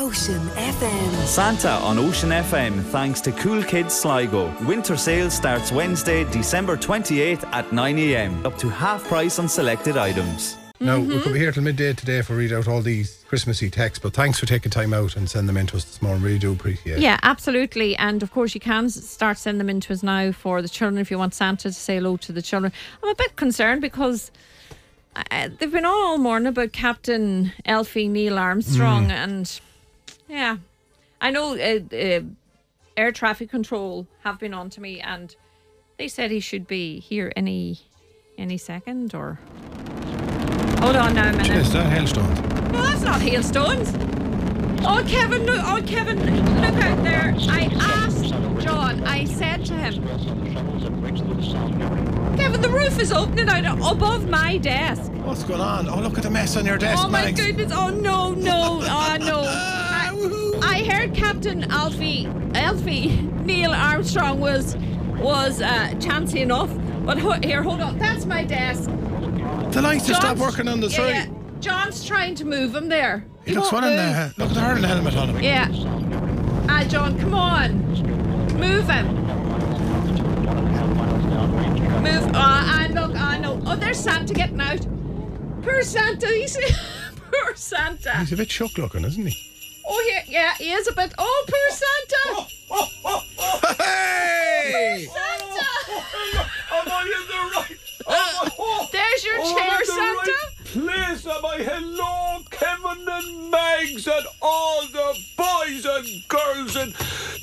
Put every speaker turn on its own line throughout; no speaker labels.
Ocean FM.
Santa on Ocean FM thanks to Cool Kids Sligo. Winter sale starts Wednesday, December 28th at 9am. Up to half price on selected items.
Now, we
Mm-hmm.
could be here till midday today for read out all these Christmassy texts, but thanks for taking time out and sending them in to us this morning. Really do appreciate it.
Yeah, absolutely. And of course, you can s- start sending them in to us now for the children if you want Santa to say hello to the children. I'm a bit concerned because uh, they've been on all morning about Captain Elfie Neil Armstrong. And yeah, I know uh, uh, air traffic control have been on to me and they said he should be here any any second or. Hold on now a minute.
Yes, that hailstones.
No, that's not hailstones. Oh, Kevin, look, oh, Kevin, look out there. I asked John, I said to him, Kevin, the roof is opening out above my desk.
What's going on? Oh, look at the mess on your desk,
Oh, my
Mags.
goodness. Oh, no, no, oh, no.
Ah,
I,
woohoo.
I heard Captain Alfie, Alfie Neil Armstrong was, was uh, chancy enough. But ho- here, hold on. That's my desk.
The lights have stopped
John's-
working on the
yeah,
side.
yeah. John's trying to move him there.
He looks
won't
one in
move.
the uh, Look at the hurling helmet on him.
Yeah. Ah, John, come on. Move him. Move. Ah, and look, ah, no. Oh, there's Santa getting out. Poor Santa. He's. poor Santa.
He's a bit shook looking, isn't he?
Oh, here. Yeah, he is a bit. Oh, poor Santa.
Hey!
Santa.
Am I in the right? Am I, oh,
There's your
am I
chair,
in the
Santa.
right place. Am I? Hello, Kevin and Mags and all the boys and girls and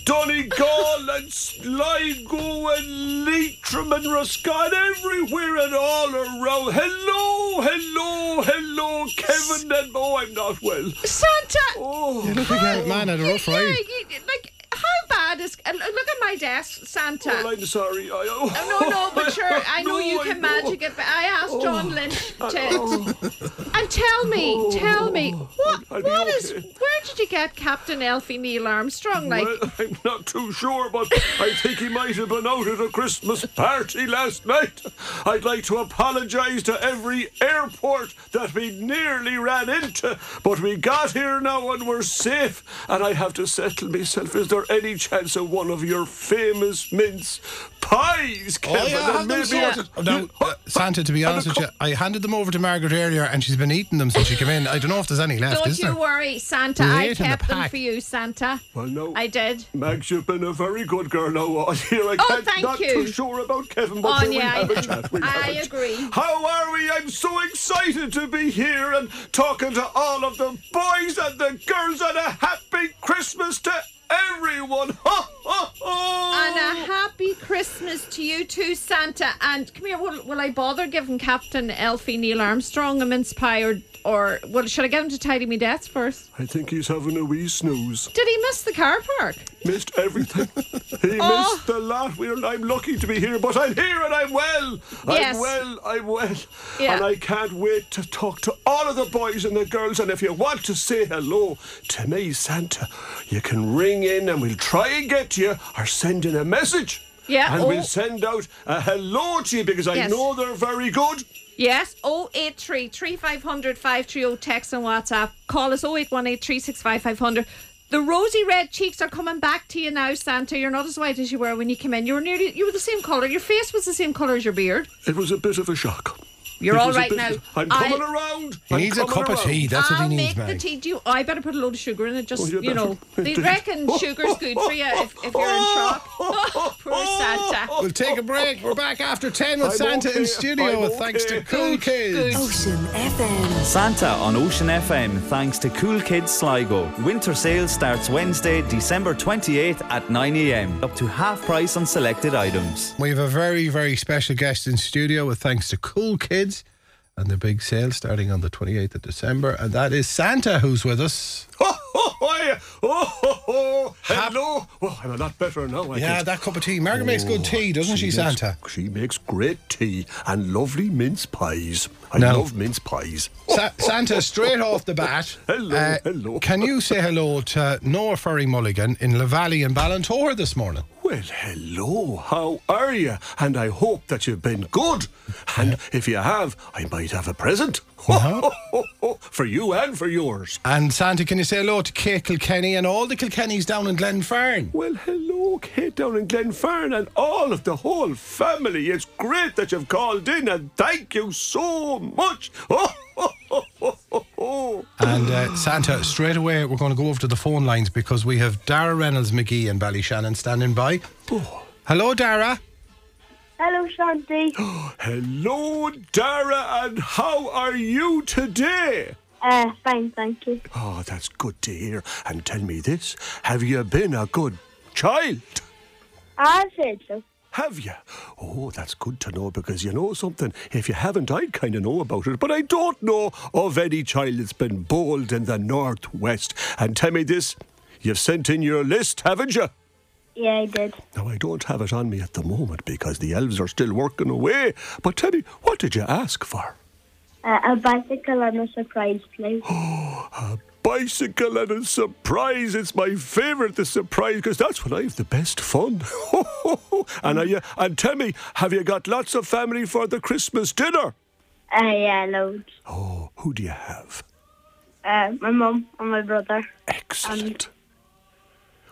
Donegal and Sligo and Leitrim and Roscommon, everywhere and all around. Hello, hello, hello, Kevin and oh, I'm not well.
Santa.
Oh,
Look at that man had a rough
yeah,
ride.
he- like, how bad is. and Look at my desk, Santa.
well, I'm sorry. I, oh,
No, no, but sure, I know
No,
you
I
can
know. Oh.
magic it, but I asked John Lynch to. and tell me, tell me, what,
Oh. I'll be
what is,
okay.
where did you get Captain Elfie Neil Armstrong? Like,
Well, I'm not too sure, but I think he might have been out at a Christmas party last night. I'd like to apologise to every airport that we nearly ran into, but we got here now and we're safe. And I have to settle myself. Is there any chance of one of your famous mince pies, Kevin?
Oh, have
And
them
maybe- oh,
sorted. No, uh, Santa, to be honest with you, I handed them over to Margaret earlier and she's been eating them since she came in. I don't know if there's any left,
don't
is
you
there?
worry, Santa,
We
I
ate in the
kept them
pack.
for you, Santa.
Well, no.
I did.
Max, you've been a very good girl now on here. I
Oh,
can't,
thank
not
you.
too sure about Kevin, but
Oh,
sure we'll
yeah, I-
have a chat. We'll have
I
a chat.
agree.
How are we? I'm so excited to be here and talking to all of the boys and the girls and a happy Christmas to everyone. Ho, ho, ho.
And a happy Christmas to you too, Santa. And come here, will, will I bother giving Captain Elfie Neil Armstrong a mince pie or, or well, should I get him to tidy me desk first?
I think he's having a wee snooze.
Did he miss the car park?
Missed everything. he
Oh.
missed the lot. We're, I'm lucky to be here, but I'm here and I'm well.
Yes.
I'm well. I'm well.
Yeah.
And I can't wait to talk to all of the boys and the girls. And if you want to say hello to me, Santa, you can ring in and we'll try and get to you or send in a message.
Yeah,
And
oh.
we'll send out a hello to you because I
Yes.
know they're very good.
Yes, 083 3500 530 oh, text and WhatsApp. Call us 0818 365 500. The rosy red cheeks are coming back to you now, Santa. You're not as white as you were when you came in. You were nearly, you were the same colour. Your face was the same colour as your beard.
It was a bit of a shock.
You're
It
all
was a
right
bit
now.
of- I'm
I'll-
coming around.
He
I'm
needs a
coming
cup of
around.
tea. That's
I'll
what he
make
needs,
the
Mag.
tea. Do you, I better put a load of sugar in it. Just
Oh,
you,
you
know,
better.
they reckon sugar's good for you if, if you're in shock. Oh, Poor Santa.
We'll take a break. We're back after 10 with
I'm
Santa
okay.
in studio.
I'm
Thanks to
okay.
Cool Kids.
Ocean FM.
Santa on Ocean FM thanks to Cool Kids Sligo. Winter sale starts Wednesday, December 28th at 9am. Up to half price on selected items.
We have a very, very special guest in studio with thanks to Cool Kids and the big sale starting on the 28th of December. And that is Santa who's with us.
Oh, oh, oh, oh, ho ho hello. Oh, I'm a lot better now. I
Yeah,
think.
that cup of tea. Margaret makes good tea, doesn't she,
makes-
Santa?
She makes great tea and lovely mince pies. I
Now-
love mince pies. Oh,
Sa- Santa, straight off the bat. uh,
Hello, hello.
Can you say hello to Noah Ferry Mulligan in La Valley and Ballantor this morning?
Well, hello, how are you? And I hope that you've been good. And if you have, I might have a present.
Uh-huh.
for you and for yours.
And Santa, can you say hello to Kate Kilkenny and all the Kilkennys down in Glenfarn?
Well, hello, Kate down in Glenfarn and all of the whole family. It's great that you've called in and thank you so much.
And uh, Santa, straight away, we're going to go over to the phone lines because we have Dara Reynolds McGee and Ballyshannon standing by. Hello, Dara.
Hello, Shanti.
Hello, Dara, and how are you today?
Uh, fine, thank you.
Oh, that's good to hear. And tell me this have you been a good child?
I said so.
Have you? Oh, that's good to know because you know something. If you haven't, I kind of know about it, but I don't know of any child that's been bold in the northwest. And tell me this you've sent in your list, haven't you?
Yeah, I did.
Now, I don't have it on me at the moment because the elves are still working away. But tell me, what did you ask for?
Uh, a bicycle and a surprise Uh, play.
bicycle and a surprise. It's my favourite, the surprise, because that's when I have the best fun. and, are you, and tell me, have you got lots of family for the Christmas dinner?
Uh, yeah, loads.
Oh, who do you have?
Uh, my mum and my brother.
Excellent.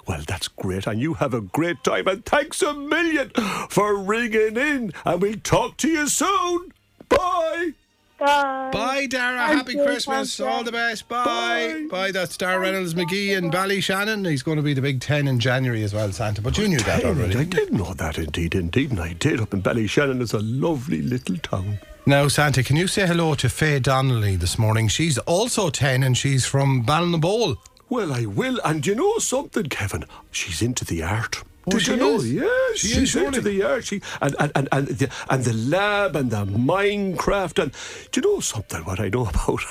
well, that's great, and you have a great time, and thanks a million for ringing in, and we'll talk to you soon. Bye.
Bye.
Bye, Dara.
Thank
Happy
you,
Christmas.
Santa.
All the best. Bye. Bye. That's Dara Reynolds McGee and Ballyshannon. He's going to be the big 10 in January as well, Santa. But you knew that
I
already.
did know that indeed, indeed, and I did up in Ballyshannon. It's a lovely little town.
Now, Santa, can you say hello to Faye Donnelly this morning? She's also 10 and she's from Ballinabole.
Well, I will. And do you know something, Kevin? She's into the art.
Oh,
Did
she
you know?
is?
Yes,
She is,
she's into
surely.
the art. She and and and and the, and the lab and the Minecraft and do you know something? What I know about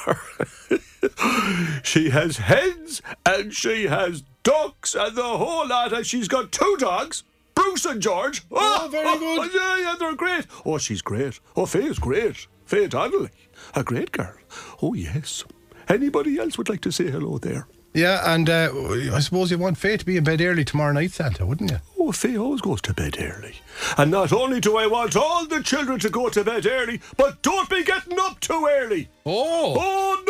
her? she has hens and she has ducks and the whole lot, and she's got two dogs. Bruce and George.
Oh, very good.
yeah, yeah, they're great. Oh, she's great. Oh, Faye's great. Faye Donnelly. A great girl. Oh, yes. Anybody else would like to say hello there?
Yeah, and uh, I suppose you want Faye to be in bed early tomorrow night, Santa, wouldn't you?
Oh, Faye always goes to bed early. And not only do I want all the children to go to bed early, but don't be getting up too early.
Oh,
Oh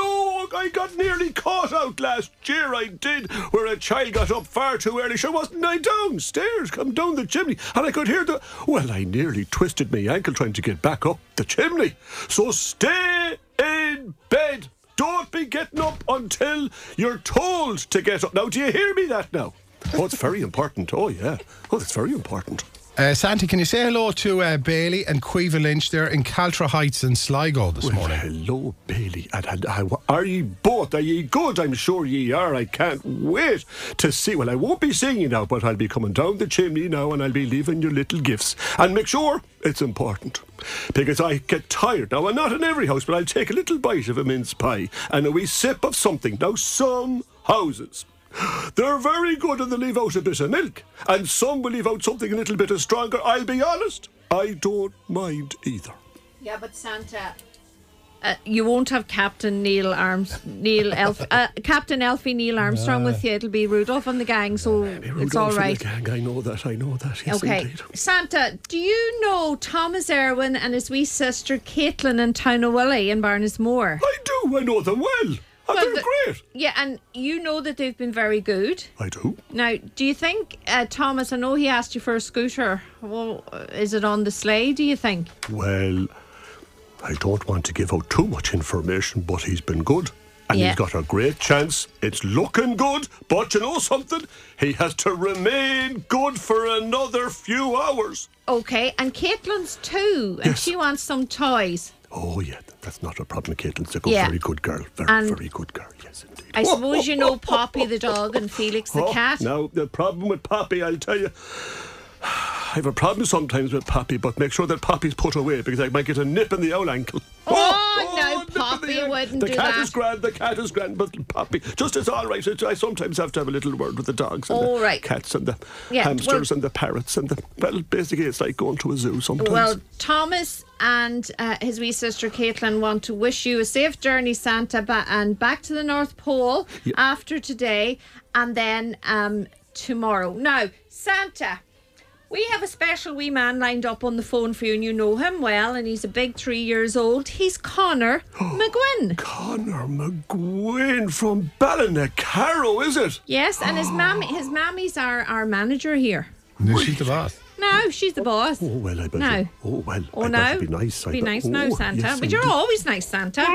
no, I got nearly caught out last year, I did, where a child got up far too early. Sure, wasn't I downstairs, come down the chimney, and I could hear the. Well, I nearly twisted my ankle trying to get back up the chimney. So stay in bed. Don't be getting up until you're told to get up. Now, do you hear me that now? Oh, it's very important. Oh, yeah. Oh, that's very important.
uh, Santa, can you say hello to uh, Bailey and Cueva Lynch? They're in Caltra Heights in Sligo this
Well,
morning.
hello, Bailey. And, and how are ye both? Are ye good? I'm sure ye are. I can't wait to see. Well, I won't be seeing you now, but I'll be coming down the chimney now and I'll be leaving your little gifts. And make sure it's important. Because I get tired now, and not in every house, but I'll take a little bite of a mince pie and a wee sip of something. Now, some houses. They're very good and they leave out a bit of milk, and some will leave out something a little bit of stronger. I'll be honest, I don't mind either.
Yeah, but Santa. Uh, you won't have Captain Neil Arms Neil Elf uh, Captain Elfie Neil Armstrong with you. It'll be Rudolph and the gang, so it's all
Rudolph and the
right.
gang, I know that. I know that. Yes,
Okay,
indeed.
Santa, do you know Thomas Erwin and his wee sister Caitlin and Townawilly in Barnesmore?
I do. I know them well. And
Well,
Oh, they're
the-
great.
Yeah, and you know that they've been very good.
I do.
Now, do you think uh, Thomas? I know he asked you for a scooter. Well, uh, is it on the sleigh? Do you think?
Well, I don't want to give out too much information, but he's been good. And
Yeah.
he's got a great chance. It's looking good, but you know something? He has to remain good for another few hours.
Okay, and Caitlin's too, and
Yes.
she wants some toys.
Oh, yeah, that's not a problem, Caitlin's a good,
Yeah.
very good girl. Very,
And-
very good girl. Yes, indeed.
I suppose you know Poppy the dog and Felix the
Oh,
cat.
Now, the problem with Poppy, I'll tell you. I have a problem sometimes with Poppy, but make sure that Poppy's put away because I might get a nip in the old ankle.
Oh, no,
nip in the
Poppy
ankle.
wouldn't
The
do
cat
that.
is grand, the cat is grand, but Poppy, just it's all right. It's, I sometimes have to have a little word with the dogs and
All
the
right.
cats and the
Yeah,
hamsters
well-
and the parrots and the. Well, basically, it's like going to a zoo sometimes.
Well, Thomas and uh, his wee sister Caitlin want to wish you a safe journey, Santa, ba- and back to the North Pole after today and then um, tomorrow. Now, Santa, We have a special wee man lined up on the phone for you, and you know him well, and he's a big three years old. He's Connor McGuinn.
Connor McGuinn from Ballinacaro, is it?
Yes, and his mammy, his mammy's our, our manager here.
No, she's the boss.
No, she's the boss.
Oh well, I bet.
No.
you- Oh well.
Oh
I
no,
bet it'd be nice. I
Be
bet-
nice now,
Oh,
Santa.
yes,
but you're
indeed.
always nice, Santa.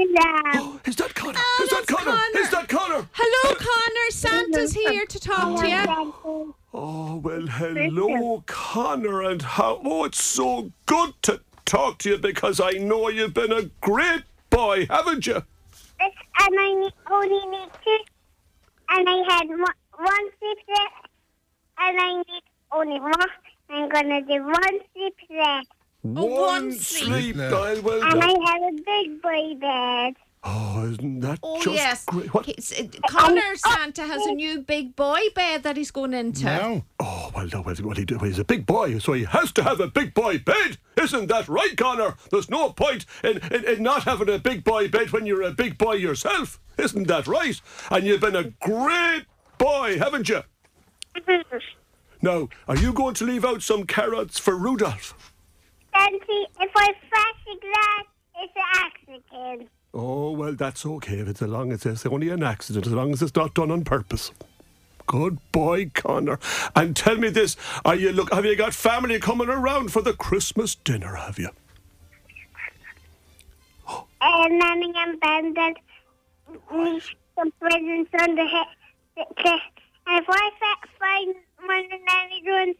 Hello.
Is that Connor?
Oh,
is that
that's
Connor?
Connor.
Is that Connor?
Hello, Connor. Santa's here to talk to you.
Oh well,
you.
hello, Connor, and how? Oh, it's so good to talk to you because I know you've been a great boy, haven't you?
And I ne- only need two. And I had one, one sip there. And I need only one. I'm gonna do one sip there.
One
one sleep. Uh-huh.
sleep,
No.
dial. Well
And
done.
I have a big boy bed.
Oh, isn't that
Oh
just
yes,
great? What?
It's- it- Connor Santa has a new big boy bed that he's going into.
No.
Oh well, no, well, well, he, well, he's a big boy, so he has to have a big boy bed. Isn't that right, Connor? There's no point in, in, in not having a big boy bed when you're a big boy yourself. Isn't that right? And you've been a great boy, haven't you? now, are you going to leave out some carrots for Rudolph?
Santi, if I smash the glass, it's an accident.
Oh well, that's okay. If it's as long as it's only an accident, as long as it's not done on purpose. Good boy, Connor. And tell me this: Are you look? Have you got family coming around for the Christmas dinner? Have you?
And then I'm banded. Me some presents on the head. And if I fa- find one of Nanny's ones,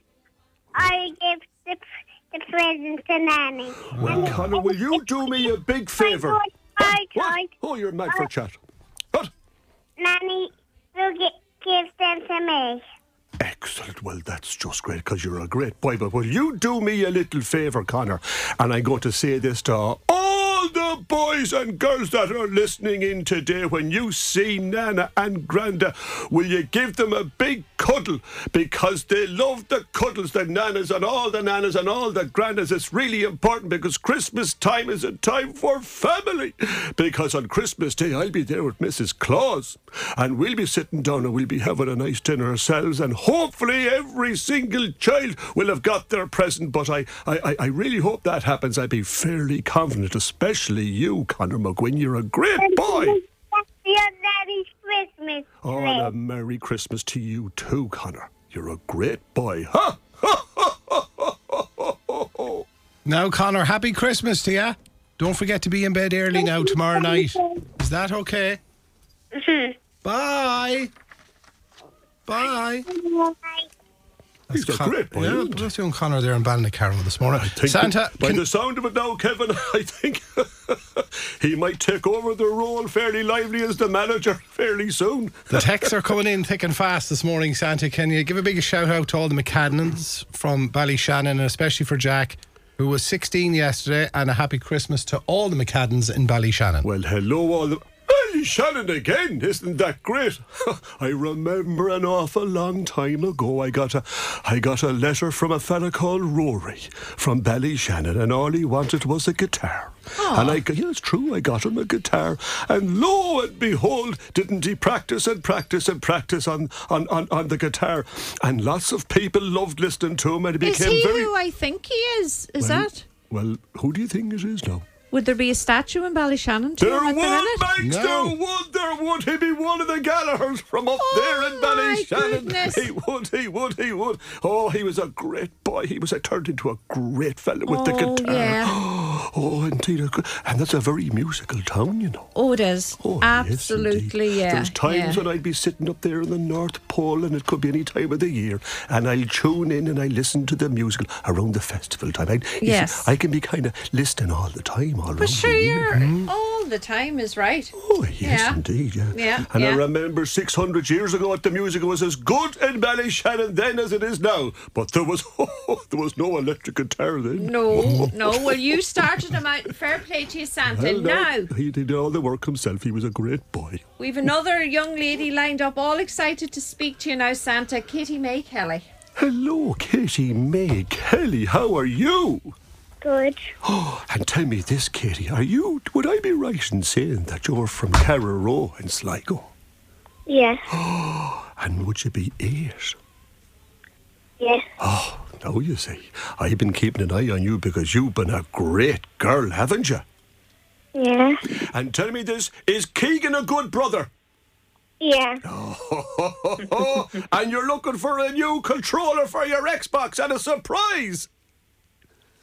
I give the, p- the present to Nanny. Oh.
Well, Connor, will you do me a big favour?
Bye, bye,
What?
bye.
Oh, you're mad for chat. What?
Nanny will get, give them to me.
Excellent. Well, that's just great because you're a great boy. But will you do me a little favour, Connor? And I'm going to say this to all the boys and girls that are listening in today. When you see Nana and Granda, will you give them a big cuddle? Because they love the cuddles, the nanas and all the nanas and all the grandas. It's really important because Christmas time is a time for family. Because on Christmas Day, I'll be there with Mrs. Claus and we'll be sitting down and we'll be having a nice dinner ourselves. And hopefully, every single child will have got their present. But I, I, I- I really hope that happens. I'd be fairly confident, especially you, Connor McGuinn. You're a great boy.
That's your Nanny's Christmas.
Oh,
tree.
and a Merry Christmas to you too, Connor. You're a great boy. Ha!
Now, Connor, happy Christmas to you. Don't forget to be in bed early now tomorrow night. Is that okay? Bye. Bye.
Bye.
He's a great boy.
Yeah,
isn't he?
that's doing Connor there in Ballinacaro this morning.
think
Santa,
that by
can-
the sound of it now, Kevin, I think he might take over the role fairly lively as the manager fairly soon.
the texts are coming in thick and fast this morning, Santa. Can you give a big shout out to all the McCannons from Ballyshannon and especially for Jack, who was 16 yesterday, and a happy Christmas to all the McCannons in Ballyshannon.
Well, hello, all the. Hey, Shannon again! Isn't that great? I remember an awful long time ago I got a I got a letter from a fella called Rory from Ballyshannon and all he wanted was a guitar.
Ah.
And I g- yeah, it's true, I got him a guitar. And lo and behold, didn't he practice and practice and practice on on, on, on the guitar? And lots of people loved listening to him and he
Is
became
he
very
who I think he is? Is that?
Well, who do you think it is now?
Would there be a statue in Ballyshannon to
There
him at
would,
the minute?
Banks,
No.
there would, there would. He'd be one of the Gallaghers from up
Oh,
there in
my
Ballyshannon.
goodness.
He would, he would, he would. Oh, he was a great boy. He was a, turned into a great fella with the
oh
guitar.
yeah.
Oh, indeed. a gr- And that's a very musical town, you know.
Oh, it is.
Oh, yes,
Absolutely,
indeed.
yeah.
There's times
yeah.
when I'd be sitting up there in the North Pole, and it could be any time of the year, and I'll tune in and I listen to the musical around the festival time. I'd, you see,
Yes.
I can be kind of listening all the time, all
But
around
sure,
the year.
you're all the time is right.
Oh, yes,
Yeah.
indeed, yeah.
Yeah,
And I
yeah.
remember 600 years ago that the music was as good in Ballyshannon then as it is now. But there was oh, there was no electric guitar then.
No, no. Well, you started him out. Fair play to you, Santa.
Well,
now
no, He did all the work himself. He was a great boy.
we've another young lady lined up, all excited to speak to you now, Santa. Kitty May Kelly.
Hello, Katie May Kelly. How are you?
Good.
And tell me this, Katie, are you? Would I be right in saying that you're from Carraroe in Sligo?
Yes.
And would you be eight?
Yes.
Oh, Now you see, I've been keeping an eye on you because you've been a great girl, haven't you?
Yeah.
And tell me this is Keegan a good brother?
Yeah.
Oh, and you're looking for a new controller for your Xbox and a surprise.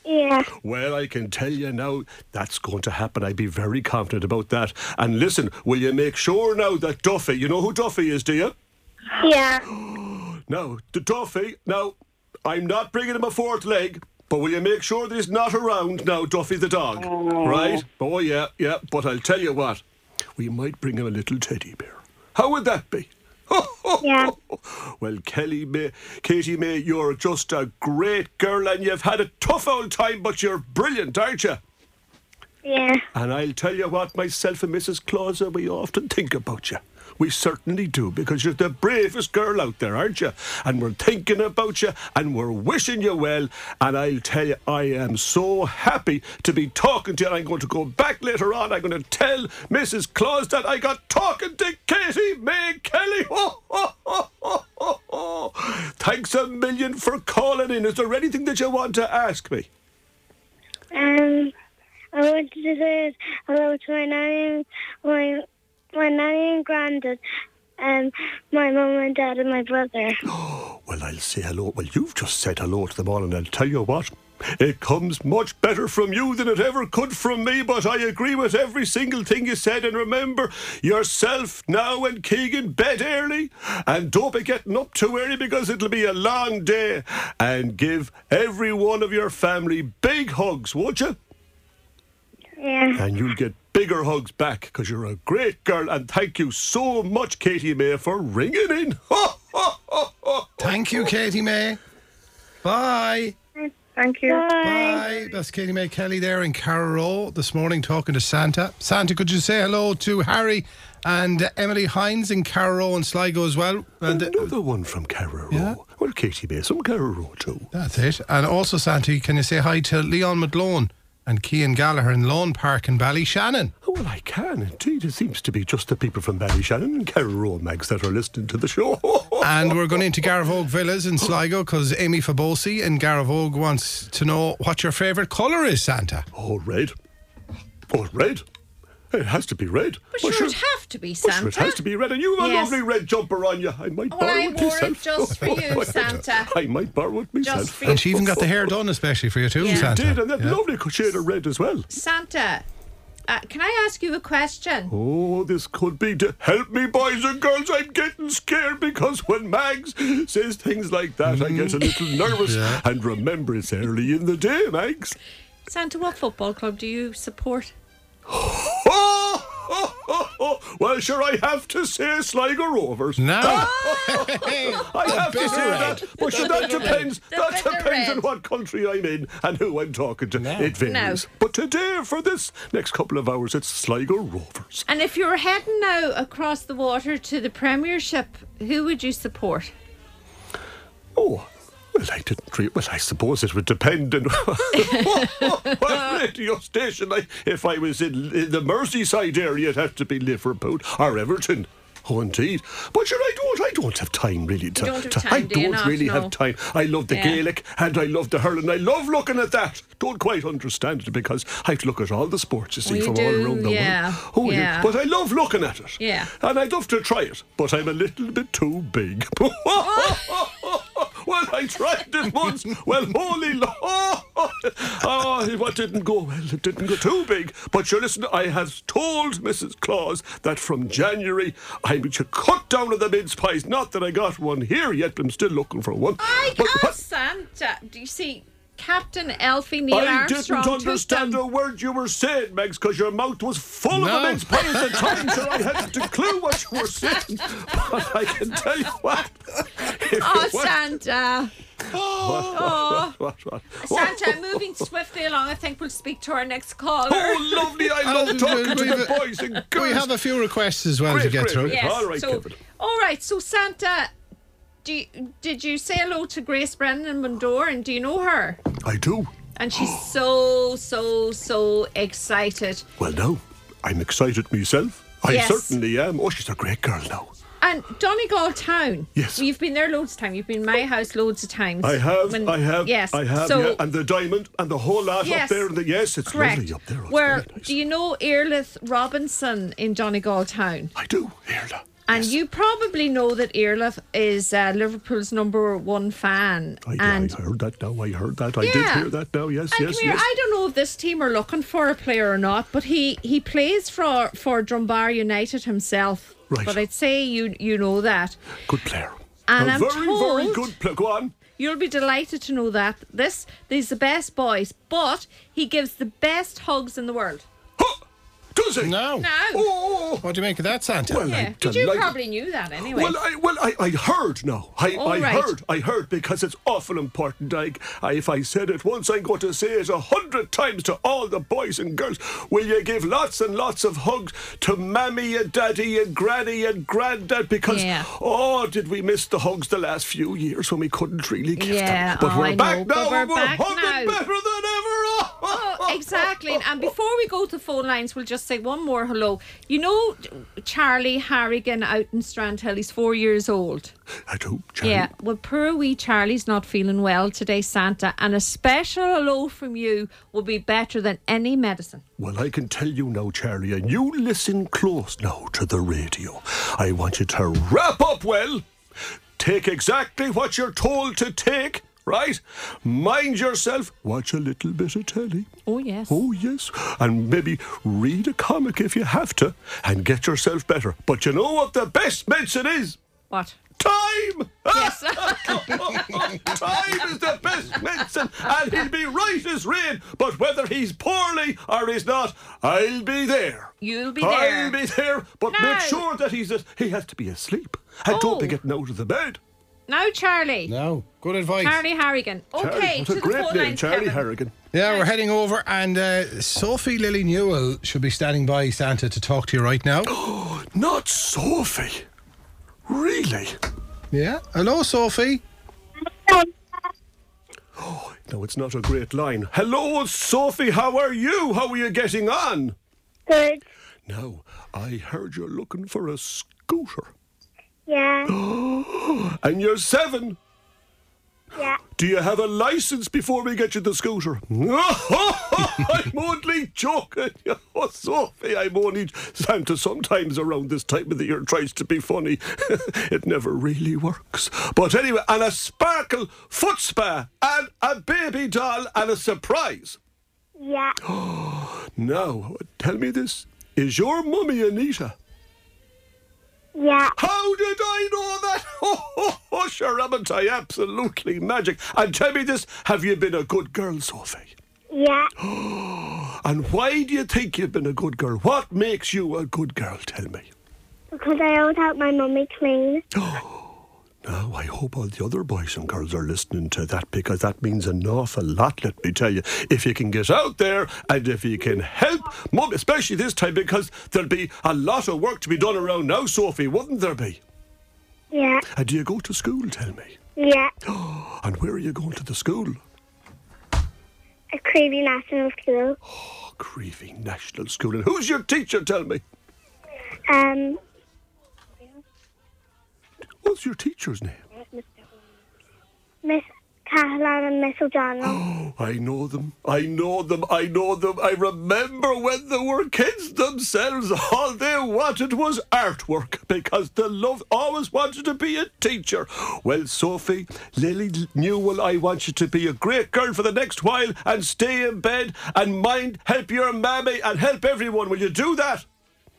Yeah.
Well, I can tell you now that's going to happen. I'd be very confident about that. And listen, will you make sure now that Duffy, you know who Duffy is, do you?
Yeah.
No, D- Duffy, now, I'm not bringing him a fourth leg, but will you make sure that he's not around now, Duffy the dog? Right? Oh, yeah, yeah, but I'll tell you what, we might bring him a little teddy bear. How would that be?
Yeah.
Well, Kelly May, Katie May, you're just a great girl and you've had a tough old time, but you're brilliant, aren't you?
Yeah.
And I'll tell you what, myself and Mrs. Claus, uh, we often think about you. We certainly do, because you're the bravest girl out there, aren't you? And we're thinking about you, and we're wishing you well. And I'll tell you, I am so happy to be talking to you. And I'm going to go back later on. I'm going to tell Mrs. Claus that I got talking to Katie May Kelly. Oh, oh, oh, oh, oh, oh. Thanks a million for calling in. Is there anything that you want to ask me?
Um, I wanted to say hello to my nanny, my my nanny and granddad, and my mum and dad and my brother.
Well, I'll say hello. Well, you've just said hello to them all, and I'll tell you what, it comes much better from you than it ever could from me, but I agree with every single thing you said. And remember, yourself now and Keegan, bed early, and don't be getting up too early because it'll be a long day. And give every one of your family big hugs, won't you?
Yeah.
And you'll get bigger hugs back because you're a great girl. And thank you so much, Katie May, for ringing in. Ho, ho, ho, ho.
Thank you, Katie May. Bye.
Thank you. Bye.
Bye. That's Katie May Kelly there in Carrow this morning talking to Santa. Santa, could you say hello to Harry and Emily Hines in Carrow and Sligo as well? And uh,
Another one from Carrow.
Yeah.
Well, Katie Bay, some Carrow too.
that's it. And also, Santa, can you say hi to Leon McLone and Kean Gallagher in Lawn Park in Ballyshannon?
Oh, Well, I can indeed. It seems to be just the people from Ballyshannon and Carrow Mags that are listening to the show.
And we're going into Garavogue Villas in Sligo because Amy Fabosi in Garavogue wants to know what your favourite colour is, Santa.
All right. All right. It has to be red.
But
Well,
sure, it'd have to be
well,
Santa.
sure, it has to be red. And you have a
Yes.
lovely red jumper on you. I might
Well,
borrow
I
it
wore it
myself.
just for you, Santa.
I might borrow it myself.
Just for you.
And she even got the hair done especially for you too,
Yeah.
Santa.
Did, and that
Yeah.
lovely shade of red as well.
Santa, uh, can I ask you a question?
Oh, this could be to help me, boys and girls. I'm getting scared because when Mags says things like that, I get a little nervous. And remember, it's early in the day, Mags.
Santa, what football club do you support?
Oh, oh, oh, oh. well, sure, I have to say Sligo Rovers. Ah,
Now,
I have to say
red.
that. But sure, that depends.
The
That
bitter
depends on
red.
what country I'm in and who I'm talking to. It varies.
No.
But today, for this next couple of hours, it's Sligo Rovers.
And if you were heading now across the water to the Premiership, who would you support?
Oh, well, I didn't. Re- well, I suppose it would depend on what radio station. I, if I was in, in the Merseyside area, it'd have to be Liverpool or Everton. Oh, indeed. But sure, I don't. I don't have time really. To,
don't have
to-
time,
I
do you
don't
not?
really
No.
have time. I love the
Yeah.
Gaelic and I love the hurling. I love looking at that. Don't quite understand it because I have to look at all the sports you see
Well, you
from
do,
all around the
yeah,
world. Oh,
yeah.
But I love looking at it.
Yeah.
And I'd love to try it, but I'm a little bit too big. Well, I tried it once. Well, holy lo- oh, oh, what didn't go well? It didn't go too big. But you listen, I have told Mrs. Claus that from January I should cut down on the mince pies. Not that I got one here yet, but I'm still looking for one.
I
But
oh,
what-
Santa. Do you see Captain Elfie Neil
I
Armstrong?
didn't
took
understand
them.
a word you were saying, Megs, because your mouth was full
No.
of the mince pies at the time, so I hadn't a clue what you were saying. But I can tell you what. if
Oh,
you went-
Santa. Oh,
What, what?
Santa, moving swiftly along, I think we'll speak to our next caller.
Oh, lovely. I love
And
talking to
we-
the boys and girls.
we have a few requests as well to
Great,
get
great,
through.
great.
Yes.
All right,
so,
Kevin.
all right. So, Santa, do you, did you say hello to Grace Brennan and Mundore, and do you know her?
I do.
And she's so, so, so excited.
Well, no. I'm excited myself. I
Yes.
certainly am. Oh, she's a great girl now.
I, John, Donegal Town.
Yes.
You've been there loads of times. You've been in my house loads of times.
I have,
When-
I have,
Yes.
I have,
So,
yeah, and the diamond and the whole lot
Yes.
up there. And the, yes, it's
correct.
lovely up there. It's
Where
very nice.
do you know Earlith Robinson in Donegal Town?
I do, Erla.
And
Yes.
you probably know that Earlith is uh, Liverpool's number one fan.
I,
and
I heard that now. I heard that. I did
Yeah.
hear that now. Yes,
And
yes,
come here,
yes.
I don't know if this team are looking for a player or not, but he, he plays for, for Drumbar United himself.
Right.
But I'd say you you know that.
Good player.
And
a
I'm
very, very
told-
good player. Go on.
You'll be delighted to know that. This these the best boys, but he gives the best hugs in the world.
Huh! Does it?
No.
Now
Oh.
What do you make of that, Santa?
Well,
yeah.
I'm
But you
delighted.
probably knew that anyway.
Well, I well I, I heard now. I,
All
I
right.
heard. I heard because it's awful important. Like I, if I said it once, I'm going to say it a hundred times to all the boys and girls. Will you give lots and lots of hugs to mammy and daddy and granny and granddad? Because
Yeah.
oh, did we miss the hugs the last few years when we couldn't really give
Yeah,
them? But
oh,
we're
I
back
know,
now.
but we're
and we're
back
hugging
now.
better than ever.
Oh, exactly. And before we go to phone lines, we'll just say one more hello. You know Charlie Harrigan out in Strandhill, he's four years old.
I do. Charlie.
Yeah. Well, poor wee Charlie's not feeling well today, Santa, and a special hello from you will be better than any medicine.
Well, I can tell you now, Charlie, and you listen close now to the radio. I want you to wrap up well. Take exactly what you're told to take, right? Mind yourself. Watch a little bit of telly.
Oh yes.
Oh, yes. And maybe read a comic if you have to and get yourself better. But you know what the best medicine is?
What?
Time! Ah!
Yes.
Time is the best medicine, and he'll be right as rain. But whether he's poorly or he's not, I'll be there.
You'll be there.
I'll be there. But
No.
make sure that he's a- he has to be asleep. And don't be
Oh.
getting out of the bed.
now, Charlie.
No. Good advice.
Charlie Harrigan.
Charlie,
Okay,
what
to
a
the
great
phone
name,
lines,
Charlie
Kevin.
Harrigan.
Yeah, we're heading over, and uh, Sophie Lily Newell should be standing by Santa to talk to you right now.
Not Sophie. Really?
yeah. Hello, Sophie.
No, it's not a great line. Hello, Sophie. How are you? How are you getting on?
Good.
Now, I heard you're looking for a scooter,
Yeah.
and you're seven.
Yeah.
Do you have a license before we get you the scooter? I'm only joking. Oh, Sophie, I'm only. Santa sometimes around this time of the year tries to be funny. it never really works. But anyway, and a sparkle foot spa and a baby doll and a surprise.
Yeah.
Now, tell me this. Is your mummy Anita?
Yeah.
How did I know that? Oh, oh, oh sure, haven't I? Absolutely magic. And tell me this. Have you been a good girl, Sophie?
Yeah.
And why do you think you've been a good girl? What makes you a good girl? Tell me.
Because I always help my mummy clean.
Now, I hope all the other boys and girls are listening to that because that means an awful lot, let me tell you. If you can get out there and if you can help, Mum, especially this time because there'll be a lot of work to be done around now, Sophie, wouldn't there be?
Yeah.
And do you go to school, tell me?
Yeah.
And where are you going to the school?
A creepy national school.
Oh, Creevy National School. And who's your teacher, tell me?
Um.
What's your teacher's name?
Miss Caroline and Miss O'Donnell.
I know them. I know them. I know them. I remember when they were kids themselves. All they wanted was artwork because the love always wanted to be a teacher. Well, Sophie, Lily Newell, I want you to be a great girl for the next while and stay in bed and mind, help your mammy and help everyone. Will you do that?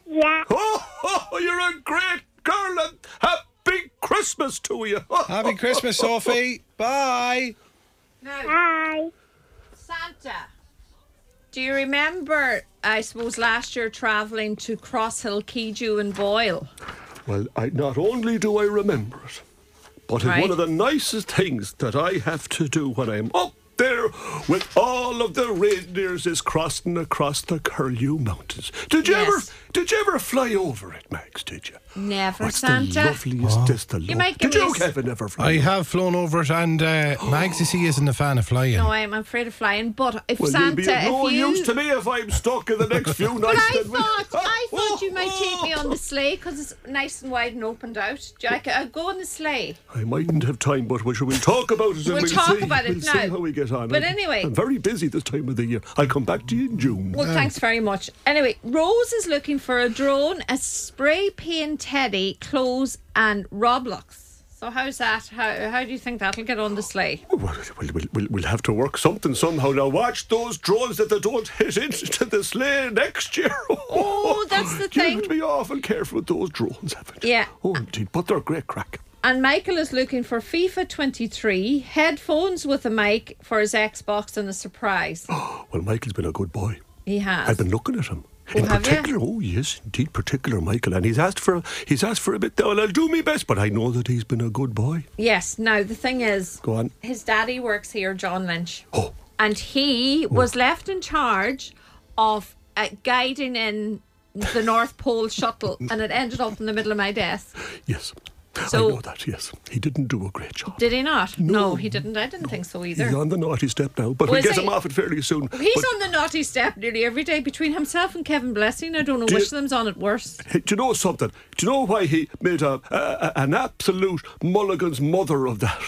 Yeah.
Oh, oh you're a great girl and happy Christmas to you.
Happy Christmas, Sophie. Bye.
Now,
Bye.
Santa. Do you remember? I suppose last year travelling to Crosshill, Keju, and Boyle.
Well, I, not only do I remember it, but
Right.
it's one of the nicest things that I have to do when I'm up there reindeer with all of the reindeers is crossing across the Curlew Mountains. Did you
Yes.
ever did you ever fly over it, Max? Did you?
Never,
What's the
Santa.
loveliest just the lo-
might give
Did
me
you,
a s-
Kevin, ever fly?
I have flown over it, and uh, Mags, you see, isn't a fan of flying.
No, I'm afraid of flying. But if
Well,
Santa,
you'll be of
if
no
you,
use to me if I'm stuck in the next few
But
nights.
I
then we-
thought, I thought you might take me on the sleigh because it's nice and wide and opened out. Jack, uh, go on the sleigh.
I mightn't have time, but we shall- we'll talk about it. and
We'll
we'll
talk
see.
about it
we'll see
now.
how we get on.
But
I'm-
anyway-
I'm very busy this time of the year. I'll come back to you in June.
Well, thanks very much. Anyway, Rose is looking for a drone, a spray paint teddy, clothes, and Roblox. So how's that? How how do you think that'll get on the sleigh?
Well, we'll, we'll- we'll, we'll have to work something somehow. Now, watch those drones that they don't hit into the sleigh next year.
Oh, that's the
You have to
thing.
be awful careful with those drones, haven't you?
Yeah.
Oh, indeed. But they're great crack.
And Michael is looking for FIFA 23 headphones with a mic for his Xbox and a surprise.
Well, Michael's been a good boy.
He has.
I've been looking at him. in
have you?
particular, oh yes, indeed, particular Michael, and he's asked for he's asked for a bit. Well, I'll do my best, but I know that he's been a good boy.
Yes. Now the thing is,
Go on.
His daddy works here, John Lynch,
Oh,
and he
Hmm.
was left in charge of uh, guiding in the North Pole shuttle, and it ended up in the middle of my desk.
yes,
So-
I know that. Yes, he didn't do a great job.
Did he not? No,
No.
he didn't. I didn't think so either.
He's on the naughty step now, but we'll
Was
get
he?
him off it fairly soon.
He's
But-
on the naughty step nearly every day between himself and Kevin Blessing. I don't know
Do you-
which of them's on it worse.
Hey, do you know something? Do you know why he made a, a, a- an absolute Mulligan's mother of that?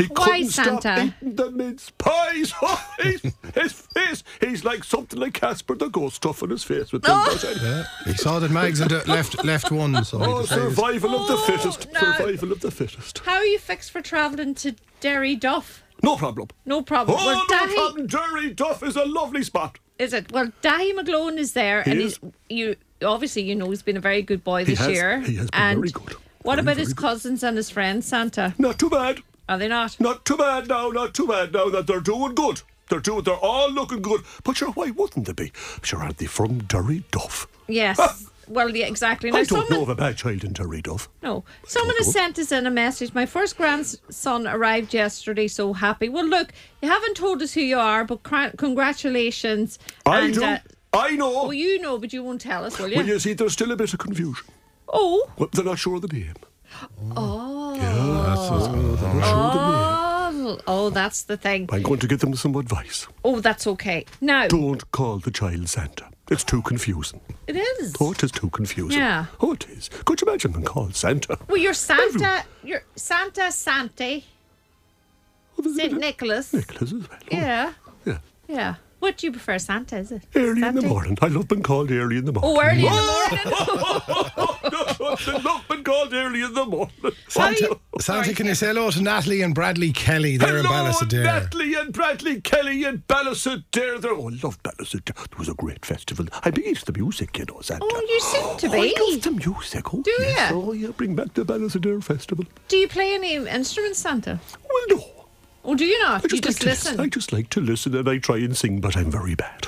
He
Why,
couldn't stop
Santa?
eating the mince pies. Oh, his, his face, he's like something like Casper the Ghost stuff on his face with
Oh!
them. does it?
Yeah. He saw that Mags had uh, left left one, so
Oh,
he decided.
survival of the
Oh,
fittest.
no.
Survival of the fittest.
How are you fixed for travelling to Derry Duff?
No problem.
No problem.
Oh,
well,
no
Dahi,
problem. Derry Duff is a lovely spot.
is it? Well, Dahi McGlone is there, and
is.
he's you obviously you know he's been a very good boy this
has-
year.
he has been
and
very good.
What
Very,
about
very
his
good.
cousins and his friends, Santa?
Not too bad.
Are they not?
Not too bad now, not too bad now that they're doing good. They're doing, they're all looking good. But sure, why wouldn't they be? Sure, aren't they from Derry Duff?
Yes. well, yeah, exactly. Now,
Ah. I don't
someone,
know of a bad child in Derry Duff.
No. Someone has sent us in a message. My first grandson arrived yesterday, so happy. Well, look, you haven't told us who you are, but cra- congratulations.
I
and,
do.
uh,
I know.
well, you know, but you won't tell us, will you?
Well, you see, there's still a bit of confusion.
Oh.
Well, they're not sure of the name.
Oh.
They're not sure of the name.
Oh, oh, that's the thing.
I'm going to give them some advice.
Oh, that's okay. Now,
Don't call the child Santa. It's too confusing.
it is.
Oh, it is too confusing.
Yeah.
Oh, it is. Could you imagine them called Santa?
Well, you're Santa, you're Santa, Santa,
Oh, there's a
St.
bit of
Nicholas.
Nicholas as well. Oh,
Yeah,
yeah.
yeah. What do you prefer, Santa, is it?
Early in the
Santa?
morning. I love being called early in the morning.
Oh, early in the morning.
I love being called early in the morning.
Santa-
Oh, no.
Santa, can you say hello to Natalie and Bradley Kelly? They're in
Hello,
Ballasadair.
Natalie and Bradley Kelly and Ballisadare. They're, oh, I love Ballisadare. It was a great festival. I bring used to music, you know, Santa.
Oh, you seem to
Oh, I
be.
love the music. Oh,
Do
yes.
ya?
Oh, yeah, bring back the Ballisadare Festival.
Do you play any instruments, Santa?
Well, no.
Or do you not?
I just,
you just
like To
listen.
listen. I just like to listen and I try and sing, but I'm very bad.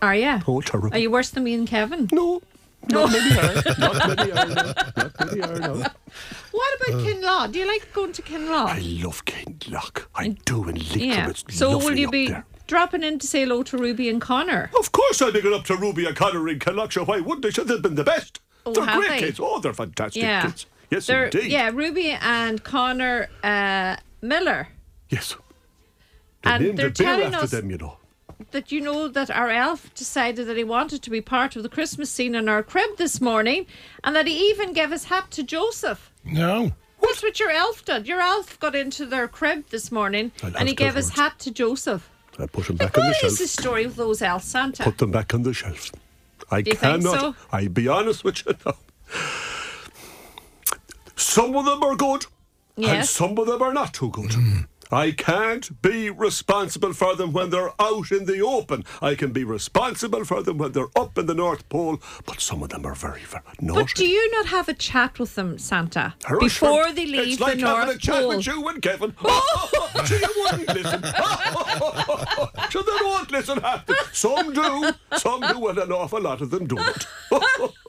Are you?
Oh, terrible.
Are you worse than me and Kevin?
No. Not many are. Not many are. no. Not many are, no.
What about Kinlaw? Do you like going to Kinlaw?
Uh, I love Kindlock. I do in Leitrim.
yeah.
It's
So will
lovely
you
up
be
there. Oh,
dropping in to say hello to Ruby and Connor?
Of course I'll be going up to Ruby O'Connor in Kinlochsha. Why wouldn't they? Should they've been the best.
Oh,
they're
have
great
they?
kids. Oh, they're fantastic
Yeah.
kids. Yes,
They're-
indeed.
Yeah, Ruby and Connor uh, Miller.
Yes. They
And
named
they're
a beer
telling
after
us-
them, you know.
that you know that our elf decided that he wanted to be part of the Christmas scene in our crib this morning, and that he even gave his hat to Joseph.
No.
That's what your elf did. Your elf got into their crib this morning,
I'll
and he
ask
gave his
afterwards.
hat to Joseph.
I put them
Like,
back on the
what is
shelf.
the story of those elves, Santa?
Put them back on the shelf. I
Do you think
cannot.
so?
I'll be honest with you now. Some of them are good, and
Yes. Mm.
some of them are not too good. I can't be responsible for them when they're out in the open. I can be responsible for them when they're up in the North Pole, but some of them are very, very naughty.
But do you not have a chat with them, Santa,
Hershford,
before they leave
it's like
the
having
North
a chat
Pole? Oh.
with you and Kevin. so you wouldn't listen. so they don't listen. half the- Some do, some do, and an awful lot of them don't.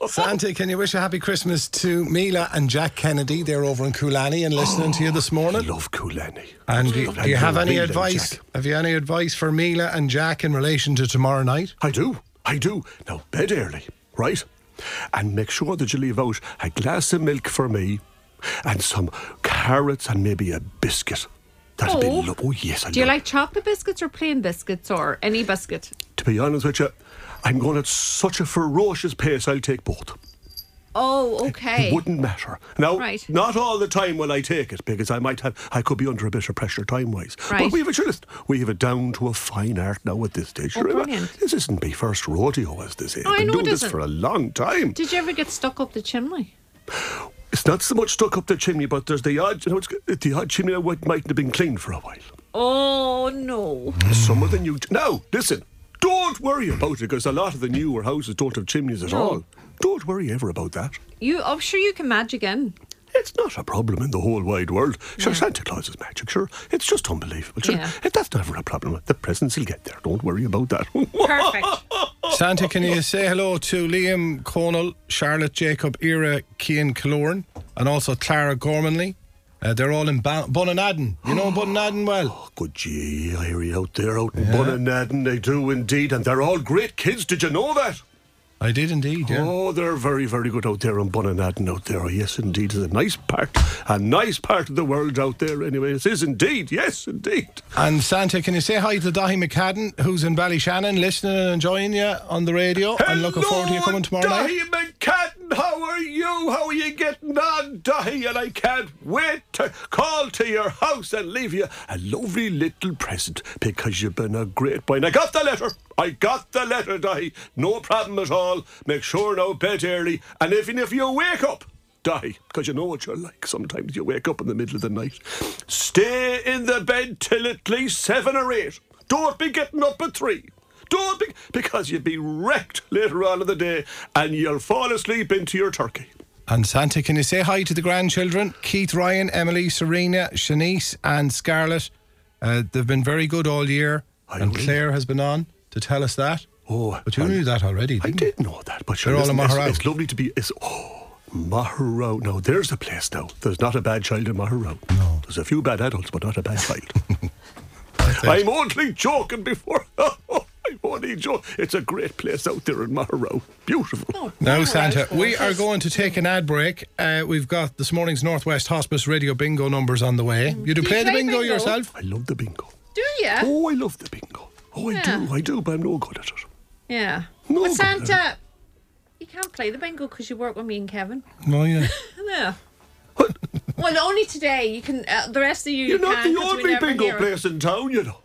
Santa, can you wish a happy Christmas to Mila and Jack Kennedy? They're over in Coolani and listening to you this morning.
Love Coolani.
And do you,
Well,
do you
I'm
have
sure
any
Mila and
advice?
Jack-
Have you any advice for Mila and Jack in relation to tomorrow night?
I do. I do. Now, bed early, right? And make sure that you leave out a glass of milk for me and some carrots and maybe a biscuit. That'll
Oh.
be lo- Oh, yes, I
Do you
love-
like chocolate biscuits or plain biscuits or any biscuit?
To be honest with you, I'm going at such a ferocious pace, I'll take both.
Oh, okay.
It wouldn't matter. Now,
Right.
not all the time will I take it because I might have, I could be under a bit of pressure time wise.
Right.
But we have it, sure, listen, we have it down to a fine art now at this stage.
Oh,
Remember,
brilliant.
This isn't my first rodeo, as they say.
Oh,
I've
I
been
know it
doing this
isn't.
for a long time.
Did you ever get stuck up the chimney?
It's not so much stuck up the chimney, but there's the odd, you know, it's, the odd chimney that might- mightn't have been cleaned for a while.
Oh no.
Some of the new. Now, listen, don't worry about it because a lot of the newer houses don't have chimneys at
No.
all. Don't worry ever about that.
You I'm sure you can magic in.
It's not a problem in the whole wide world. Sure, Santa Claus is magic, sure. It's just unbelievable. Sure.
Yeah.
If that's never a problem, the presents will get there. Don't worry about that. Oh,
Perfect.
Santa, can you say hello to Liam Connell, Charlotte Jacob Era, Cian Killoran, and also Clara Gormanley? Uh, they're all in ba- Bunanadden. You know Bunanadden well.
Good gee, Irie out there, out in Bunanadden, they do indeed, and they're all great kids. Did you know that?
I did indeed, yeah.
Oh, they're very, very good out there on Bunanadden out there. Yes, indeed. It's a nice part, a nice part of the world out there, anyway. It is indeed. Yes, indeed.
And Santa, can you say hi to Dahi McCadden, who's in Ballyshannon, listening and enjoying you on the radio, and looking forward to you coming tomorrow night?
Dahi McCann, how are you? How are you getting on, Dahi? And I can't wait to call to your house and leave you a lovely little present because you've been a great boy. And I got the letter. I got the letter, Dahi. No problem at all. Make sure no bed early. And even if you wake up, Dahi, because you know what you're like. Sometimes you wake up in the middle of the night. Stay in the bed till at least seven or eight. Don't be getting up at three. Don't be, because you'll be wrecked later on in the day and you'll fall asleep into your turkey.
And Santa, can you say hi to the grandchildren, Keith, Ryan, Emily, Serena, Shanice, and Scarlett? Uh, they've been very good all year,
I
and
will.
Claire has been on to tell us that.
Oh,
but you
and-
knew that already.
I
didn't you?
did know that, but sure,
Hmm. They're all in
listen, it's,
Maharao.
it's lovely to be. It's, oh, Maharao. Now, there's a place now. There's not a bad child in Maharao. No. There's a few bad adults, but not a bad child. I'm only joking before. I'm only joking. It's a great place out there in Maharao. Beautiful.
Oh.
No, Santa. We are going to take an ad break. Uh, we've got this morning's Northwest Hospice Radio Bingo numbers on the way. You do,
Mm. Do you
play the
play
bingo,
bingo?
yourself?
I love the bingo.
Do you?
Oh, I love the bingo. Oh, I
Yeah.
do. I do, but I'm no good at it.
Yeah.
No,
but
but-
Santa, you can't play the bingo because you work with me and Kevin.
Oh, yeah.
Yeah. well, only today. You can. Uh, the rest of you.
You're
you
not
can,
the
'cause we
only
never Oh, hear
bingo
it.
place in town, you know.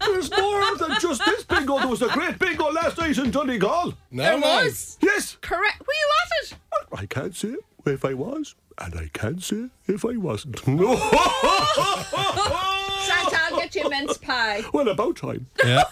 There's more than just this bingo. There was a great bingo last night in Donegal.
No,
There
man.
was.
Yes.
Correct. Were you at it?
I can't say if I was, and I can't say if I wasn't.
Santa, I'll get you a mince pie.
well, about time.
Yeah.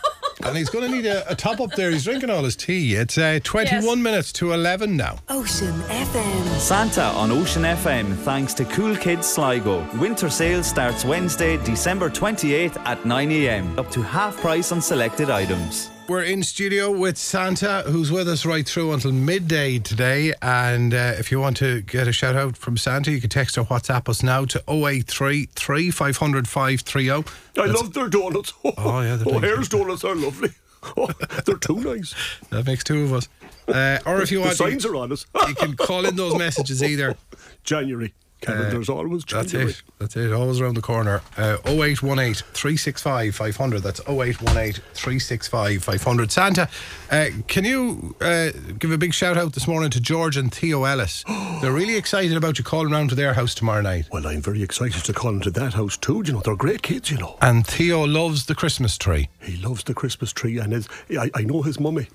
And he's going to need a, a top up there. He's drinking all his tea. It's uh, 21
Yes.
minutes to 11 now.
Ocean FM.
Santa on Ocean FM thanks to Cool Kids Sligo. Winter sale starts Wednesday, December 28th at 9am. Up to half price on selected items.
We're in studio with Santa, who's with us right through until midday today. And uh, if you want to get a shout out from Santa, you can text or WhatsApp us now to 083 3500 530.
I love their donuts.
Oh, yeah, they're
oh,
nice.
Hare's donuts are lovely. Oh, they're too nice.
That makes two of us. Uh, or if you
the
want,
signs
you,
are on us.
you can call in those messages either. Uh,
January. Kevin, there's always
That's
January.
it. That's it. Always around the corner. Uh, 0818 365 500. That's 0818 365 500. Santa, uh, can you uh, give a big shout out this morning to George and Theo Ellis? They're really excited about you calling round to their house tomorrow night.
Well, I'm very excited to call into that house too. You know, they're great kids. You know.
And Theo loves the Christmas tree.
He loves the Christmas tree, and his, I, I know his mummy.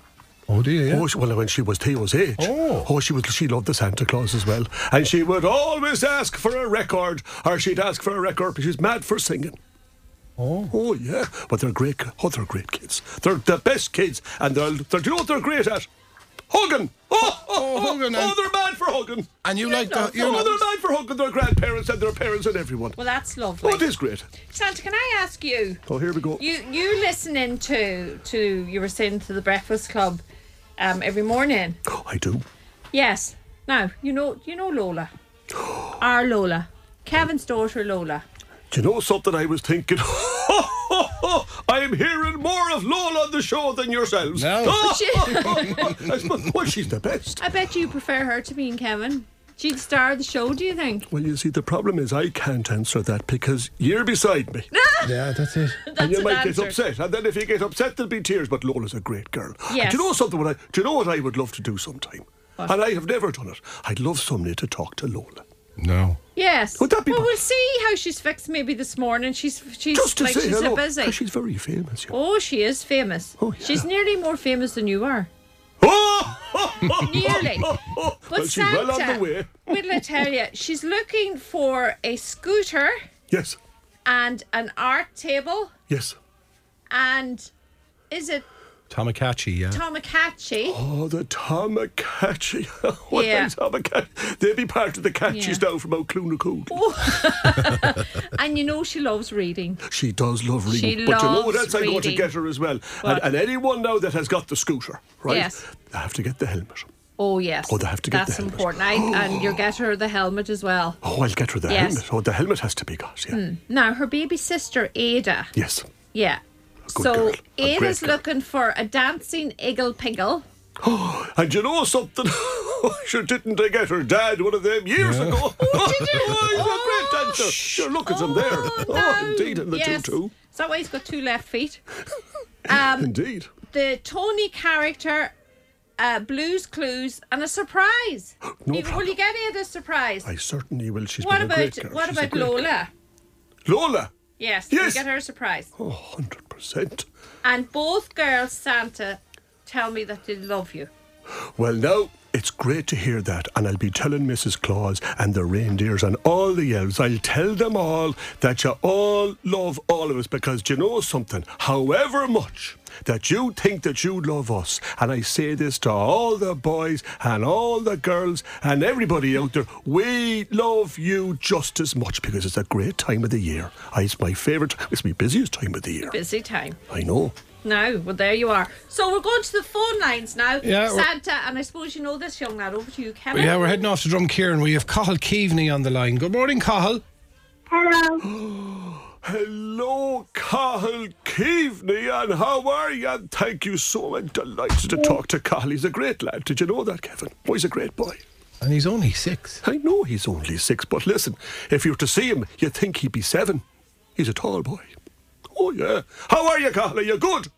Oh, dear.
Oh, she, well, when she was Theo's age.
Oh.
she was. She loved the Santa Claus as well, and she would always ask for a record, or she'd ask for a record. But she's mad for singing. Oh. Oh yeah, but they're great. Oh, they're great kids. They're the best kids, and they're. they're do you know what they're great at? Hugging. Oh, oh,
Oh,
oh,
hugging
oh,
and-
they're mad for hugging.
And you like the. You
oh,
know,
they're mad for hugging their grandparents and their parents and everyone.
Well, that's lovely.
Oh, it is great.
Santa, can I ask you?
Oh, here we go.
You you listening to to you were saying to the Breakfast Club, um, every morning.
I do.
Yes. Now you know you know Lola, our Lola, Kevin's daughter Lola.
Do you know something I was thinking? I am hearing more of Lola on the show than yourselves.
No.
I suppose, well, she's the best.
I bet you prefer her to me and Kevin. She'd star the show, do you think?
Well, you see, the problem is I can't answer that because you're beside me.
Yeah, that's it.
and you
an
might
answer.
get upset. And then if you get upset, there'll be tears. But Lola's a great girl. And
Yes.
Do you know something? What I, do you know what I would love to do sometime? And I have never done it. I'd love someday to talk to Lola.
No.
Yes.
Would that be
well,
po-
we'll see how she's fixed maybe this morning. She's she's
Just to
like
say
she's
hello.
a busy.
'cause She's very famous. You know.
Oh, she is famous.
Oh, yeah.
She's nearly more famous than you are. Nearly.
Oh,
But
well, she's well on
Santa,
the way.
will I tell you, she's looking for a scooter
Yes.
and an art table
Yes.
and is it
Tamagotchi, yeah.
Tomokachi?
Oh, the Tamakachi. what
Yeah.
yeah. Tamakachi? They'd be part of the catches
Yeah. Oh.
now from O'Clunacool.
And you know she loves reading.
She does love reading.
She
but you know
loves
what else I'm going to
reading.
get her as well? And,
What?
and anyone now that has got the scooter, right?
Yes.
They have to get the helmet.
Oh yes.
Oh, they have to get the
That's
helmet.
important. I, and you get her the helmet as well.
Oh, I'll get her the
Yes. Hmm.
helmet. Oh, the helmet has to be got, yeah.
Now her baby sister Ada.
Yes.
Yeah.
Good
so
girl. A great
Ada's
girl.
looking for a dancing iggle piggle.
And you know something? sure didn't I get her dad one of them years ago? Did you? Oh, he's a great dancer. Sure, look at him there.
Oh,
Oh,
no.
indeed, and the
yes.
tutu.
Is that why he's got two left feet? Um,
Indeed.
the Tony character, uh, Blues Clues, and a surprise.
No
You- will
problem.
you get Ada's surprise?
I certainly will. She's
what
been a
about
great girl.
what
She's a
about
great
Lola?
girl. Lola?
Yes, you
Yes.
get her a surprise.
Oh, 100%.
And both girls, Santa, tell me that they love you.
Well, now it's great to hear that, and I'll be telling Mrs. Claus and the reindeers and all the elves. I'll tell them all that you all love all of us because do you know something? However much that you think that you love us, and I say this to all the boys and all the girls and everybody out there, we love you just as much because it's a great time of the year. I- It's my favourite, it's my busiest time of the year.
Busy time.
I know.
No, well there you are. So we're going to the phone lines now.
Yeah, we're-
Santa, and I suppose you know this young lad. Over to you,
But
Kevin.
yeah, we're heading off to Drumkeeran. We have Cahill Keaveney on the line. Good morning, Cahill.
Hello.
Hello, Cahill Keaveney, and how are you? And thank you so much. Delighted to talk to Cahill. He's a great lad. Did you know that, Kevin? Oh, he's a great boy.
And he's only six.
I know he's only six, but listen, if you were to see him, you'd think he'd be seven. He's a tall boy. Oh, yeah. How are you, Cahill? Are you good?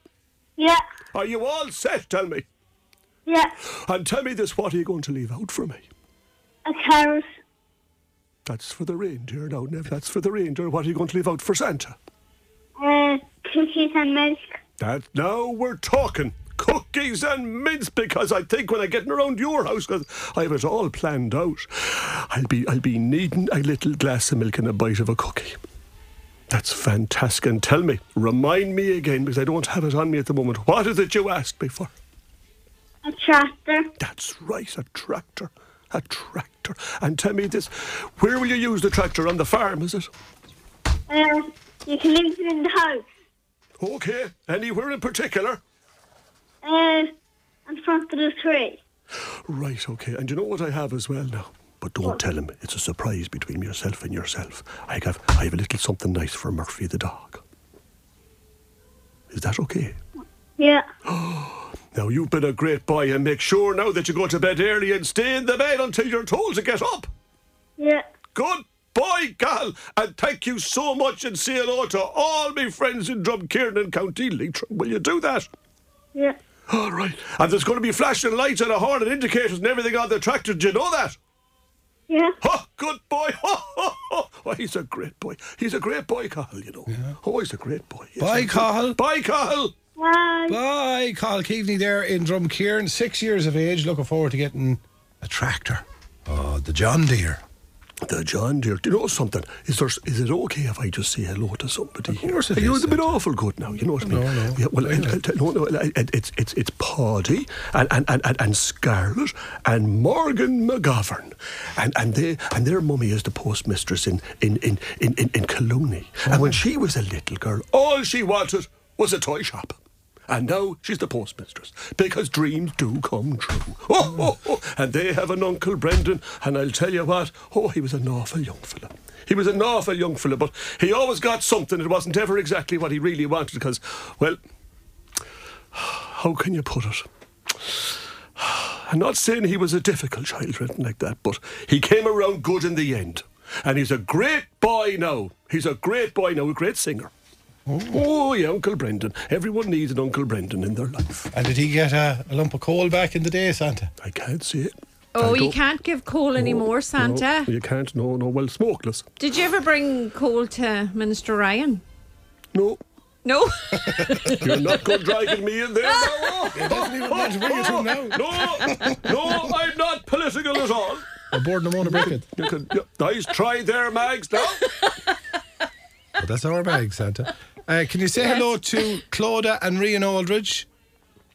Yeah.
Are you all set? Tell me.
Yeah.
And tell me this what are you going to leave out for me?
A carrot.
That's for the reindeer now, Nev. That's for the reindeer. What are you going to leave out for Santa?
Uh, cookies and milk.
That now we're talking cookies and mints because I think when I get around your house, 'cause I have it all planned out, I'll be I'll be needing a little glass of milk and a bite of a cookie. That's fantastic. And tell me, remind me again because I don't have it on me at the moment. What is it you asked me for?
A tractor.
That's right, a tractor, a tractor. And tell me this, where will you use the tractor on the farm? Is it?
Uh, you can leave it in the house.
Okay, anywhere in particular?
Uh, in front of the tree.
Right, okay. And you know what I have as well now? But don't tell him. It's a surprise between yourself and yourself. I have, I have a little something nice for Murphy the dog. Is that okay?
Yeah.
Now, you've been a great boy, and make sure now that you go to bed early and stay in the bed until you're told to get up.
Yeah.
Good boy, Gal, and thank you so much, and say hello to all my friends in Drumkeeran and County Leitrim. Will you do that?
Yeah.
All right. And there's going to be flashing lights and a horn and indicators and everything on the tractor. Do you know that?
Yeah.
Oh, good boy. Oh, he's a great boy. He's a great boy, Cahill, you know. Oh, he's a great boy. Yes,
Bye,
he's a-
Cahill.
Bye, Cahill.
Bye.
Bye, Cahill Keaveney there in Drumkeeran. Six years of age. Looking forward to getting a tractor. Oh, the John Deere.
The John Deere. Do you know something? Is there? Is it okay if I just say hello to somebody
Of course
here?
it
you know,
is,
it's been awful good now. You know what I mean?
No, no.
Yeah, well,
Why
I,
not?
I, I- no, no, I- I- it's it's it's Paddy and and, and, and and Scarlett and Morgan McGovern, and and they and their mummy is the postmistress in in in in in, in Colony. And
Oh.
when she was a little girl, all she wanted was a toy shop. And now she's the postmistress because dreams do come true. Oh, oh, oh. And they have an Uncle Brendan, and I'll tell you what, oh, he was an awful young fella. He was an awful young fella, but he always got something. It wasn't ever exactly what he really wanted because, well, how can you put it? I'm not saying he was a difficult child or anything like that, but he came around good in the end. And he's a great boy now. He's a great boy now, a great singer. Oh, yeah, Uncle Brendan. Everyone needs an Uncle Brendan in their life.
And did he get a, a lump of coal back in the day, Santa?
I can't see it.
Oh,
Can't
you
go-
can't give coal
Oh,
anymore, Santa.
No, you can't. No, no. Well, smokeless.
Did you ever bring coal to Minister Ryan?
No.
No.
You're not going dragging me in there. No.
Doesn't even want to bring it in now.
No, no, I'm not political at all.
We're boarding him on a bricket.
You could, you, nice try there, Mags. Now,
But that's our bag, Santa. Uh, can you say hello to Clodagh and Rian Aldridge?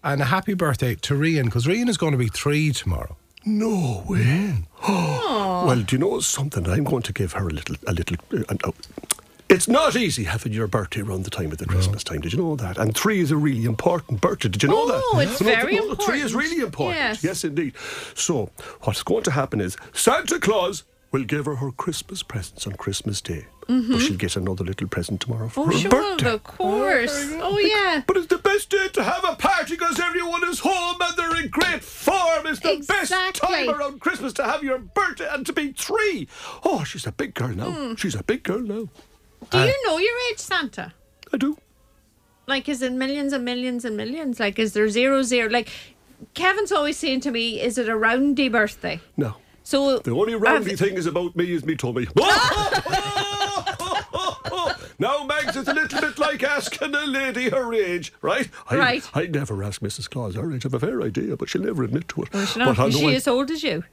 And a happy birthday to Rian, because Rian is going to be three tomorrow.
no way. Oh. Well, do you know something? I'm going to give her a little, a little. Uh, an- oh. It's not easy having your birthday around the time of the Christmas time. Did you know that? And three is a really important birthday. Did you know that?
Oh, it's
No, no,
very
no, Three is
important.
really important.
Yes.
yes, indeed. So, what's going to happen is Santa Claus will give her her Christmas presents on Christmas Day, but she'll get another little present tomorrow for
Mm-hmm. Oh,
her
sure,
birthday.
of course. Oh, yeah.
But it's the best day to have a party because everyone is home and they're in great form. It's the best
Exactly.
time around Christmas to have your birthday and to be three. Oh, she's a big girl now.
Hmm.
She's a big girl now.
Do you know your age, Santa?
I do.
Like, is it millions and millions and millions? Like, is there zero, zero? Like, Kevin's always saying to me, is it a roundy birthday?
No.
So
The only roundy
I've-
thing is about me is me Oh, tummy. oh, now, Mags, it's a little bit like asking a lady her age, right? I,
Right.
I never ask Mrs. Claus her age. I have a fair idea, but she'll never admit to it.
Well, she's not-
I
is
know
she
I-
as old as you?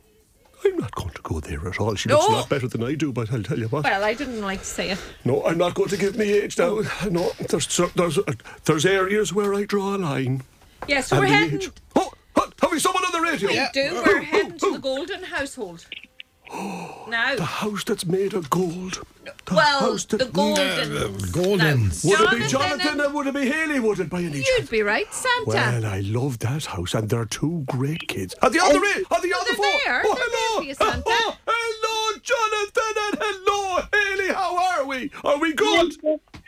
I'm not going to go there at all. She looks a
No.
lot better than I do, but I'll tell you what.
Well, I didn't like to say it.
No, I'm not going to give me age now. No, there's cer- there's uh, there's areas where I draw a line.
Yeah, so
and
we're
the
heading.
age. Oh, oh, have we someone on the radio? Oh,
We do. We're heading to the golden household. Now,
oh. The house that's made of gold. The
well,
house that-
the golden.
Goldens.
Would it
Jonathan
be Jonathan
and-
and would it be Haley? Would it by any chance?
You'd be right, Santa.
Well, uh, I love that house, and they're two great kids. Are the
Oh.
other eight? Are the other
they're
four?
there.
Oh,
They're there
hello!
for you, Santa.
Oh, hello, Jonathan, and hello, Haley. How are we? Are we good?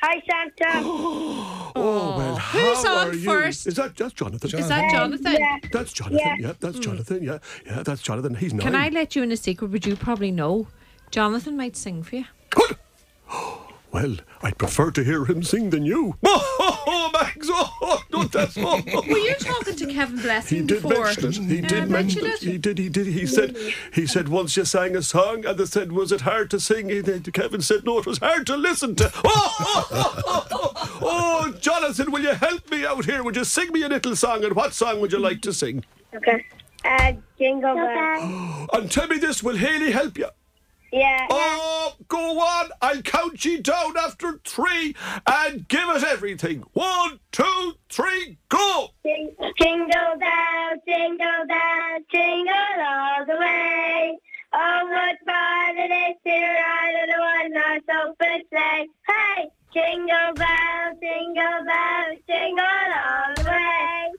Hi, Santa.
Oh, well,
Who's
how
on
are you?
first?
Is that that's Jonathan?
Is that Jonathan?
Yeah.
That's Jonathan. Yeah,
Yeah.
that's Jonathan. Yeah, yeah, that's Jonathan. He's nine.
Can I let you in a secret? Would you probably know? Jonathan might sing for you.
Good. Well, I'd prefer to hear him sing than you. Oh, oh, oh Max! Oh, oh, no, that's oh, oh.
Were you talking to Kevin Blessing
He did
before?
mention it. He
Yeah, I
did
mentioned
mention it. He did. He did. He said. He said once you sang a song, and they said, "Was it hard to sing?" He, then- Kevin said, "No, it was hard to listen to." Oh, oh, oh, oh, oh, oh, Jonathan, will you help me out here? Would you sing me a little song? And what song would you like to sing?
Okay. Uh, Jingle Bell.
And tell me this: Will Haley help you?
Yeah.
Oh, go on! I'll count you down after three, and give us everything. One, two, three, go!
Jing- Jingle bell, jingle bell, jingle all the way. Oh, what fun it is to ride in a one-horse open sleigh. Hey! Jingle bell, jingle bell, jingle all the way.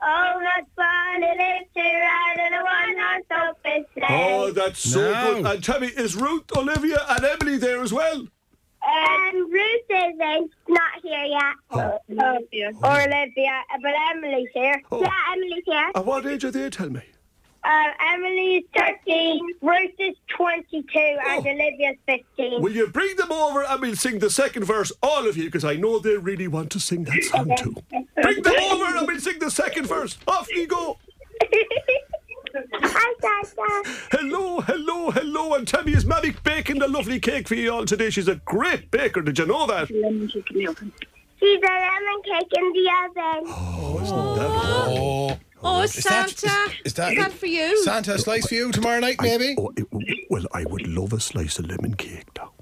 Oh, what fun it is to ride in a one-horse open sleigh.
Oh, that's so
No.
good. And tell me, is Ruth, Olivia, and Emily there as well?
And Ruth isn't not here yet. Oh. Or Olivia, but Emily's here.
Oh.
Yeah, Emily's here.
At what age are they? Tell me.
Uh, Emily's 13, Ruth is 22, and
Oh.
Olivia's 15.
Will you bring them over and we'll sing the second verse, all of you, because I know they really want to sing that song too. Bring them over and we'll sing the second verse. Off you go.
Hi, Santa.
Hello, hello, hello. And tell me, is Mammy baking the lovely cake for you all today? She's a great baker. Did you know that?
She's a lemon cake in the oven.
Oh,
Oh,
that-
Santa,
is- is that-
for you?
Santa, a slice for you tomorrow night, maybe?
Oh, it, well, I would love a slice of lemon cake now,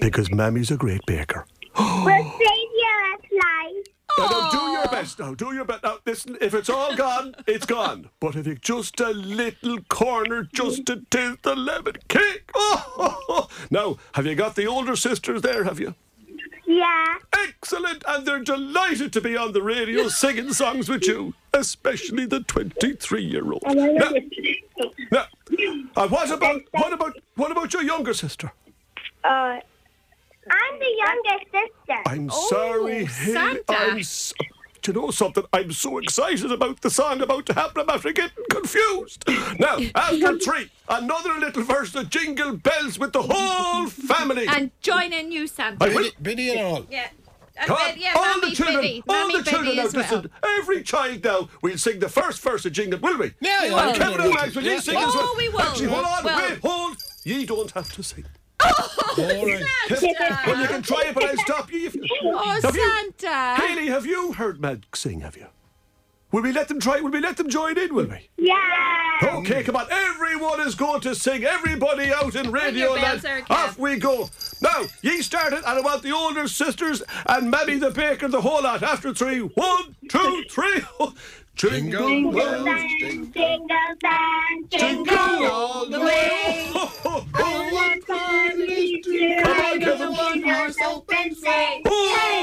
because Mammy's a great baker.
We'll save you a slice.
Now, now, do your best now. Do your best now. Listen, if it's all gone, it's gone. But if it's just a little corner, just to taste the lemon cake. Oh, Now, have you got the older sisters there? Have you?
Yeah.
Excellent, and they're delighted to be on the radio singing songs with you, especially the twenty-three-year-old. uh, Now, now, and what about what about what about your younger sister?
Uh,
I'm the younger sister.
I'm sorry,
Oh,
Haley.
Santa.
I'm s do you know something? I'm so excited about the song about to happen. I'm after getting confused. Now, after three, another little verse of Jingle Bells with the whole family.
And join in, you Santa.
I will.
Biddy, Biddy and all.
Yeah. And
Come
Bid-
on,
yeah,
all
Mammy
the children,
Biddy,
all
Mammy
the children
Biddy
now,
as well.
listen, every child now, we'll sing the first verse of Jingle, will we?
Yeah, yeah.
And Kevin and Max, will
Yeah.
you sing
Oh,
as well?
we will.
Actually, hold on,
Well-
wait, hold. Ye don't have to sing.
All right.
Well, you can try it, but I'll stop you if you...
Oh,
Have you-
Santa.
Hayley, have you heard Mag sing, have you? Will we let them try? Will we let them join in, will we?
Yeah.
Okay, come on. Everyone is going to sing. Everybody out in radio
your bells
land.
there, Kev.
Off we go. Now, ye started, and I want the older sisters and Mammy the baker, the whole lot. After three. One, two, three. Jingle,
Jingle
bells,
Bell, jingle bell,
jingle all the way.
What fun it is to
Come on,
ride
give
in a
them
one horse open sleigh.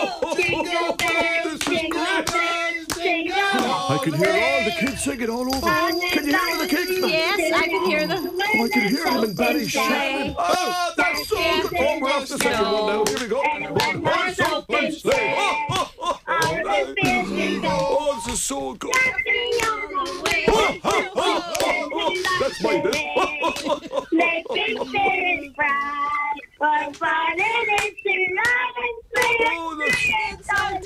Jingle bells, jingle bells, jingle
I can hear all the kids singing all over. Can you hear the kids?
Yes, I can hear them.
Oh, I can hear him in Barry Shannon. Oh, that's so good. Oh, we're off the second one now. Here we go. One horse open sleigh. Oh, oh, oh, oh, oh, this is so good. Oh, oh, oh, oh, oh. That's my bit. Oh, oh, oh, oh.
Make big spirits bright. What fun it is to ride and
Oh, that's-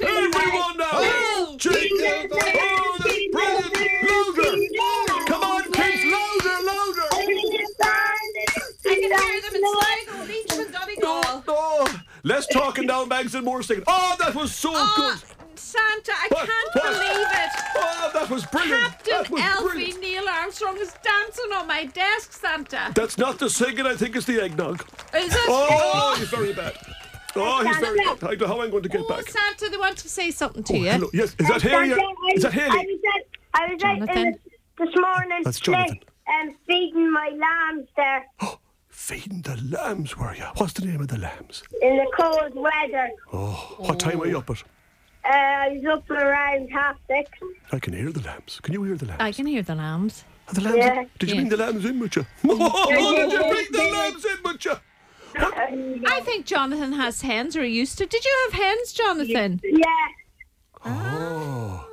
Everyone now.
Oh.
Jingle bells. Oh, that's brilliant. Louder. Come on, kids. Louder, louder.
I can hear them in Sligo, Leitrim, and Donegal.
Oh, less talking now, Mags, and more singing. Oh, that was so
Oh,
good.
Santa, I
What?
can't
What?
believe it.
Oh, that was brilliant. that
Captain
was
Elfie
brilliant.
Neil Armstrong is dancing on my desk, Santa.
That's not the singing, I think it's the eggnog.
Is it?
Oh, he's very bad. Oh, he's very bad. I don't know how I'm going to get
Oh,
back. Oh,
Santa, they want to say something to you.
Hello. Yes, is that Harry? Is that
I
Haley?
was at, I was out in
Jonathan?
the, this morning
That's Jonathan.
and feeding my lambs there
Feeding the lambs, were you? What's the name of the lambs?
in the cold weather.
Oh, what time were you up at?
Uh, I was up around half six.
I can hear the lambs. Can you hear the lambs?
I can hear the lambs.
Are the lambs
Yeah.
Did you
Yeah.
bring the lambs in with you? Oh, did you bring the lambs in with you?
Um,
I think Jonathan has hens or he used to. Did you have hens, Jonathan?
yeah,
Oh,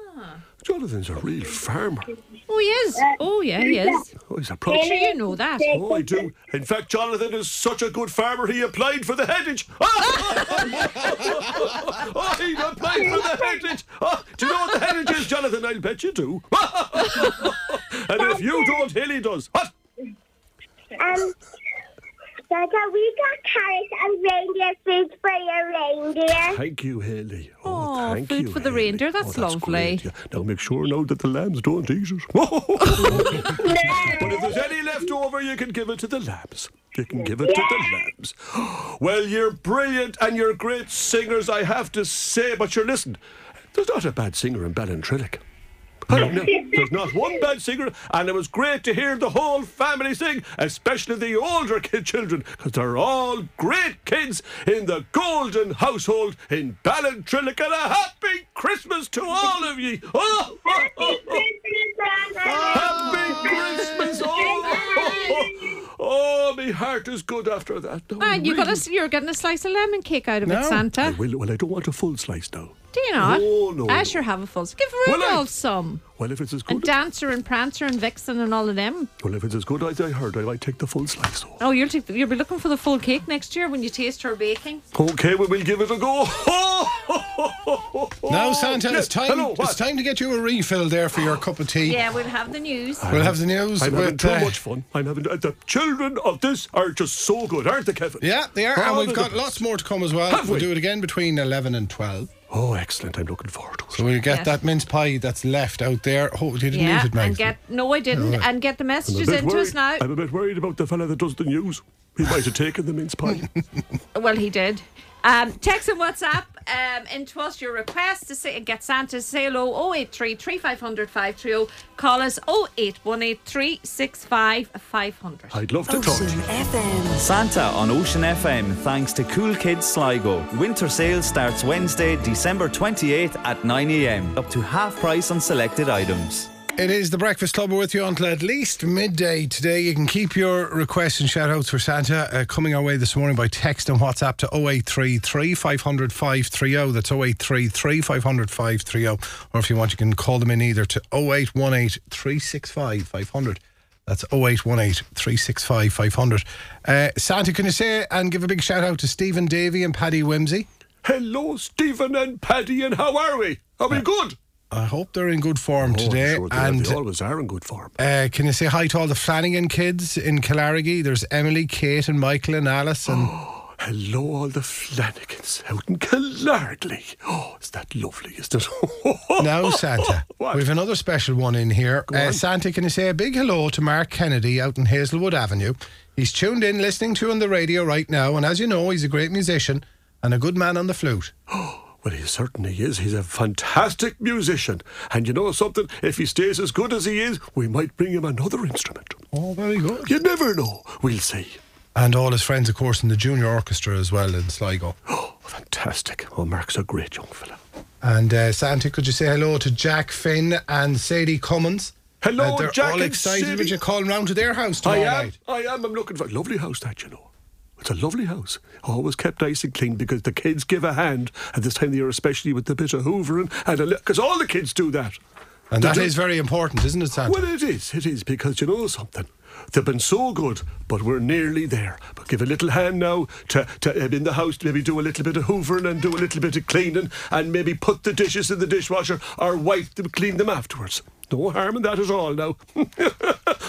Jonathan's a real farmer.
Oh, he is. Oh, yeah, he is.
Oh, he's a
I'm
pro.
sure you know that.
Oh, I do. In fact, Jonathan is such a good farmer, he applied for the headage. oh, he applied for the headage. Oh, do you know what the headage is, Jonathan? I'll bet you do. and if you don't, Hilly does. What?
Um, Dada, we got carrots and reindeer food for your reindeer.
Thank you, Hilly.
Oh, food for the reindeer, that's lovely.
Oh, great, yeah. Now make sure now that the lambs don't eat it. but if there's any left over, you can give it to the lambs. You can give it to the lambs. Well, you're brilliant and you're great singers, I have to say. But you're listen, there's not a bad singer in Ballintrillac. I don't know. There's not one bad singer, and it was great to hear the whole family sing, especially the older kid children, because they're all great kids in the golden household in Ballintrillac. And a happy Christmas to all of ye! Oh, oh, oh, oh. happy Christmas! Oh, oh, oh. Oh, my heart is good after that. Oh,
Man, you got
really.
a, you're getting a slice of lemon cake out of it,
No.
I
Santa.
will, well, I don't want a full slice now.
Do you not?
No, no, no.
I sure have a full. Give
Will I?
Rudolph some.
Well, if it's as good,
And Dancer and Prancer and Vixen and all of them.
well, if it's as good as I heard, I might take the full slice. Though.
Oh, you'll, take, you'll be looking for the full cake next year when you taste her baking.
Okay, well, we'll give it a go.
Now, Santa,
Yes,
it's time.
Oh, Hello,
it's
what?
time to get you a refill there for your cup of tea.
Yeah, we'll have the news.
We'll have the news.
I'm having
with,
too
uh,
much fun. I'm having uh, the children of this are just so good, aren't they, Kevin?
Yeah, they are,
Oh,
and we've
they're
got
the
lots more to come as well.
Have
We'll
we?
do it again between eleven and twelve.
Oh, excellent! I'm looking forward to
So
it.
we'll get
Yes.
that mince pie that's left out there. Oh, you didn't
yeah,
eat it, Max.
and get no, I didn't,
All right.
and get the
I'm a
messages
bit
into us
worried.
now.
I'm a bit worried about the fella that does the news. He might have taken the mince pie.
Well, he did. Um, text and WhatsApp um, into us your request to say, get Santa to say hello oh, 083 3500 530. oh. Call us 0818 365 500.
I'd love to talk to
Ocean
you.
FM.
Santa on Ocean FM thanks to Cool Kids Sligo. Winter sale starts Wednesday, December 28th at 9am. Up to half price on selected items.
It is the Breakfast Club. We're with you until at least midday today. You can keep your requests and shout outs for Santa uh, coming our way this morning by text and WhatsApp to 0833 500 530. oh. That's 0833 500 530. oh. Or if you want, you can call them in either to 0818 365 500. That's 0818 365 500. Uh, Santa, can you say and give a big shout out to Stephen Davey and Paddy Whimsey?
Hello, Stephen and Paddy, and how are we? Are we good?
I hope they're in good form
Oh, I'm
today.
Uh, sure they are.
and
they always are in good form.
Uh, can you say hi to all the Flanagan kids in Killarney? There's Emily, Kate, and Michael, and Alice, and
Hello, all the Flanagans out in Killardley. Oh, is that lovely, isn't it?
now Santa.
What?
We've another special one in here. Uh, Santa, can you say a big hello to Mark Kennedy out in Hazelwood Avenue? He's tuned in, listening to you on the radio right now, and as you know, he's a great musician and a good man on the flute.
Well, he certainly is. He's a fantastic musician. And you know something? If he stays as good as he is, we might bring him another instrument.
Oh, very good.
You never know. We'll see.
And all his friends, of course, in the junior orchestra as well in Sligo.
Oh, fantastic. Oh, Mark's a great young fella.
And uh, Santa, could you say hello to Jack Finn and Sadie Cummins? Uh,
Hello,
they're
Jack
all
and
excited.
Sadie.
Would you call round to their house
I
tomorrow
am.
night?
I am. I'm looking for a lovely house, that, you know. It's a lovely house. Always kept nice and clean because the kids give a hand. And this time of year, especially with the bit of hoovering. and Because all the kids do that.
And that
Did you-
is very important, isn't it, Santa?
Well, it is. It is because you know something. They've been so good, but we're nearly there. But give a little hand now to, to uh, in the house. Maybe do a little bit of hoovering and do a little bit of cleaning, and maybe put the dishes in the dishwasher or wipe them, clean them afterwards. No harm in that at all. Now,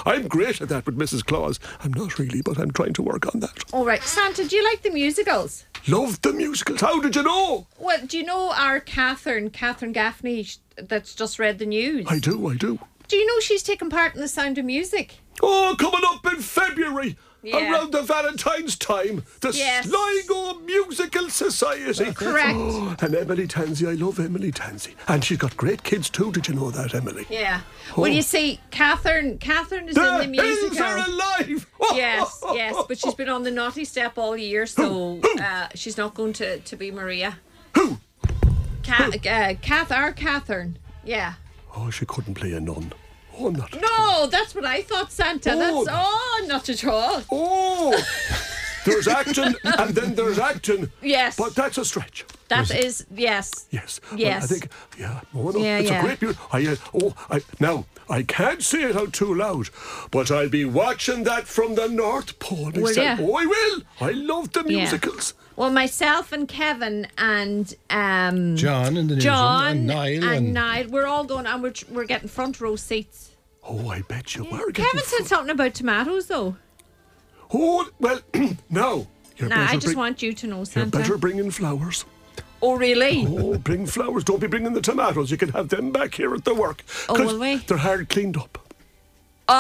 I'm great at that with Mrs. Claus. I'm not really, but I'm trying to work on that.
All right, Santa, do you like the musicals?
Love the musicals. How did you know?
Well, do you know our Catherine, Catherine Gaffney, sh- that's just read the news?
I do. I do.
Do you know she's taken part in The Sound of Music?
Oh, coming up in February.
Yeah.
Around the Valentine's time, the
Yes.
Sligo Musical Society.
Correct.
Oh, and Emily Tansey, I love Emily Tansey. And she's got great kids too, did you know that, Emily?
Yeah. Well,
Oh.
you see, Catherine, Catherine is
The
in the
hills
musical.
are alive! Oh,
Yes,
oh,
yes,
oh,
but she's been on the naughty step all year, so uh, she's not going to, to be Maria.
Who?
Ca- uh, Kath, our Catherine. Yeah.
Oh, she couldn't play a nun. Oh, not at all.
No, that's what I thought, Santa.
Oh.
That's oh, not at all.
Oh! there's acting, and then there's acting.
Yes.
But that's a stretch.
That is yes.
Yes. Well, I
Yes.
think, yeah, oh, no, no,
Yeah,
it's
yeah.
a great beauty. I, uh, oh, I, now, I can't say it out too loud, but I'll be watching that from the North
Will
Pole. next time.
ya?
Oh, I will. I love the
Yeah.
musicals.
Well, myself and Kevin and um,
John in the newsroom,
John
and Niall,
and,
and-
Niall, we're all going and we're, we're getting front row seats.
Oh, I bet you are. getting
Kevin said
full-
something about tomatoes, though.
Oh, well, now. You're
Nah, I
better
just
bring-
want you to know,
You're better
Santa.
bring in flowers.
Oh, really?
Oh, bring flowers. Don't be bringing the tomatoes. You can have them back here at the work.
Oh,
'cause
will we?
They're hard cleaned up.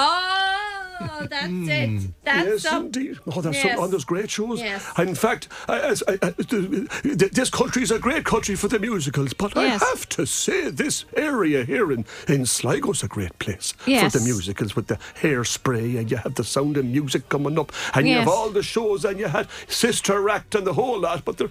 Oh, that's it. That's
Hmm. yes,
some-
indeed. Oh, there's
Yes.
some, oh, there's great shows.
Yes.
In fact, I, as- I, I, th- th- this country is a great country for the musicals, but
Yes.
I have to say this area here in, in Sligo's a great place
Yes.
for the musicals with the hairspray and you have the sound of music coming up and you have
Yes.
all the shows and you had Sister Act and the whole lot, but they're...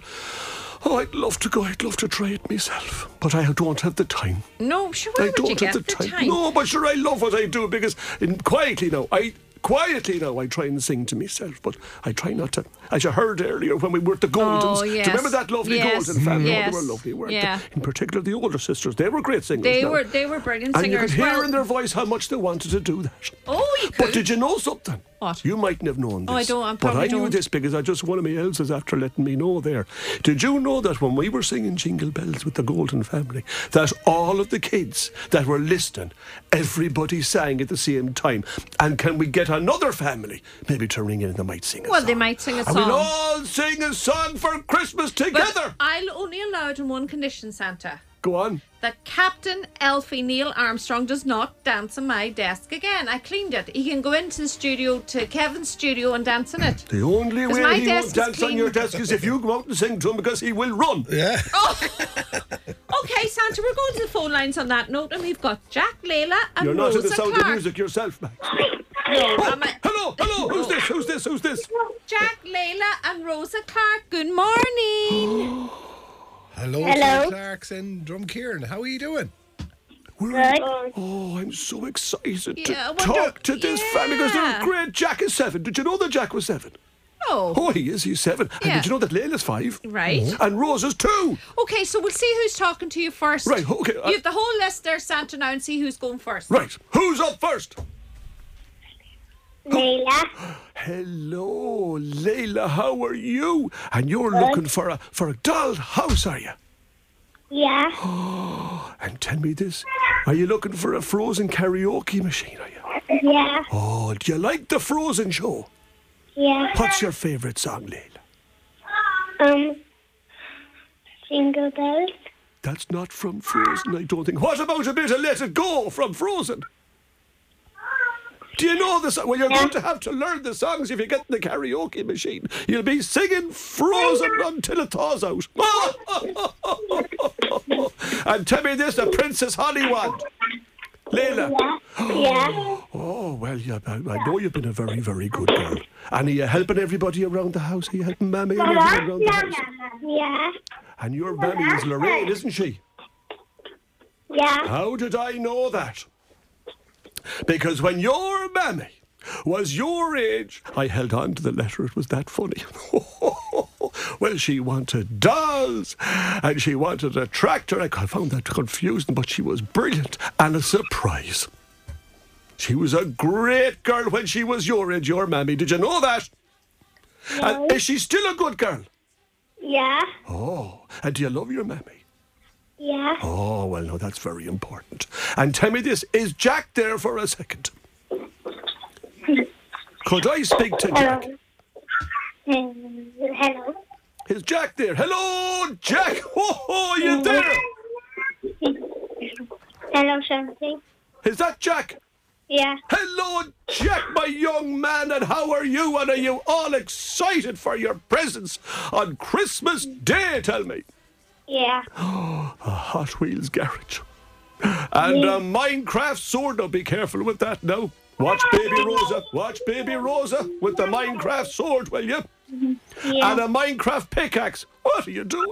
Oh, I'd love to go. I'd love to try it myself, but I don't have the time.
No, sure. Where
I
would you
don't
get
have
the
the
time?
time. No, but sure, I love what I do because in, quietly now, I quietly now I try and sing to myself, but I try not to. As you heard earlier when we were at the Goldens,
Oh,
do you
yes.
remember that lovely
Yes.
Golden family?
Yes.
Oh, they were lovely, weren't
Yeah.
they? In particular, the older sisters, they were great singers.
They
now.
were they were brilliant
and you
singers.
could hear
Well,
in their voice how much they wanted to do that.
oh, you could.
But did you know something?
What?
You mightn't have known this.
Oh, I don't- I
But
probably
I knew
don't.
this because I just one of my elves after letting me know there. Did you know that when we were singing Jingle Bells with the Golden Family, that all of the kids that were listening, everybody sang at the same time? And can we get another family maybe to ring in and they might sing a
Well,
song?
they might sing a
And
song.
we'll all sing a song for Christmas
But uh,
together.
I'll only allow it on one condition, Santa.
Go on.
That Captain Elfie Neil Armstrong does not dance on my desk again. I cleaned it. He can go into the studio to Kevin's studio and dance on it.
The only
Because my
way he
desk
won't
is
dance on
clean.
your desk is if you go out and sing to him because he will run.
yeah.
Oh!
Okay, Santa, we're going to the phone lines on that note, and we've got Jack, Leila, and
You're not
Rosa
in the sound
Clark.
of music yourself, Max.
Oh, am I-
Hello, hello, who's this? Who's this? Who's this?
Jack, Leila, and Rosa Clark. Good morning.
Hello,
Hello.
Clarkson, Drum Kieran. How are you doing?
We're
Good.
Oh, I'm so excited
Yeah, I
to
wonder-
talk to this family because they're
Yeah.
great. Jack is seven. Did you know that Jack was seven?
Oh,
Oh, he is. He's seven. And
Yeah.
did you know that Layla's five?
Right.
And Rose is two.
okay. So we'll see who's talking to you first.
Right, okay, I-
You have the whole list there, Santa, now, and see who's going first.
Right. Who's up first?
Layla.
Hello, Layla. How are you? And you're looking for a for a doll house, are you?
Yeah.
And tell me this: Are you looking for a frozen karaoke machine? Are you?
Yeah.
Oh, do you like the Frozen show?
Yeah.
What's your favourite song, Layla?
Um. Jingle bells.
That's not from Frozen, I don't think. What about a bit of Let It Go from Frozen? Do you know the song? Well, you're going to have to learn the songs if you get the karaoke machine. You'll be singing Frozen until it thaws out. and tell me this, the Princess Holly one. Leila.
Yeah.
Oh, well, yeah, I, I know you've been a very, very good girl. And are you helping everybody around the house? Are you helping Mammy and everyone around the house?
Uh-huh. Yeah.
And your Mammy is Lorraine, isn't she? Uh,
Yeah.
How did I know that? Because when your mammy was your age, I held on to the letter. It was that funny. well, she wanted dolls and she wanted a tractor. I found that confusing, but she was brilliant and a surprise. She was a great girl when she was your age, your mammy. Did you know that? And is she still a good girl?
Yeah.
Oh, and do you love your mammy?
Yeah.
Oh, well, no, that's very important. And tell me this is Jack there for a second? Could I speak to Jack?
Hello. Um, Hello.
Is Jack there? Hello, Jack! Oh, oh you there?
Hello, something.
Is that Jack?
Yeah.
Hello, Jack, my young man, and how are you? And are you all excited for your presents on Christmas Day? Tell me.
Yeah.
A Hot Wheels garage. And a Minecraft sword. Now be careful with that now. Watch Baby Rosa. Watch Baby Rosa with the Minecraft sword, will you?
Yeah.
And a Minecraft pickaxe. What are you doing?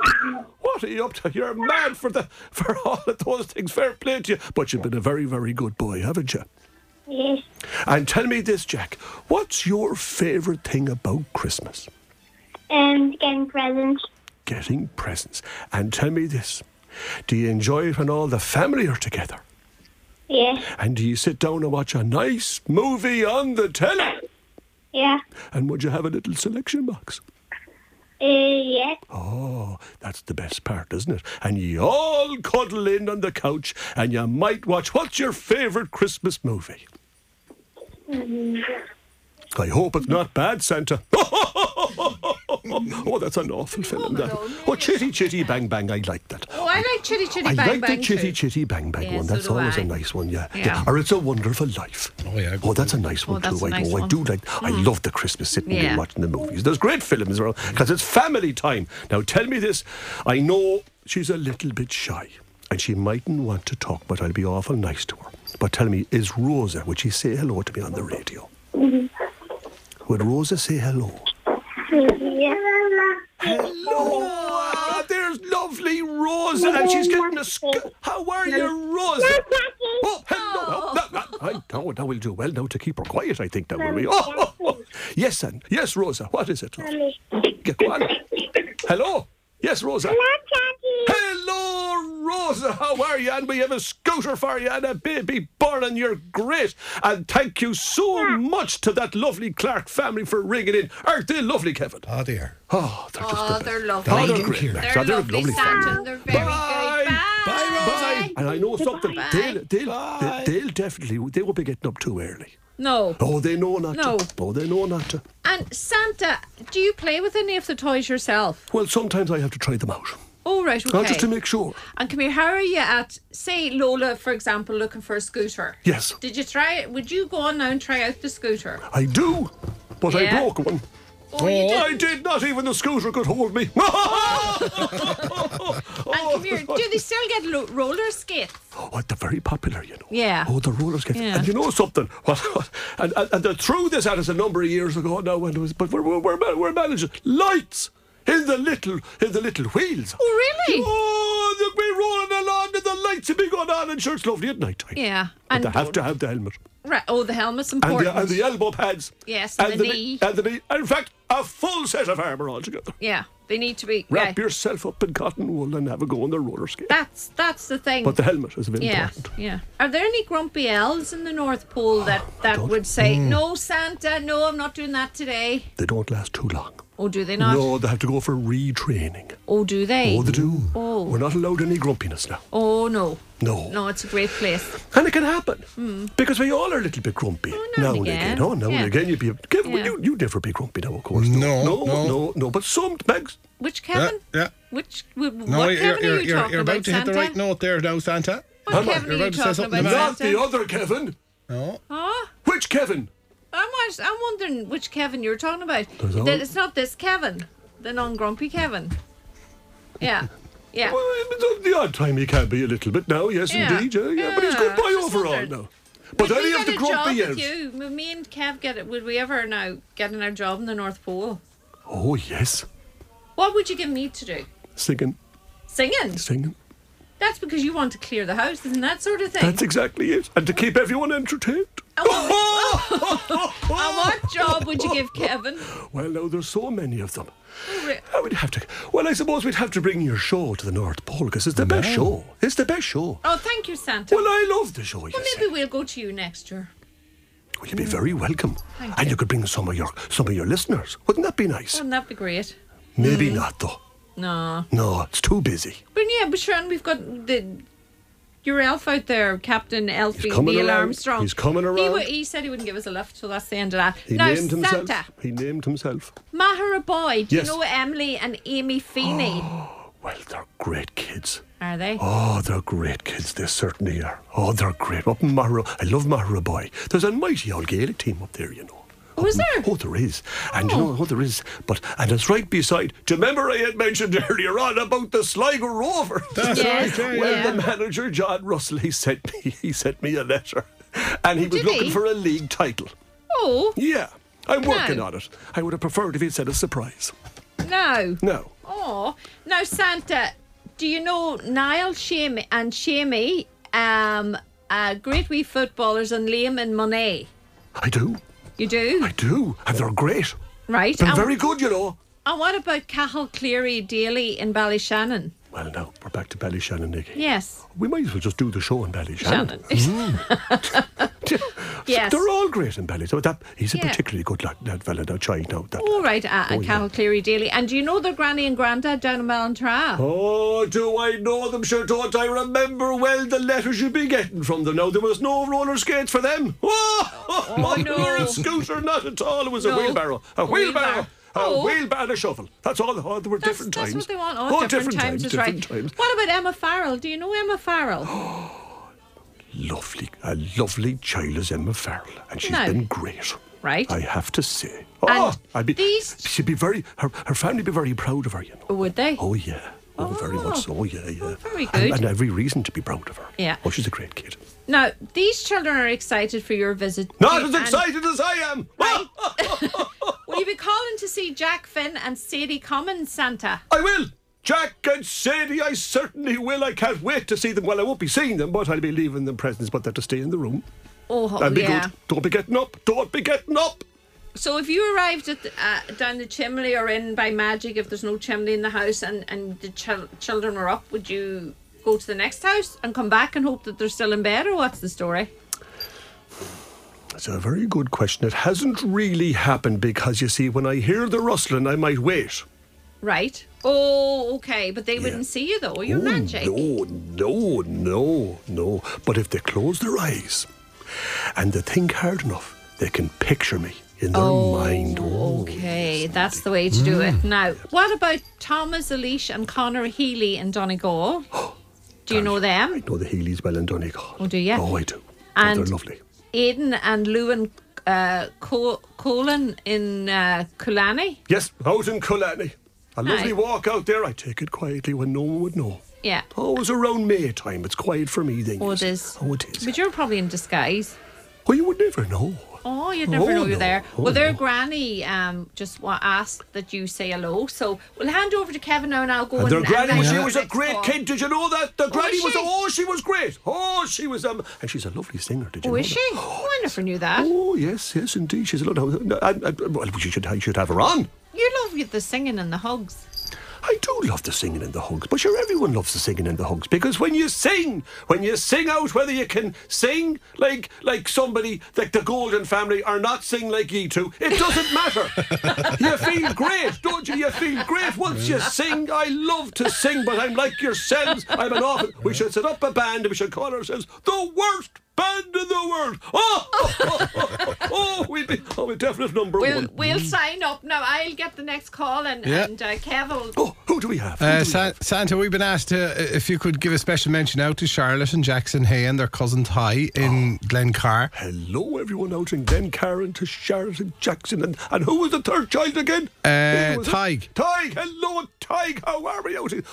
What are you up to? You're mad for the for all of those things. Fair play to you. But you've been a very, very good boy, haven't you?
Yes.
And tell me this, Jack. What's your favourite thing about Christmas?
Um, getting presents.
Getting presents. And tell me this. Do you enjoy it when all the family are together?
Yes.
And do you sit down and watch a nice movie on the telly?
Yeah.
And would you have a little selection box?
Uh, yes.
Oh, that's the best part, isn't it? And you all cuddle in on the couch and you might watch what's your favourite Christmas movie? I hope it's not bad, Santa. oh, that's an awful film, that. Oh, Chitty Chitty Bang Bang, I like that.
Oh, I like Chitty Chitty
I
Bang
like
Bang.
the chitty
too.
chitty bang bang
Yeah,
one.
so
That's
do
always a
I.
nice one, yeah.
Yeah.
Or it's a wonderful life.
Oh, yeah,
Oh, that's a nice one
Oh, that's
too.
a
I
nice
know. I
one. Mm.
do like. I love the Christmas sitting
Yeah.
and watching the movies. There's great films around because it's family time. Now tell me this. I know she's a little bit shy and she mightn't want to talk, but I'll be awful nice to her. But tell me, is Rosa? Would she say hello to me on the radio? Would Rosa say hello?
Yeah.
Hello, ah, there's lovely Rosa, and she's getting a. Sc- How are you, Rosa? Oh, hello. No, no, no, I- no, no, we'll do well now to keep her quiet, I think, now, will we? Oh, oh, oh. Yes, and yes, Rosa. What is it? love?
Mommy.
Yeah, go on. Hello. Yes, Rosa.
Hello, Jackie.
Hello, Rosa. How are you? And we have a scooter for you and a baby born, and you're great. And thank you so much to that lovely Clark family for ringing in. Aren't they lovely, Kevin?
Oh, dear.
Oh, they're just the
Oh,
best.
they're
Oh,
lovely.
they're great.
They're
Max.
They're
Oh, they're
lovely,
lovely
Santa.
family.
They're very
Bye.
good. Bye.
Bye. And I know something.
Bye.
They'll, they'll, they'll, they'll definitely, they won't be getting up too early.
No.
Oh, they know not
No.
to. Oh, they know not to.
And Santa, do you play with any of the toys yourself?
Well, sometimes I have to try them out.
Oh, right,
Oh,
okay.
Just to make sure.
and come here, how are you at, say, Lola, for example, looking for a scooter?
Yes,
Did you try it? Would you go on now and try out the scooter?
I do. But I
Yeah.
broke one.
Oh, you
I
did.
did not even the scooter could hold me.
And come here, do they still get lo- roller skates?
Oh, they're very popular, you know.
Yeah.
Oh, the roller skates.
Yeah.
And you know something? What? what- and, and, and they threw this at us a number of years ago now, and it was, but we're, we're, we're, ma- we're managing lights in the little in the little wheels.
Oh, really?
Oh, look, we're rolling along in the lights have been going on, and sure, it's lovely at night time.
Yeah,
But
and
they have to have the helmet.
Right, oh, the helmet's
And
important.
the, and the elbow pads.
Yes,
and
the knee.
And the knee. And in fact, a full set of armour altogether.
yeah, they need to be. Yeah.
Wrap yourself up in cotton wool and have a go on the roller skate.
That's that's the thing.
But the helmet is a bit
yeah,
important.
yeah. Are there any grumpy elves in the North Pole that, that would say,
Mm.
"No, Santa, no, I'm not doing that today"?
They don't last too long.
Oh, do they not?
No, they have to go for retraining.
Oh, do they?
Oh, they do.
Oh.
We're not allowed any grumpiness now.
Oh, no.
No.
No, it's a great place.
And it can happen because we all are a little bit grumpy
now
now
and
and again.
again.
Oh, now
Yeah.
and again, you'd be. Kev,
Yeah.
you, you'd never be grumpy now, of course.
No,
no,
no.
no, no. But some bags.
Which Kevin?
yeah.
Which? wh-
No,
what
you're,
Kevin
you're,
are you
you're,
talking
you're about to hit
Santa?
the right note there now, Santa.
What
Am I?
Kevin
You're
are you
about to say
talking
something
about,
about
Not
Santa?
the other Kevin.
No.
Huh?
Which Kevin?
I'm, was- I'm wondering which Kevin you're talking about.
There's
That
all-
It's not this Kevin, the non-grumpy Kevin. Yeah, yeah.
Well, it's the odd time he can be a little bit now, yes,
Yeah.
indeed. Yeah, yeah, But he's
Yeah,
good
I
boy
just
overall
wondered.
now. But
Would
any
we
of the
get a job
grumpy
with
elves.
you? Would me and Kev get it? Would we ever now get in our job in the North Pole?
Oh, yes.
What would you give me to do?
Singing,
Singing.
singing.
That's because you want to clear the house, isn't that sort of thing?
That's exactly it. And to keep everyone entertained.
Oh,
Oh,
And Uh, what job would you give Kevin?
Well, now there's so many of them.
re-
I would have to. Well, I suppose we'd have to bring your show to the North Pole because it's the best show. It's the best show.
Oh, thank you, Santa.
Well, I love the show.
Well,
yes.
maybe we'll go to you next year.
Well, you'd be very welcome,
Thank
and
you. Um,
you could bring some of your some of your listeners. Wouldn't that be nice?
Wouldn't that be great? mm.
Maybe not though.
No.
No, it's too busy.
But yeah, but sure, and we've got the your elf out there, Captain Elfie
coming
Neil
around.
Armstrong.
He's coming
He,
around.
wa- he said he wouldn't give us a lift, so that's the end of that.
He
now,
named
Santa,
himself. He named himself.
Mahara Boy, do
Yes.
you know Emily and Amy Feeney?
Well, they're great kids.
Are they?
Oh, they're great kids. They certainly are. Oh, they're great. Up in Marrow, I love Marrow Boy. There's a mighty old Gaelic team up there, you know.
Oh, is there?
Oh, there is. And you know, oh, there is. But and it's right beside. Do you remember I had mentioned earlier on about the Sligo Rover?
That's
Yes.
right. Yeah,
Well,
yeah.
the manager John Russell he sent me he sent me a letter, and he was
did
looking
he?
for a league title.
Oh,
Yeah, I'm working
No.
on it. I would have preferred if he'd said a surprise.
no.
No,
Oh, now Santa, do you know Niall Shamey and Shamey, um, uh, great wee footballers, and Liam and Monet?
I do,
You do?
I do, and they're great.
Right.
They're
And,
very good, you know.
and what about Cahill Cleary Daly in Ballyshannon?
Well, now we're back to Ballyshannon again.
Yes.
We might as well just do the show in
Shannon.
Ballyshannon.
Yes.
They're all great in Ballyshannon. That he's a
Yeah.
particularly good lad, that fella, that child now. That,
All right, uh,
Oh,
and
yeah.
Cahill Cleary Daly. And do you know their granny and granddad down in Ballantra?
Oh, do I know them? Sure don't I remember well the letters you'd be getting from them. Now, there was no roller skates for them. Oh,
no.
Nor a scooter, not at all. It was
No.
a wheelbarrow.
A
A wheelbarrow.
wheelbarrow.
A
Oh.
wheelbarrow and a shovel. That's all. Oh, there were
That's,
different
that's
times.
what they want. Oh, different, times, is right.
different times.
What about Emma Farrell? Do you know Emma Farrell?
Lovely, a lovely child is Emma Farrell, and she's
No.
been great.
Right.
I have to say. Oh, I'd be,
these-
she'd be very, her, her family would be very proud of her, you know.
Or would they?
Oh yeah. Oh, very much so. Yeah, yeah.
Oh, very good.
And, and every reason to be proud of her.
Yeah.
Oh, she's a great kid.
Now, these children are excited for your visit.
Not
You-
as
and
excited as I am. Ah,
Will you be calling to see Jack Finn and Sadie Common, Santa?
I will. Jack and Sadie, I certainly will. I can't wait to see them. Well, I won't be seeing them, but I'll be leaving them presents. But they have to stay in the room.
Oh, oh,
That'll be
yeah.
good. Don't be getting up. Don't be getting up.
So if you arrived at the, uh, down the chimney or in by magic, if there's no chimney in the house and, and the chil- children were up, would you go to the next house and come back and hope that they're still in bed, or what's the story?
That's a very good question. It hasn't really happened because you see, when I hear the rustling, I might wait.
Right. Oh, okay. But they wouldn't see you though. You're
Oh,
magic.
No, no, no, no. But if they close their eyes and they think hard enough, they can picture me in their mind. Oh,
Okay, that's the way to do
Mm.
it. Now, what about Thomas Elish and Connor Healy in Donegal? Do you know them?
I know the Healy's well and Donegal.
Oh, do ya?
Oh, I do. oh,
And-
they're lovely.
Aidan and Lewin uh, Co- Colin in uh, Kulani?
Yes, out in Kulani. A lovely
Aye.
walk out there. I take it quietly when no one would know.
Yeah.
Always around May time. It's quiet for me then.
Oh,
Oh, yes.
it is.
Oh, it is.
But you're probably in disguise.
Oh, you would never know.
Oh, you'd never
Oh,
know
no.
you're there.
Oh,
well, their
no.
granny um, just wa- asked that you say hello. So we'll hand over to Kevin now and I'll go
And their
and- and
granny,
then
she
I'll
was a
next
great
call.
kid. Did you know that? The granny
is
was,
she?
oh, she was great. Oh, she was, um, and she's a lovely singer. Did you
Oh,
know
is she?
that?
Oh, I never knew that.
Oh, yes, yes, indeed. She's a lovely. No, I, I, well, you should, you should have her on.
You love the singing and the
Oh,
hugs.
I do love the singing and the hugs, but sure, everyone loves the singing and the hugs because when you sing, when you sing out, whether you can sing like like somebody like the Golden Family or not sing like ye two, it doesn't matter. you feel great, don't you? You feel great once you sing. I love to sing, but I'm like yourselves. I'm an awful. We should set up a band and we should call ourselves the worst. Band in the world! Oh, oh, oh, oh, oh, we'd be, oh, we're definite number
We'll
one.
we'll sign up now. I'll get the next call and
Yeah.
and uh, Kevin.
Oh, who do we have? Who do
Uh,
we
Sa-
have?
Santa, we've been asked to, uh, if you could give a special mention out to Charlotte and Jackson Hay and their cousin Ty in Glencar.
Hello, everyone out in Glencairn and to Charlotte and Jackson. And, and who was the third child again?
Uh,
Who was it?
Tig.
Tig. Hello, Tig. How are we out in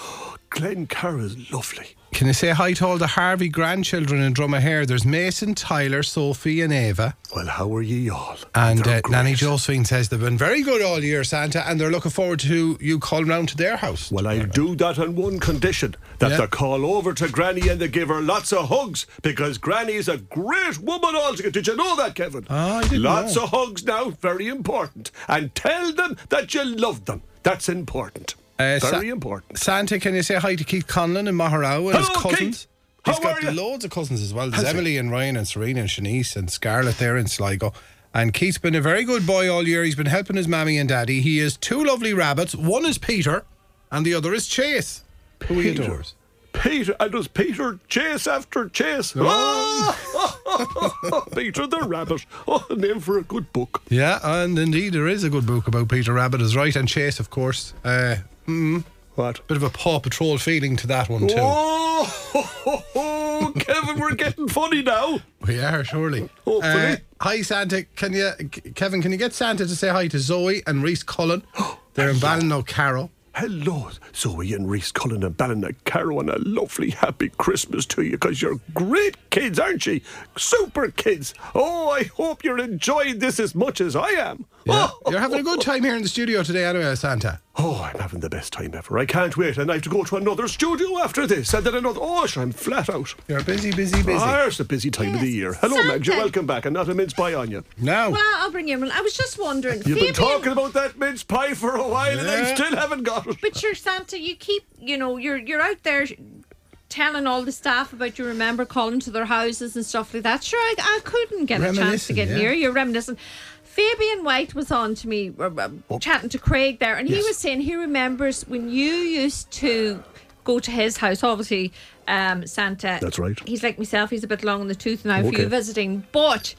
Glencairn is lovely.
Can you say hi to all the Harvey grandchildren in Drumahair? There's Mason, Tyler, Sophie, and Ava.
Well, how are ye all?
And
They're
uh, Nanny
great.
Josephine says they've been very good all year, Santa, and they're looking forward to you calling round to their house.
Well, I'll do that on one condition that
Yeah.
they call over to Granny and they give her lots of hugs because Granny's a great woman altogether. Did you know that, Kevin?
Ah, I didn't
Lots
know.
of hugs now, very important. And tell them that you love them. That's important.
Uh,
very
Sa-
important.
Santa, can you say hi to Keith Conlon and Maharao and his
Hello,
cousins?
Keith.
He's
How
got
are you?
loads of cousins as well. There's
Has he?
Emily and Ryan and Serena and Shanice and Scarlett there in Sligo. And Keith's been a very good boy all year. He's been helping his mammy and daddy. He has two lovely rabbits. One is Peter, and the other is Chase, who he
Peter.
adores.
Peter, and does Peter chase after chase? Ah! Peter the rabbit. Oh, a name for a good book.
Yeah, and indeed there is a good book about Peter Rabbit is right and Chase, of course. Uh,
What?
bit of a Paw Patrol feeling to that one too.
Oh, ho, ho, ho, Oh, Kevin, we're getting funny now.
We are surely. Uh,
Hopefully.
hi Santa. Can you, K- Kevin? Can you get Santa to say hi to Zoe and Reese Cullen? They're in Ballinlow Carroll.
Hello, Zoe and Reese Cullen and Ballina Caro, and a lovely happy Christmas to you because you're great kids, aren't you? Super kids. Oh, I hope you're enjoying this as much as I am.
Yeah.
Oh,
You're having a good time here in the studio today, anyway, Santa.
Oh, I'm having the best time ever. I can't wait. And I have to go to another studio after this. And then another. Oh, sure, I'm flat out.
You're busy, busy, busy.
Ah, it's a busy time of the
Yes,
year. Hello, Meg. You're
something.
welcome back. And not a mince pie on you.
Now,
Well, I'll bring you in. I was just wondering.
You've
Fabian-
been talking about that mince pie for a while, and I
Yeah.
still haven't got it.
But you're Santa. You keep, you know, you're you're out there telling all the staff about you. Remember calling to their houses and stuff like that. Sure, I, I couldn't get a chance to
Reminiscing,
get
yeah.
near you. Reminiscent. Fabian White was on to me uh, uh, chatting to Craig there, and
Oh. Yes.
he was saying he remembers when you used to go to his house. Obviously, um, Santa.
That's right.
He's like myself. He's a bit long in the tooth now for
Okay.
you visiting, but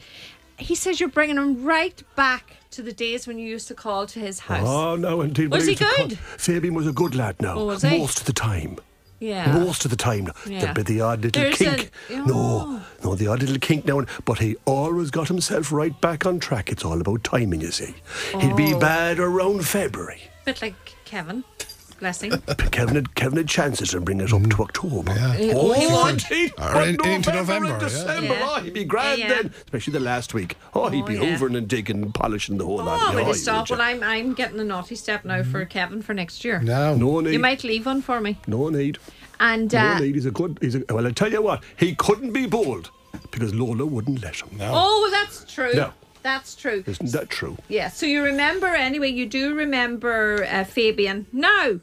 he says you're bringing him right back to the days when you used to call to his house.
Oh, no, indeed.
Was
When
he
was a
good?
co- Fabian was a good lad now.
Oh, was he?
Most of the time.
yeah.
Most of the time.
Yeah.
There'd be the odd little
There's
kink.
a- Oh.
No, no, the odd little kink now. and- But he always got himself right back on track. It's all about timing, you see. He'd be
Oh.
bad around February.
bit like Kevin. Blessing.
Kevin had, Kevin had chances to bring us up to October.
Oh, he would.
indeed.
Or
But
in- into November,
and
yeah.
December.
Yeah.
Oh, he'd be grand
Yeah, yeah.
then, especially the last week. Oh, he'd
Oh,
be
yeah.
hoovering and digging and polishing the whole lot.
Oh, I'm
Yeah,
going to stop.
he would,
Well, I'm, I'm getting the naughty step now for Kevin for next year.
now,
No
You
need.
might leave one for me.
No need.
And
No
uh,
need. He's a good. He's a, well, I tell you what, he couldn't be bold because Lola wouldn't let him.
oh, well, that's true.
No.
That's true.
Isn't that true?
Yeah. So you remember anyway? You do remember uh, Fabian. Now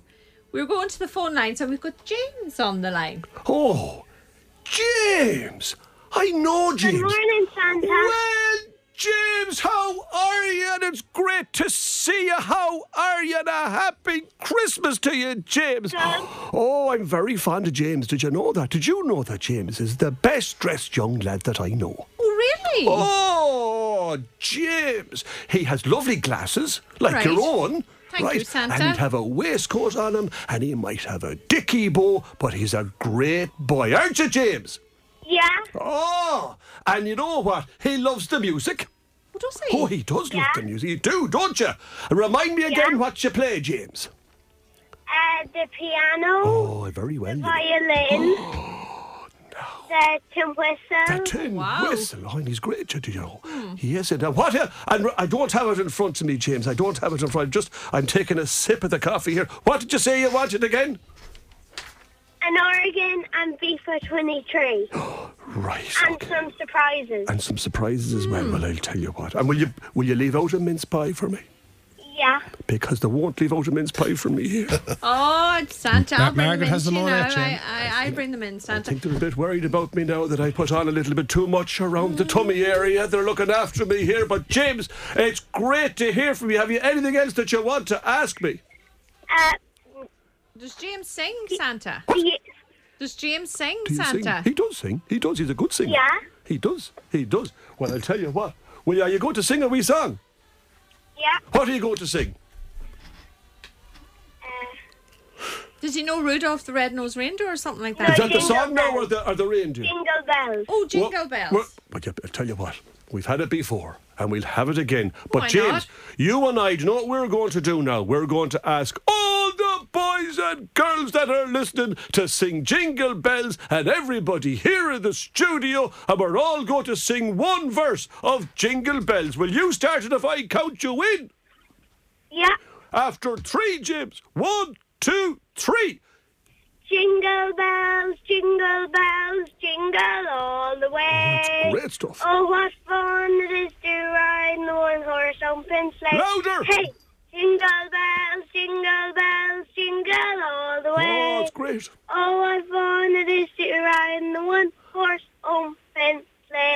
we're going to the phone lines, and we've got James on the line.
Oh, James! I know James.
Good morning, Santa.
Well, James, how are you? And it's great to see you. How are you? And a happy Christmas to you, James. Oh, I'm very fond of James. Did you know that? Did you know that James is the best dressed young lad that I know?
Oh, really?
Oh, James. He has lovely glasses, like
Right.
your own.
Thank you,
right?
Santa.
And he'd have a waistcoat on him, and he might have a dicky bow, but he's a great boy, aren't you, James?
Yeah.
Oh, and you know what? He loves the music.
Oh, does he?
Oh, he does love
Yeah.
the music. You do, don't you? And remind me again
Yeah.
what you play, James.
Uh, the piano,
Oh, very well. you know.
violin, the the tin
That
whistle.
tin
Wow.
whistle. Oh, and he's great, you know. He is it. Uh, What? uh, And I don't have it in front of me, James. I don't have it in front. Just I'm taking a sip of the coffee here. What did you say you wanted again?
An Oregon and beef for 23.
Right.
And
okay.
some surprises.
And some surprises as well. Well, I'll tell you what. And will you will you leave out a mince pie for me?
Yeah.
Because they won't leave out a mince pie for me here.
Oh, it's Santa. I'll
That
bring
Margaret
them in.
has them
to you
all
now.
out, Jen.
I, I, I bring them in,
I
Santa.
think they're a bit worried about me now that I put on a little bit too much around the tummy area. They're looking after me here. But James, it's great to hear from you. Have you anything else that you want to ask me?
Uh,
Does James sing, Santa?
y-
Does James sing,
Do you sing?
Santa?
He does sing. He does. He's a good singer.
Yeah.
He does. He does. Well, I'll tell you what. Well, are you going to sing a wee song?
yeah.
What are you going to sing?
uh,
Does he know Rudolph the Red-Nosed Reindeer or something like
Is
that?
that the
Jingle
song now or
bells.
the, or the reindeer?
Jingle bells.
Oh, Jingle
Well,
Bells.
well, But you- I'll tell you what, we've had it before and we'll have it again. But
Why
James,
not?
you and I, do you know what we're going to do now? We're going to ask all the boys and girls that are listening to sing Jingle Bells and everybody here in the studio, and we're all going to sing one verse of Jingle Bells. Will you start it if I count you in?
Yeah.
After three, James. One, two, three.
Jingle bells, jingle bells, jingle all the way.
Great stuff.
Oh, what fun it is to ride in the one horse open sleigh.
Louder.
Hey, jingle bells, jingle bells, jingle all the
Oh,
way.
it's great.
Oh, what fun it is to ride in the one horse open sleigh.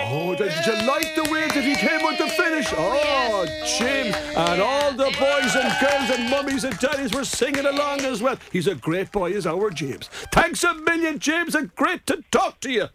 Oh, did you like the way that he came with the finish? Oh, Jim. And all the boys and girls and mummies and daddies were singing along as well. He's a great boy, is our James. Thanks a million, James, and great to talk to you.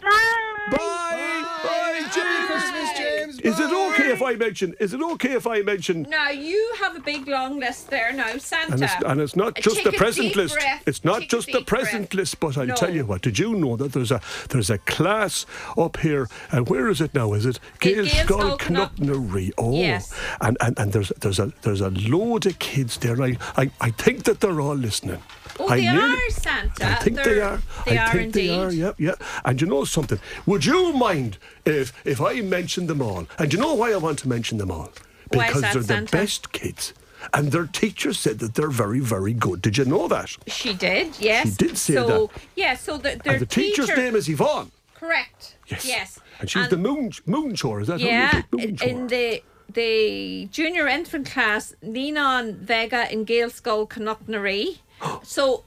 Bye.
Bye. Bye, James.
Christmas, James.
Is it okay if I mention? Is it okay if I mention?
Now you have a big long list there now, Santa.
And it's, and it's not
Uh,
just
take
the
a
present
deep
list.
breath.
It's not
Take a
just the
deep breath.
present list. But I'll
No.
tell you what. Did you know that there's a there's a class up here? And where is it now? Is it
Gael- Gaelscoil
Knopnery? Oh,
Yes.
and, and and there's there's a there's a load of kids there. I I, I think that they're all listening.
Oh,
I
they
nearly-
are, Santa.
I think they
They're-
are.
They
I
are
think
indeed.
they are. Yep, yep. And you know something? Would you mind if if I mentioned them all? And you know why I want to mention them all?
Why is
Because
that,
they're
Santa?
the best kids. And their teacher said that they're very, very good. Did you know that?
She did, yes.
She did say
so,
that.
Yeah, so the, their
and the teacher's
teacher-
name is Yvonne.
Correct.
Yes.
Yes.
And she's the moon moonshore, is that her
Yeah,
name?
in
Moonshore.
in the the junior infant class, Ninon Vega and Gail Skull Canopnery. so,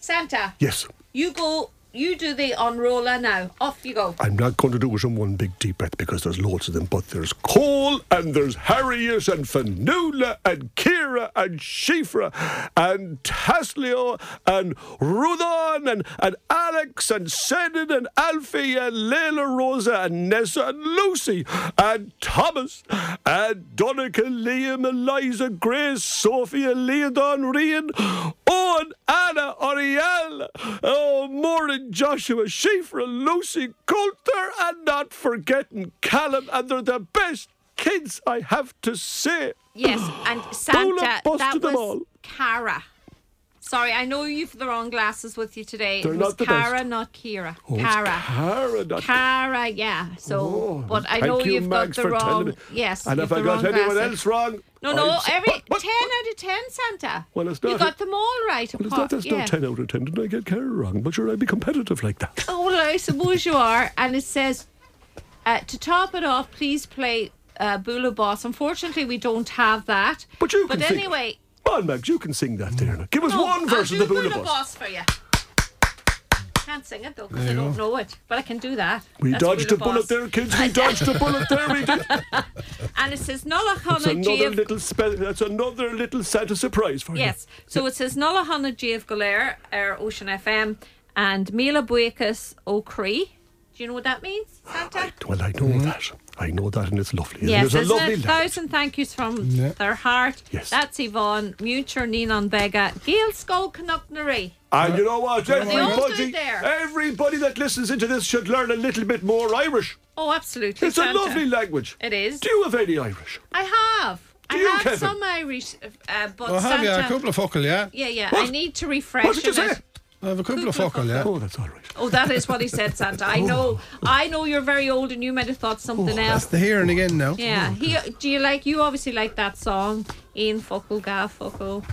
Santa,
Yes.
you go, you do the unroller now. Off you go.
I'm not going to do it in one big deep breath because there's loads of them, but there's Cole and there's Harriet and Fanula and Kira and Shifra and Taslio and Rudon and, and Alex and Senan and Alfie and Leila Rosa and Nessa and Lucy and Thomas and Donica, Liam, Eliza, Grace, Sophia, Leodon, Rian, Owen, Anna, Oriel, oh, Maureen, Joshua, Shifra, Lucy, Coulter, and not forgetting Callum, and they're the best kids, I have to say.
Yes, and Santa,
busted
that
them
was
all.
Cara. Sorry, I know you've the wrong glasses with you today.
They're
it was
not the
Cara,
best.
not Kira.
Oh, it's
Cara.
Cara, not
Cara, yeah. So,
Oh,
but I
thank
know
you,
have
Mags,
got
for
the
telling
wrong.
me.
Yes,
And
you've
if I
the
got
wrong
anyone
glasses.
else wrong,
No, no,
I'll say-
every
But- but-
10 out of 10, Santa.
Well, it's
You
not-
got them all right.
Well, it's
apart-
not, that's
yeah.
not 10 out of 10. Did I get Cara wrong? But sure, I'd be competitive like that.
Oh, well, I suppose you are. And it says, uh, to top it off, please play uh, Bula Boss. Unfortunately, we don't have that.
But you
But
can sing.
anyway,
Come on, Max, you can sing that there. now. Give us
no,
one verse
I'll
of
do
the Bula
Bula
Bus.
Boss for you. Can't sing it though because I
you
don't
go.
know it, but I can do that.
We
That's
dodged
Bula
a bullet
Boss.
there, kids. We dodged a bullet there. We did.
And it says
That's
Nullahana
another
Jave.
little spell. That's another little Santa surprise for you.
Yes, so it says Nullahana Jave Galair, Air Ocean FM, and Mila Buicus O'Cree. Do you know what that means, Santa?
Well, I know that. I know that, and it's lovely. isn't it?
Yes,
it's a
isn't
lovely
it?
land.
Thousand thank yous from
Yeah.
their heart.
Yes.
That's Yvonne, Muture, Ninon Vega, Gail Skull, Canucknery.
And you know what?
all good
Everybody,
there?
everybody that listens into this should learn a little bit more Irish.
Oh, absolutely.
It's
Santa.
a lovely language.
It is.
Do you have any Irish?
I have. I
you,
have
Kevin?
some Irish, uh, but
Well, have
Santa.
you a couple of fuckle, yeah?
yeah, yeah. I
What?
need to refresh
What did you
on it.
say?
I have a couple of fuckle, yeah.
Oh, that's all right.
Oh, that is what he said, Santa.
Oh.
I know. I know you're very old and you might have thought something
That's
else.
the here and again now.
Yeah. He, do you like? You obviously like that song. Ian Fuckle, Gaff Fuckle.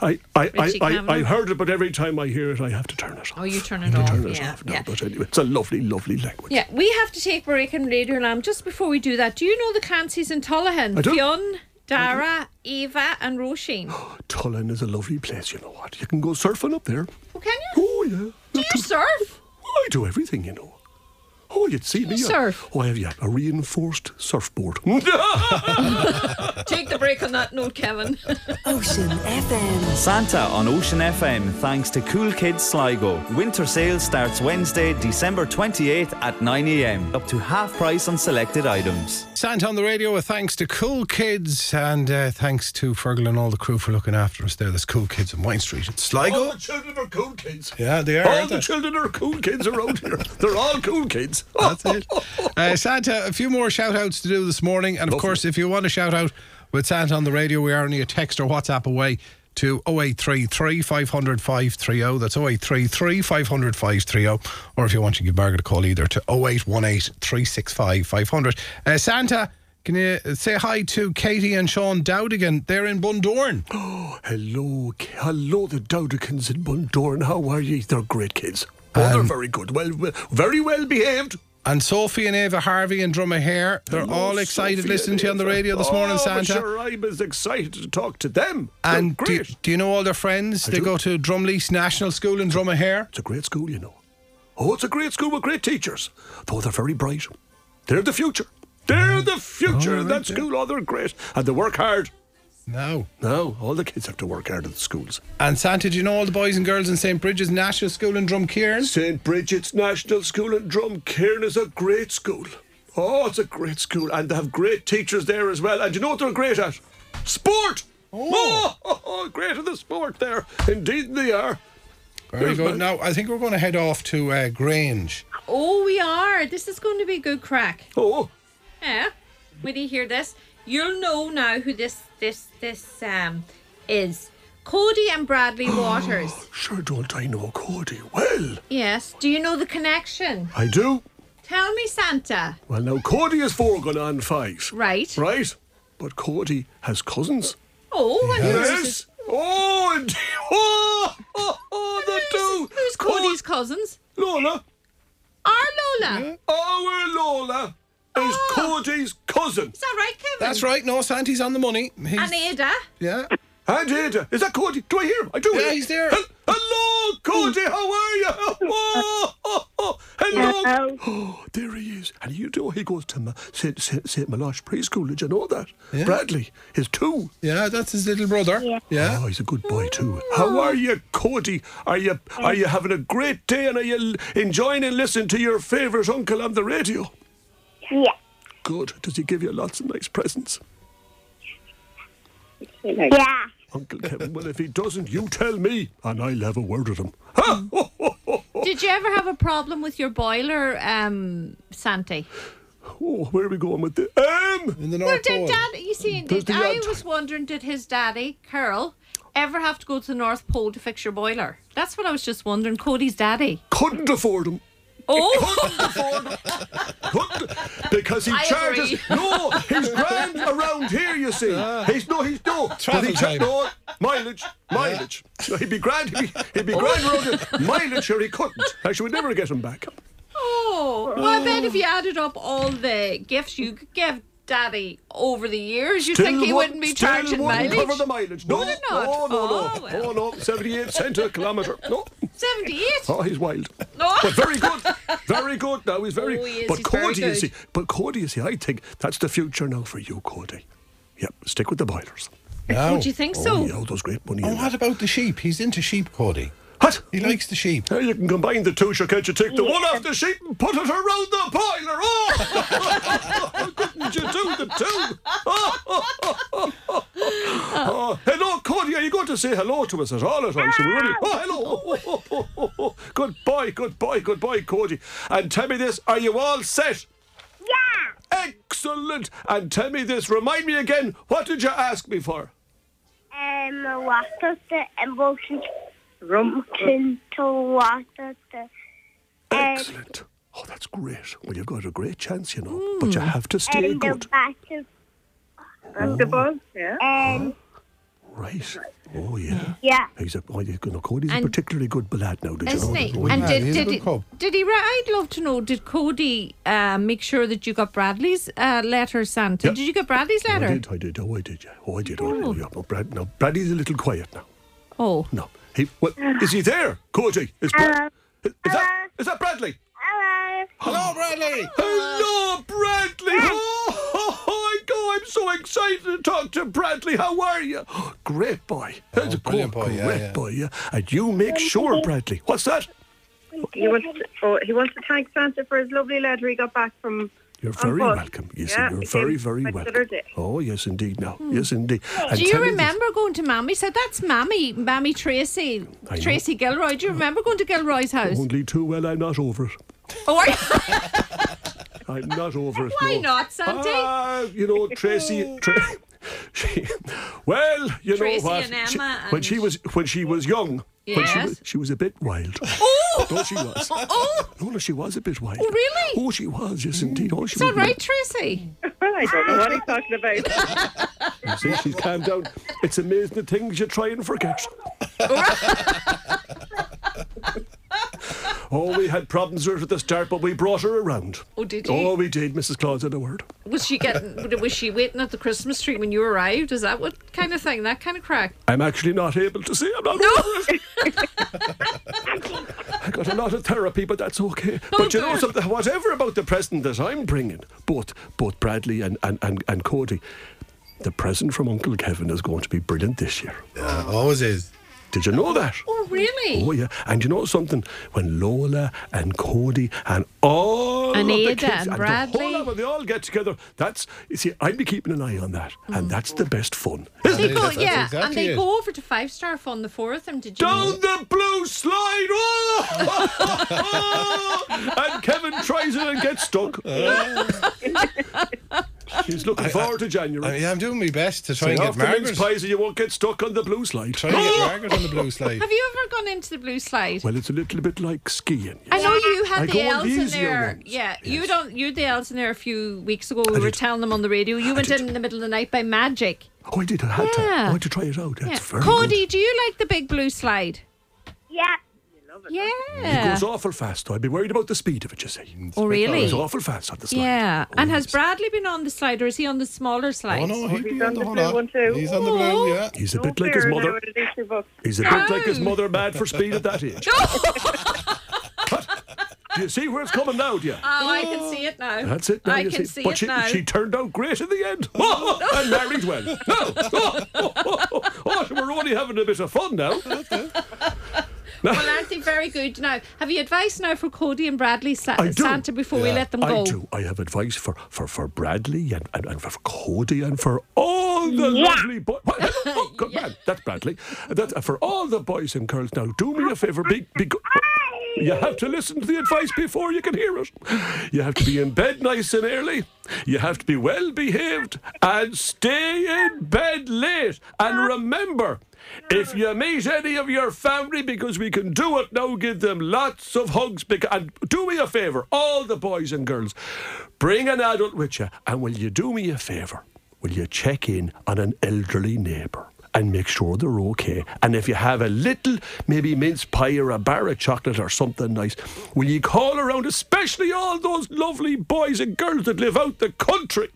I, I, I,
Richie
I, I
Cameron.
heard it, but every time I hear it, I have to turn it off.
Oh, you turn
I
it off.
turn it
yeah.
off. No,
yeah.
but anyway, it's a lovely, lovely language.
Yeah, we have to take break and Radio Lamb. Just before we do that, do you know the Clancy's in Tullahan?
I do.
Fionn, Dara, Eva, and Roisin.
Tullin is a lovely place, you know what? You can go surfing up there.
Oh, can you?
Oh, yeah.
Do you surf?
I do everything, you know. Oh, you'd see me.
You
I-
surf?
Oh, I have yeah, a reinforced surfboard.
Take the break on that note, Kevin.
Ocean FM.
Santa on Ocean FM thanks to Cool Kids Sligo. Winter sale starts Wednesday, December 28th at 9am. Up to half price on selected items.
Santa on the radio with thanks to Cool Kids and uh, thanks to Fergal and all the crew for looking after us there. There's Cool Kids in Wine Street in
All
Sligo.
the children are cool kids.
Yeah, they are. aren't
All Oh. the
they?
children are cool kids around here. They're all cool kids.
That's it. Uh, Santa, a few more shout outs to do this morning. And of
Lovely.
course, if you want to shout out with Santa on the radio, we are only a text or WhatsApp away to 0833 500 530. oh. That's 0833 500 530. oh. Or if you want, you can give Margaret a call either to 0818 365 500. Uh, Santa, can you say hi to Katie and Sean Dowdigan? They're in Bundoran.
Hello, K- hello, the Dowdicans in Bundoran. How are ye? They're great kids. Oh, they're very good. Well, well, very well behaved.
And Sophie and Ava Harvey and Drumahair, they're
Hello,
all excited
Sophie
listening
and
to you on the
Ava.
radio this morning,
oh,
Santa.
but Sure, I'm as excited to talk to them. They're
And do you,
great.
do you know all their friends? they
do.
go to Drumlease National School in Drumahair.
It's a great school, you know. Oh, it's a great school with great teachers, though they're very bright. They're the future. They're the future.
right,
that
yeah.
school, oh, they're great. And they work hard.
No.
Now, all the kids have to work hard at the schools.
And Santa, do you know all the boys and girls in St. Bridget's National School in Drumcairn?
St. Bridget's National School in Drumcairn is a great school. Oh, it's a great school, and they have great teachers there as well. And you know what they're great at? Sport! Oh, oh, oh, great at the sport there. Indeed, they are.
Very good. Now, I think we're going to head off to uh, Grange.
oh, we are. This is going to be good crack.
Oh,
Yeah. When you hear this, you'll know now who this this this um is. Cody and Bradley Waters.
sure don't I know Cody well.
yes. Do you know the connection?
I do.
Tell me, Santa.
Well, now Cody is four going on five.
Right.
Right? But Cody has cousins.
Oh, well, who's
Yes. Oh, and oh, oh, oh the two.
Who's Cody's cousins?
Co- Lola.
Our Lola.
Our Lola is Cody's cousin.
Is that right, Kevin?
That's right. No, Santa's on the money. He's,
And Ada.
yeah.
And Ada. Is that Cody? Do I hear him? I do.
Yeah,
hear him.
he's there.
Hel- Hello, Cody. How are you? Oh, oh, oh. Hello.
Hello.
Oh, there he is. And you know he goes to Ma- St. St. St. Milosh preschool. Did you know that?
Yeah.
Bradley is two.
Yeah, that's his little brother.
Yeah.
Yeah.
Oh, he's a good boy too. How are you, Cody? Are you are you having a great day and are you l- enjoying and listening to your favourite uncle on the radio?
Yeah.
Good. Does he give you lots of nice presents?
Yeah.
Uncle Kevin, well, if he doesn't, you tell me, and I'll have a word with him. Ha! Oh, oh, oh, oh.
Did you ever have a problem with your boiler, um, Santa?
Oh, where are we going with this? Um,
In the
Well,
North
did
Pole.
Dad? You see,
Does
did,
the
I
odd-
was wondering, did his daddy, Carl, ever have to go to the North Pole to fix your boiler? That's what I was just wondering. Cody's daddy.
couldn't afford him.
Oh,
Couldn't, because he
I
charges.
agree.
No, he's grand around here. You see, he's no, he's no. but
Uh-huh. Travel
he cha-
time.
no mileage, mileage. No, he'd be grand. He'd be, he'd be grand around here. Mileage, sure, he couldn't. Actually, we never get him back.
oh. Well, I bet if you added up all the gifts you could give Daddy over the years, you'd think he
wouldn't-
wouldn't be
still
charging
wouldn't
mileage.
cover the mileage. No,
Would it
no,
not?
no, no.
Oh, well.
Oh no, seventy-eight cent a kilometre. No.
Seventy-eight.
Oh, he's wild.
No.
But very good. Very good now. He's very
Oh, he is.
but
He's very
Cody is
good.
he but Cody is he, I think that's the future now for you, Cody. Yep, stick with the boilers.
No.
Would you think
Oh,
so?
yeah, all those great money.
Oh,
in
what
there.
about the sheep? He's into sheep, Cody.
What?
He likes the sheep.
Now you can combine the two, sure can't you take the one off the sheep and put it around the boiler? Oh! Couldn't you do the two? Oh, oh, oh, oh, oh. Oh, hello, Cody. Are you going to say hello to us at all at all? Should we really? Oh, hello. Oh, oh, oh, oh, oh. Good boy, good boy, good boy, Cody. And tell me this, are you all set?
Yeah.
Excellent. And tell me this, remind me again, what did you ask me for?
Um, what does the emotion Rumpkin to water the egg
Excellent. Oh, that's great. Well, you've got a great chance, you know. But you have to stay
and the
good.
battle
Vegetables, yeah.
and
Right. Oh, yeah.
yeah.
Exactly. Oh, yeah. No, Cody's a
And-
particularly good lad now. Did you know?
Isn't
Oh,
he?
Well,
And
Yeah,
did
he's a
did
good
he,
cub.
did he? ri- I'd love to know. Did Cody uh, make sure that you got Bradley's uh, letter, Santa?
Yeah.
Did you get Bradley's
I
letter?
did, I did. Oh, I did. Yeah. Oh, I did. Oh, yeah. No, Brad, no, Bradley's a little quiet now.
Oh,
No. He, well, is he there, Cody? Is, Brad, is, that,
Hello.
is that Bradley?
Hello.
Hello, Bradley.
Oh.
Ah.
Hello, Bradley. Oh, oh, oh, go. I'm so excited to talk to Bradley. How are you? Great boy. That's a
Oh, brilliant
good-
boy, yeah,
Great
yeah.
boy. Yeah. And you make sure, Bradley. What's that?
He wants, to, oh, he wants to thank Santa for his lovely letter he got back from.
You're
on
very
board.
welcome. Yes,
Yeah,
you're
it
very,
came
very
back the
welcome.
other day. Hmm.
Oh, yes, indeed. Now, yes, indeed. And
do you
tell me this-
remember going to Mammy? Said that's Mammy, Mammy Tracy,
I know.
Tracy Gilroy. Do you remember going to Gilroy's house?
Only too well, I'm not over it.
Oh, are you-
I'm not over it.
why
no.
not, Santi?
Ah, you know, Tracy. Tra- she, well, you
Tracy
know what?
and
she-
Emma
When she
and-
was when she was young, when she
Yes.
was, she was a bit wild. no, she was.
oh,
No, no, she was a bit wild.
Oh, really?
Oh, she was. Yes, indeed. Oh, she
is that
was.
right, Tracy?
Well, I don't know what he's talking about.
You see, she's calmed down. It's amazing the things you try and forget. oh, we had problems with her at the start, but we brought her around.
Oh, did you?
Oh, we did, Mrs. Claus, in a word.
Was she getting? Was she waiting at the Christmas tree when you arrived? Is that what kind of thing? That kind of crack?
I'm actually not able to say. I'm not over it. I got a lot of therapy, but that's okay. But you know
God.
something? Whatever about the present that I'm bringing, both both Bradley and, and, and, and Cody, the present from Uncle Kevin is going to be brilliant this year.
Yeah, always is.
Did you know that?
Oh, really?
Oh yeah, and you know something? When Lola and Cody and all
And
of the
Ada
kids
and
the whole
Bradley.
lot, when they all get together, that's you see, I'd be keeping an eye on that, and that's the best fun.
Mm.
Isn't
They
it?
go,
that's
yeah,
exactly
and they
it.
go over to Five Star Fun, the four of them. Did you? know?
Down the blue slide, oh! and Kevin tries it and gets stuck. He's looking forward to January.
I mean, Uh, I'm doing my best to try
Say
and get
off the mince
Margaret. Try
pies, and you won't get stuck on the blue slide.
and get Margaret on the blue slide.
Have you ever gone into the blue slide?
Well, it's a little bit like skiing.
I know you
I
had
go
the
on
elves
the
in
easier
there.
ones.
Yeah, you
Yes.
don't. You had the elves in there a few weeks ago. We were
did.
telling them on the radio. You went
did.
in in the middle of the night by magic.
Oh, I did. I had to.
Yeah.
I had to try it out. That's
Yeah.
very
Cody, do you like the big blue slide?
Yeah.
Yeah.
It goes awful fast, though. I'd be worried about the speed of it, you see.
oh,
It
really?
goes awful fast on the slide.
Yeah.
Oh,
and has
yes.
Bradley been on the slide, or is he on the smaller slide?
Oh no, he'd be
he's
on
on
the
the
whole
blue
lot.
one too. Oh.
He's on the blue, yeah.
He's a bit like his mother. He's a bit like his mother, mad for speed at that age. What? Do you see where it's coming now, do you?
Oh, I can see it now.
That's it. Now,
I
you
can
see.
see
but
it
she,
now.
she turned out great in the end. and married well. No. Oh, oh, oh, oh, oh, we're only having a bit of fun now.
Well, aren't they very good now? Have you advice now for Cody and Bradley Sa-
I do.
Santa before we let them go?
I do. I have advice for, for, for Bradley and, and, and for Cody and for all the lovely boys. Oh, good man. That's Bradley. That, for all the boys and girls. Now, do me a favour. Be, be go- you have to listen to the advice before you can hear it. You have to be in bed nice and early. You have to be well behaved and stay in bed late. And remember, if you meet any of your family, because we can do it now, give them lots of hugs. Because, and do me a favour, all the boys and girls, bring an adult with you. And will you do me a favour? Will you check in on an elderly neighbour? And make sure they're okay. And if you have a little, maybe mince pie or a bar of chocolate or something nice, will you call around, especially all those lovely boys and girls that live out the country?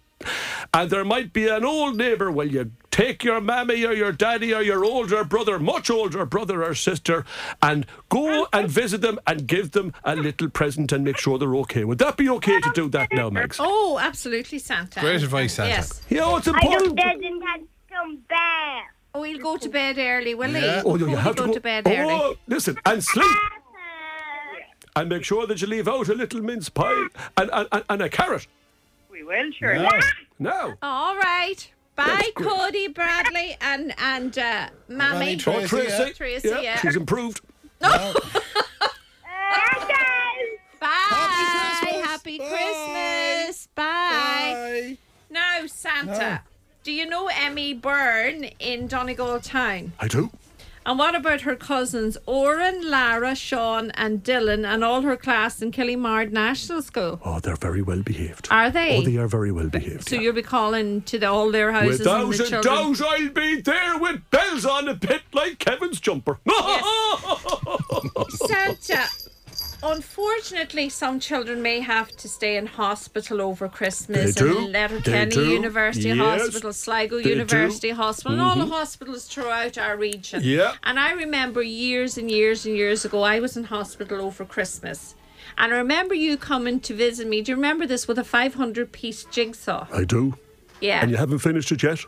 And there might be an old neighbour. Well, you take your mammy or your daddy or your older brother, much older brother or sister, and go and visit them and give them a little present and make sure they're okay. Would that be okay to do that now, Max?
Oh, absolutely, Santa.
Great advice, Santa.
Yes.
Yeah, oh, it's
I don't
important.
doesn't have some bear.
Oh, he'll go to bed early, will he?
Yeah.
Oh, you, you
He'll
have to
go,
go
to bed early.
Oh, listen, and sleep. And make sure that you leave out a little mince pie and, and, and, and a carrot.
We will, sure.
Now.
All right. Bye, Cody, Bradley, and and uh,
Mammy
Mammy.
Tracy.
Tracy.
Oh, Tracy, yeah.
She's improved.
Bye. Happy Christmas. Bye.
Bye.
Now, Santa, do you know Emmy Byrne in Donegal Town?
I do.
And what about her cousins, Oren, Lara, Sean, and Dylan, and all her class in Killimard National School?
Oh, they're very well behaved.
Are they?
Oh, they are very well behaved.
So
yeah.
you'll be calling to the, all their houses and
Without
the children.
a doubt, I'll be there with bells on the pit like Kevin's jumper.
Santa. Unfortunately, some children may have to stay in hospital over Christmas.
They do.
In
They
Letterkenny
do.
University
Yes.
Hospital, Sligo
They do. Mm-hmm.
University Hospital, and all the hospitals throughout our region.
Yeah.
And I remember years and years and years ago, I was in hospital over Christmas. And I remember you coming to visit me. Do you remember this with a 500 piece jigsaw?
I do.
Yeah.
And you haven't finished it yet?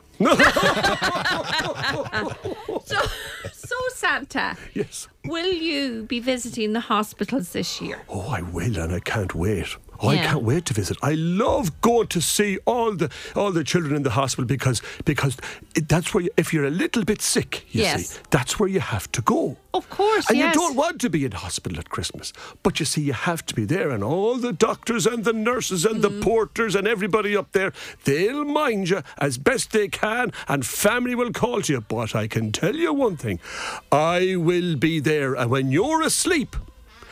so, so, Santa,
yes.
will you be visiting the hospitals this year?
Oh, I will, and I can't wait. Oh, I
Yeah.
can't wait to visit. I love going to see all the all the children in the hospital because because it, that's where you, if you're a little bit sick, you
Yes.
see, that's where you have to go.
Of course,
And
yes.
you don't want to be in hospital at Christmas, but you see, you have to be there, and all the doctors and the nurses and
Mm-hmm.
the porters and everybody up there, they'll mind you as best they can, and family will call to you. But I can tell you one thing: I will be there, and when you're asleep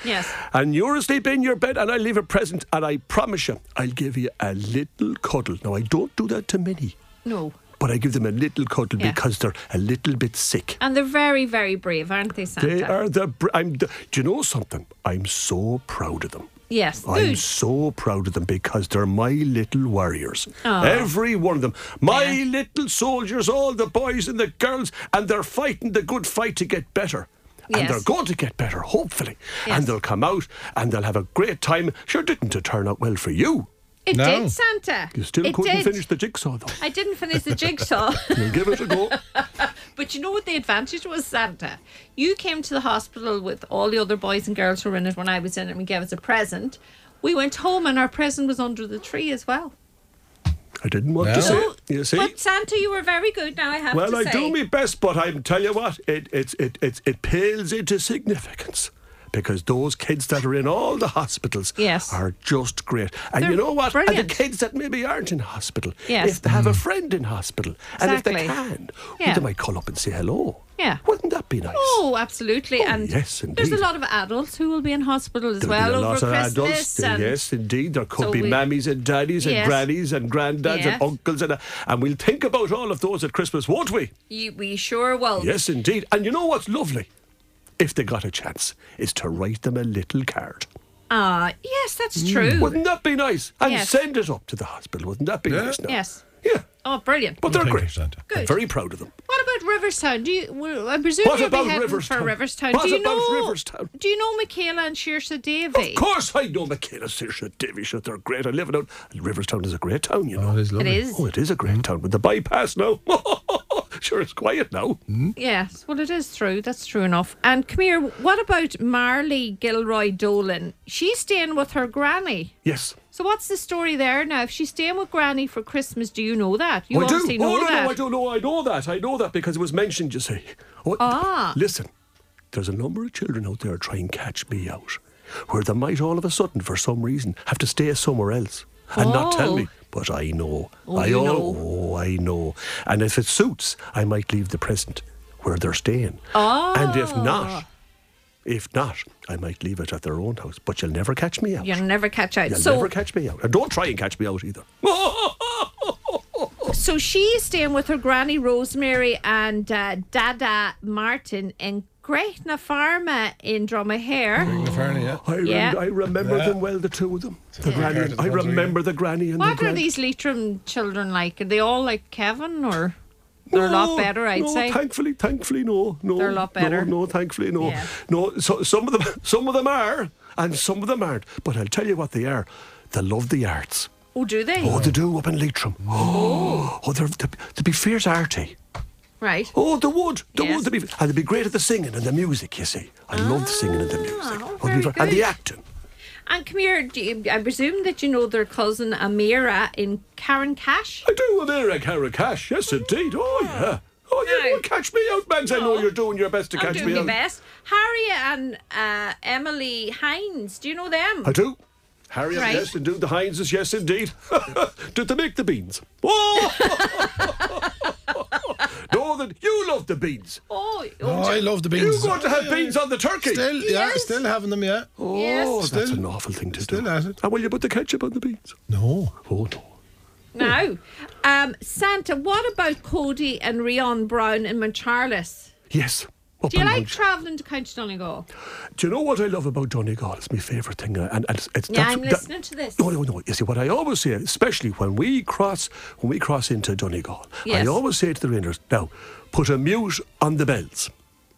Yes.
and you're asleep in your bed and I leave a present and I promise you I'll give you a little cuddle. Now I don't do that to many,
No.
but I give them a little cuddle
Yeah.
because they're a little bit sick.
And they're very, very brave, aren't they, Santa?
They are the. br- I'm. The, do you know something? I'm so proud of them.
Yes.
I'm
Good.
so proud of them because they're my little warriors.
Oh.
Every one of them. My little soldiers, all the boys and the girls, and they're fighting the good fight to get better. And
Yes.
they're going to get better, hopefully.
Yes.
And they'll come out and they'll have a great time. Sure, didn't it turn out well for you?
It
No.
did, Santa.
You still
it
couldn't
did.
finish the jigsaw, though.
I didn't finish the jigsaw.
You'll give it a go.
but you know what the advantage was, Santa? You came to the hospital with all the other boys and girls who were in it when I was in it and gave us a present. We went home and our present was under the tree as well.
I didn't want
No.
to say
So-
it. You see?
But Santa, you were very good now, I have
Well,
to
I
say.
do my best, but I tell you what, it it, it, it it pales into significance because those kids that are in all the hospitals
Yes.
are just great. And you
They're
know what? And
brilliant.
the kids that maybe aren't in hospital,
Yes.
if they have a friend in hospital, and if they
Exactly.
can, well,
Yeah.
they might call up and say hello.
Yeah.
Wouldn't that be nice?
Oh, absolutely. and
yes,
there's a
indeed.
lot of adults who will be in hospital as
There'll
well
be a
over
lot of
Christmas.
adults.
and
yes, indeed. There could
So
be
we-
mammies and daddies and
Yes.
grannies and granddads
Yes.
and uncles and uh, and we'll think about all of those at Christmas, won't we?
you, we sure will.
Yes, indeed. And you know what's lovely? If they got a chance, is to write them a little card.
Ah, yes, that's
Mm,
true.
Wouldn't that be nice? And
Yes.
send it up to the hospital. Wouldn't that be nice? Now?
Yes.
Yeah.
Oh, brilliant.
But they're
Thank you,
great.
Santa.
I'm
Good.
very proud of them.
What about Riverstown? Do you? well, I presume
What
you'll
about
be heading for
Riverstown?
Riverstown.
What
do you
about
know?
Riverstown?
Do you know Michaela and Saoirse Davy?
Of course, I know Michaela, Saoirse, Davy, Sure, they're great. I live it out. And Riverstown is a great town, you know.
it is Mm.
It
lovely.
is.
Oh, it is a great town. With the bypass now. sure, it's quiet now.
Mm.
Yes. Well, it is true. That's true enough. And come here. What about Marley Gilroy Dolan? She's staying with her granny.
Yes.
So what's the story there now? If she's staying with granny for Christmas, do you know that? You
Oh, I do.
obviously know
oh, no,
that.
no, I don't know. I know that. I know that because it was mentioned, you see. Oh,
Ah.
Listen, there's a number of children out there trying to catch me out where they might all of a sudden, for some reason, have to stay somewhere else and not tell
Oh.
me. But I know.
Oh,
I
you
al-
know.
Oh, I know. And if it suits, I might leave the present where they're staying. And if
Ah.
not, if not, I might leave it at their own house. But you'll never catch me out.
You'll never catch out.
You'll
so,
never catch me out. And don't try and catch me out either.
so she's staying with her granny Rosemary and uh, Dada Martin in Gretna Pharma in Dromahair.
Invernia, yeah.
I, rem-
Yeah.
I remember
Yeah.
them well, the two of them. The
Yeah.
granny.
Compared to the
I
ones we
remember the granny and
What
the
are
gran-
these Leitrim children like? Are they all like Kevin or they're a lot better, I'd
no,
say.
Thankfully, thankfully, no, no.
They're a lot better.
No, no thankfully, no,
Yeah.
no. So, some of them, some of them are, and some of them aren't. But I'll tell you what they are. They love the arts.
oh, do they?
Oh, they do up in Leitrim. Oh, oh, they're they'd, they'd be fierce arty.
right.
Oh, they would, they
Yes.
would, they'd be, and they'd be great at the singing and the music. You see, I love the singing and the music,
oh,
It'd be
very
ver- and the
good.
acting.
And come here, do you, I presume that you know their cousin Amira in Karen Cash?
I do, Amira Carracash. Yes, indeed. Oh, yeah. Oh, you
Now-
won't catch me out, Mans. I know
No.
you're doing your best to
Oh. I'm
catch
doing
me
my
out.
best. Harry and uh, Emily Hines, do you know them?
I do. Harriet,
Right.
yes, indeed. The Hineses, yes, indeed. Did they make the beans? Oh! no, Gavin, you love the beans.
Oh,
Oh, I love the beans.
You're going to have
Yeah, yeah,
beans
yeah.
on the turkey.
Still, yeah,
Yes.
still having them, yeah.
oh,
Yes.
that's
Still-
an awful thing to
still
do.
at it.
And will you put the ketchup on the beans?
No.
Oh no.
Now, um, Santa, what about Cody and Rion Brown and Moncharles?
Yes. Up
Do you
and
like
out.
travelling to County Donegal?
Do you know what I love about Donegal? It's my favourite thing, uh, and, and it's, it's
Yeah,
that's-
I'm
that-
listening to this.
No, no, no. You see, what I always say, especially when we cross when we cross into Donegal,
Yes.
I always say to the Rangers, now put a mute on the bells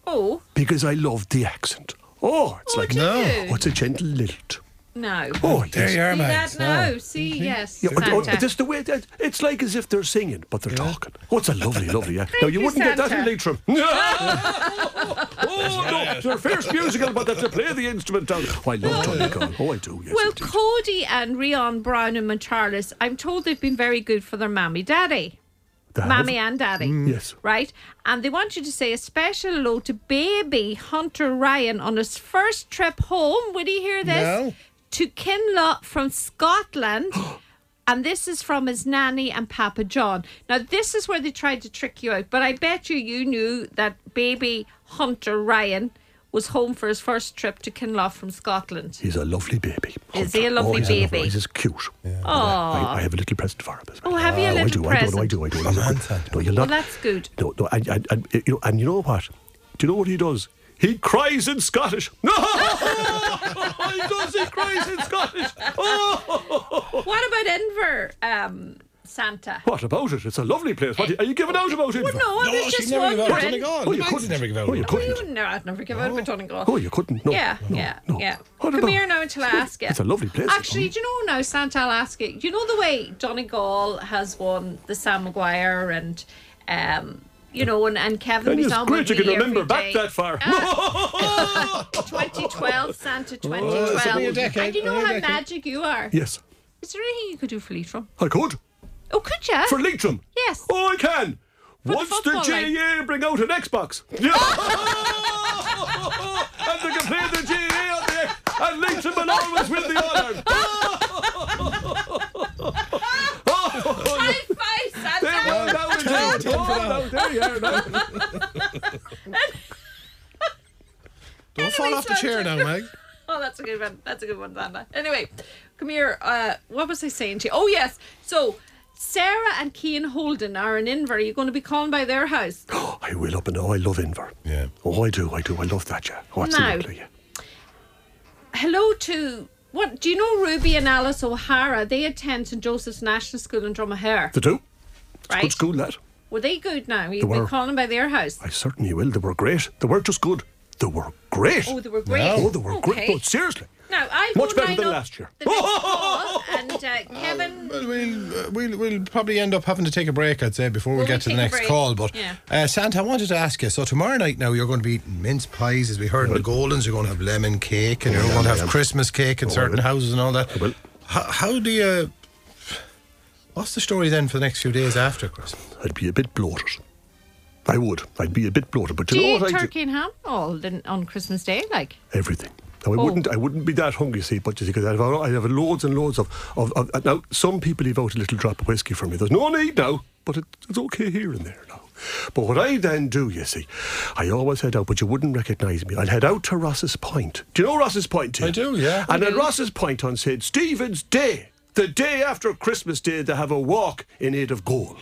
Oh,
because I love the accent. Oh, it's
Oh,
like
do No. you?
Oh, it's a gentle lilt.
no.
Oh,
There you
yes.
are,
See
mate.
that now? See, yes.
Yeah, but- oh,
Santa.
but it's the way that it's like as if they're singing, but they're talking. Oh, it's a lovely, lovely. Yeah. Now you
you,
wouldn't get that
Santa.
in Leitrim. oh no, they're fierce musical, but they have to play the instrument down. Oh, I love Donegal. Oh, I do. Yes,
Well,
indeed.
Cody and Rion Brown and Moncharles, I'm told they've been very good for their mammy daddy.
They have-
Mammy and daddy.
Yes.
Right? And they want you to say a special hello to baby Hunter Ryan on his first trip home. Would he hear this?
No.
To Kinloch from Scotland. And this is from his nanny and Papa John. Now, this is where they tried to trick you out, but I bet you you knew that baby Hunter Ryan was home for his first trip to Kinloch from Scotland.
He's a lovely baby.
Is he a
Hunter.
lovely
oh, he's
baby?
he's just cute. I, I have a little present for him. as well.
Oh, have you a
I
little
do, I do. I do. I do. He's a
on,
good-
Santa.
No, you'll
Well,
not.
that's good.
No, no. And, and, and, you know, and you know what? Do you know what he does? He cries in Scottish. No, he does. He cries in Scottish. Oh,
What about Enver, um, Santa?
what about it? It's a lovely place. What, are you giving out about it?
Well, no, I was just
Oh, never gave out
wondering.
Donegal.
Oh,
The
you
Manx
couldn't.
never give out
Oh, you
Oh,
couldn't.
you wouldn't know. I'd never give out about Donegal.
Oh, you couldn't. No.
yeah,
no,
yeah,
no.
yeah.
What
Come
about-
here now until I ask you.
It's a lovely place.
Actually, do you know now, Santa, I'll ask you. You know the way Donegal has won the Sam Maguire and, um, you know, and, and Kevin
And it's
Mason
great you
would be
can remember
every
back
day.
that far. Oh,
2012, Santa, 2012.
it's only a decade,
and you know
only a
how
decade.
magic you are.
yes,
Is there anything you could do for Leitrim?
I could.
Oh, could you?
For Leitrim?
Yes.
Oh, I can.
the
Once the,
football league.
GAA bring out an Xbox. Yeah. and they can play the GAA on there. And Leitrim will always win the honour. Oh!
High five, Santa.
They will now indeed. Oh, no, there you are now.
Don't fall off the chair now, Meg.
Oh, that's a good one. That's a good one, Santa. Anyway, come here. Uh, what was I saying to you? Oh, yes. So, Sarah and Kean Holden are in Inver. You're going to be calling by their house.
I will up and oh, I love Inver.
Yeah.
Oh, I do, I do. I love that, yeah. Oh,
Now.
absolutely. yeah.
Hello to. What do you know? Ruby and Alice O'Hara. They attend St Joseph's National School in Drummahair.
The two.
Right?
Good school, that.
Were they good? Now you've
They
been
were.
calling by their house.
I certainly will. They were great. They weren't just good. They were great.
Oh, they were great.
Oh, they were great.
Okay.
No, seriously.
Now I
Much
go
better
line
than
up
last year.
The next call and uh, Kevin.
Well, we'll, uh, we'll, we'll probably end up having to take a break, I'd say, before we
Will we
get to the
take a
next
break?
call. But
Yeah.
uh, Santa, I wanted to ask you. So tomorrow night, now you're going to be eating mince pies, as we heard in the Goldens. You're going to have lemon cake, and you're going to have Christmas cake in certain houses and all that.
will.
How, how do you? What's the story then for the next few days after Christmas?
I'd be a bit bloated. I would. I'd be a bit bloated, but
Do
you
you
know
eat
what I do?
turkey and ham all the- on Christmas Day? Like
Everything. Now I wouldn't. I wouldn't be that hungry, see, but you see, because I'd have, I'd have loads and loads of, of, of. Now some people leave out a little drop of whiskey for me. There's no need now, but it, it's okay here and there now. But what I then do, you see, I always head out, but you wouldn't recognise me. I'd head out to Ross's Point. Do you know Ross's Point? Tim?
I do, yeah. Mm-hmm.
And at Ross's Point on St Stephen's Day, the day after Christmas Day, they have a walk in aid of goal.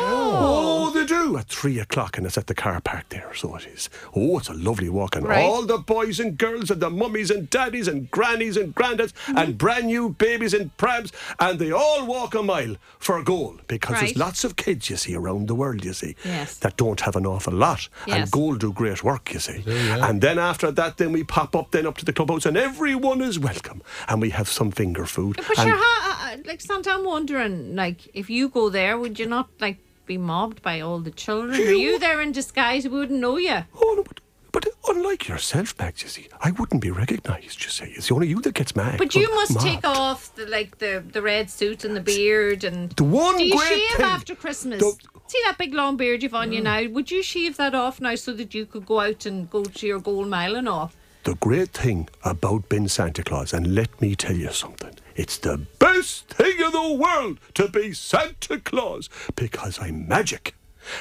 Oh, they do at three o'clock, and it's at the car park there, so it is. Oh, it's a lovely walk, and
Right.
all the boys and girls, and the mummies and daddies, and grannies and granddads,
Mm-hmm.
and brand new babies and prams, and they all walk a mile for a goal because
Right.
there's lots of kids, you see, around the world, you see,
Yes.
that don't have an awful lot,
Yes.
and goal do great work, you see. And then after that, then we pop up then up to the clubhouse, and everyone is welcome, and we have some finger food.
But
and
sure, ha- uh, like Santa, I'm wondering, like, if you go there, would you not like be mobbed by all the children? Are you there in disguise? We wouldn't know you.
Oh, no, but, but unlike yourself, Max, you see, I wouldn't be recognised, you see. It's only you that gets mad.
But you
or
must
mobbed.
take off the like the the red suit and the beard and.
The one
Do you
great
shave
thing- Mm.
after Christmas?
The-
See that big long beard you've on you now? Would you shave that off now so that you could go out and go to your goal mile and all?
The great thing about being Santa Claus, and let me tell you something, it's the best thing in the world to be Santa Claus because I'm magic.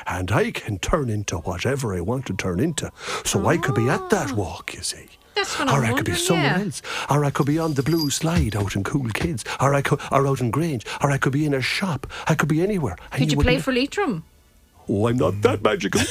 and I can turn into whatever I want to turn into. So I could be at that walk, you see.
Ah. That's what
or
I'm
I could be
wondering,
somewhere
yeah.
else. Or I could be on the blue slide out in Cool Kids. Or I could, or out in Grange. Or I could be in a shop. I could be anywhere. and
Could you
wouldn't
play
know.
for Leitrim?
Oh, I'm not that magical.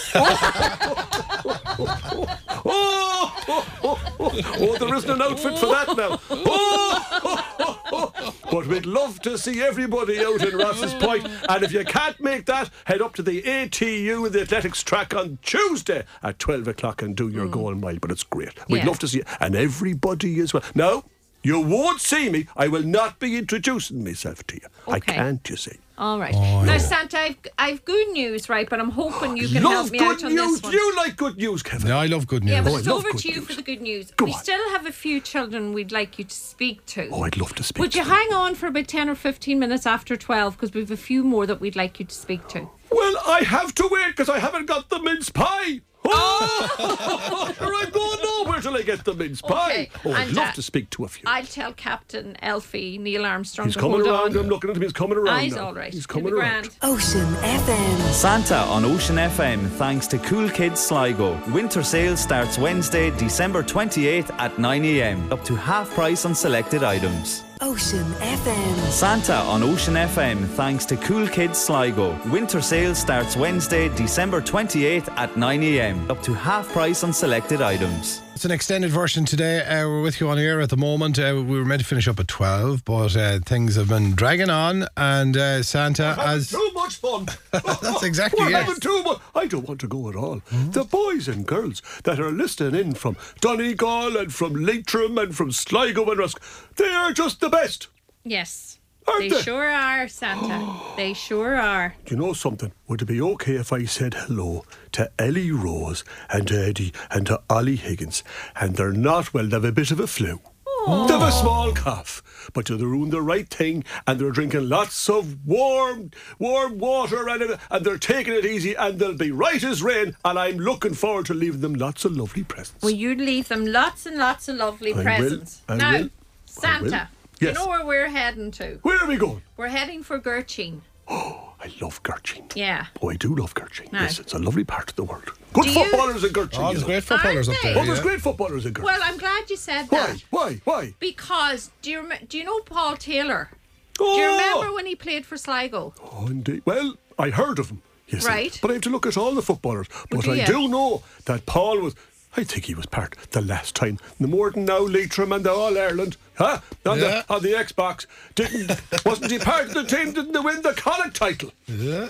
oh, oh, oh, oh. Oh, there isn't an outfit for that now. Oh, oh, oh, oh. But we'd love to see everybody out in Ross's Point. And if you can't make that, head up to the ATU, the athletics track, on Tuesday at 12 o'clock and do your goal mile. But it's great. We'd
Hmm. Yeah.
love to see you. And everybody as well. No, you won't see me. I will not be introducing myself to you. I
Okay.
can't, you see.
All right.
Oh,
now, Santa, I've, I've good news, right? But I'm hoping you can
Love
help me
good
out on
news.
this one.
You like good news, Kevin.
No, I love good news.
yeah, but
Oh, I
it's
love
over
good
to you
news.
for the good news.
Go
we
on.
still have a few children we'd like you to speak to.
Oh, I'd love to speak.
Would
to
you
them.
hang on for about 10 or 15 minutes after 12? Because we've a few more that we'd like you to speak to.
Well, I have to wait because I haven't got the mince pie. Oh, I'm going nowhere till I get the mince pie.
Okay,
Oh, I'd
and,
love
uh,
to speak to a few.
I'll tell Captain Elfie Neil Armstrong
He's
to
coming
hold
around.
on.
I'm looking at him. He's coming around.
Eyes
now.
all right.
He's
He'll be
coming around.
grand.
Ocean FM.
Santa on Ocean FM thanks to Cool Kids Sligo. Winter sale starts Wednesday, December 28th at 9am. Up to half price on selected items.
Ocean FM.
Santa on Ocean FM thanks to Cool Kids Sligo. Winter sale starts Wednesday, December 28th at 9am. Up to half price on selected items.
It's an extended version today. Uh, we're with you on air at the moment. Uh, we were meant to finish up at 12, but uh, things have been dragging on. And uh, Santa, as
Too much fun.
That's exactly
We're
it.
having too much. I don't want to go at all. The boys and girls that are listening in from Donegal and from Leitrim and from Sligo and Rusk, they are just the best.
Yes.
Aren't
They
they?
sure are, Santa. they sure are.
Do you know something? Would it be okay if I said hello to Ellie Rose and to Eddie and to Ollie Higgins? And they're not well, they've a bit of a flu. They've a small cough, but they're doing the right thing and they're drinking lots of warm, warm water and, and they're taking it easy and they'll be right as rain. And I'm looking forward to leaving them lots of lovely presents.
Well, you leave them lots and lots of lovely
I will,
presents.
I
now,
will, I
Santa,
will.
you
Yes.
know where we're heading to?
Where are we going?
We're heading for Gertrude.
I love Gertrude.
Yeah.
Oh, I do love Gertrude.
No.
Yes, it's a lovely part of the world. Good
Do you-
footballers in Gertrude.
all
you
those
know.
Oh, great footballers up
Aren't
there.
they?
Oh, there's
yeah.
great footballers in Gertrude.
Well, I'm glad you said
Why?
that.
Why? Why?
Because do you, rem- do you know Paul Taylor?
Oh,
Do you remember when he played for Sligo?
Oh, indeed. Well, I heard of him. You see.
Right.
But I have to look at all the footballers. But
do
I
you?
do know that Paul was. I think he was part the last time. The Morton now Leitrim and the All Ireland, huh? On,
Yeah.
the, on the Xbox, didn't wasn't he part of the team? Didn't they win the Connacht title?
No.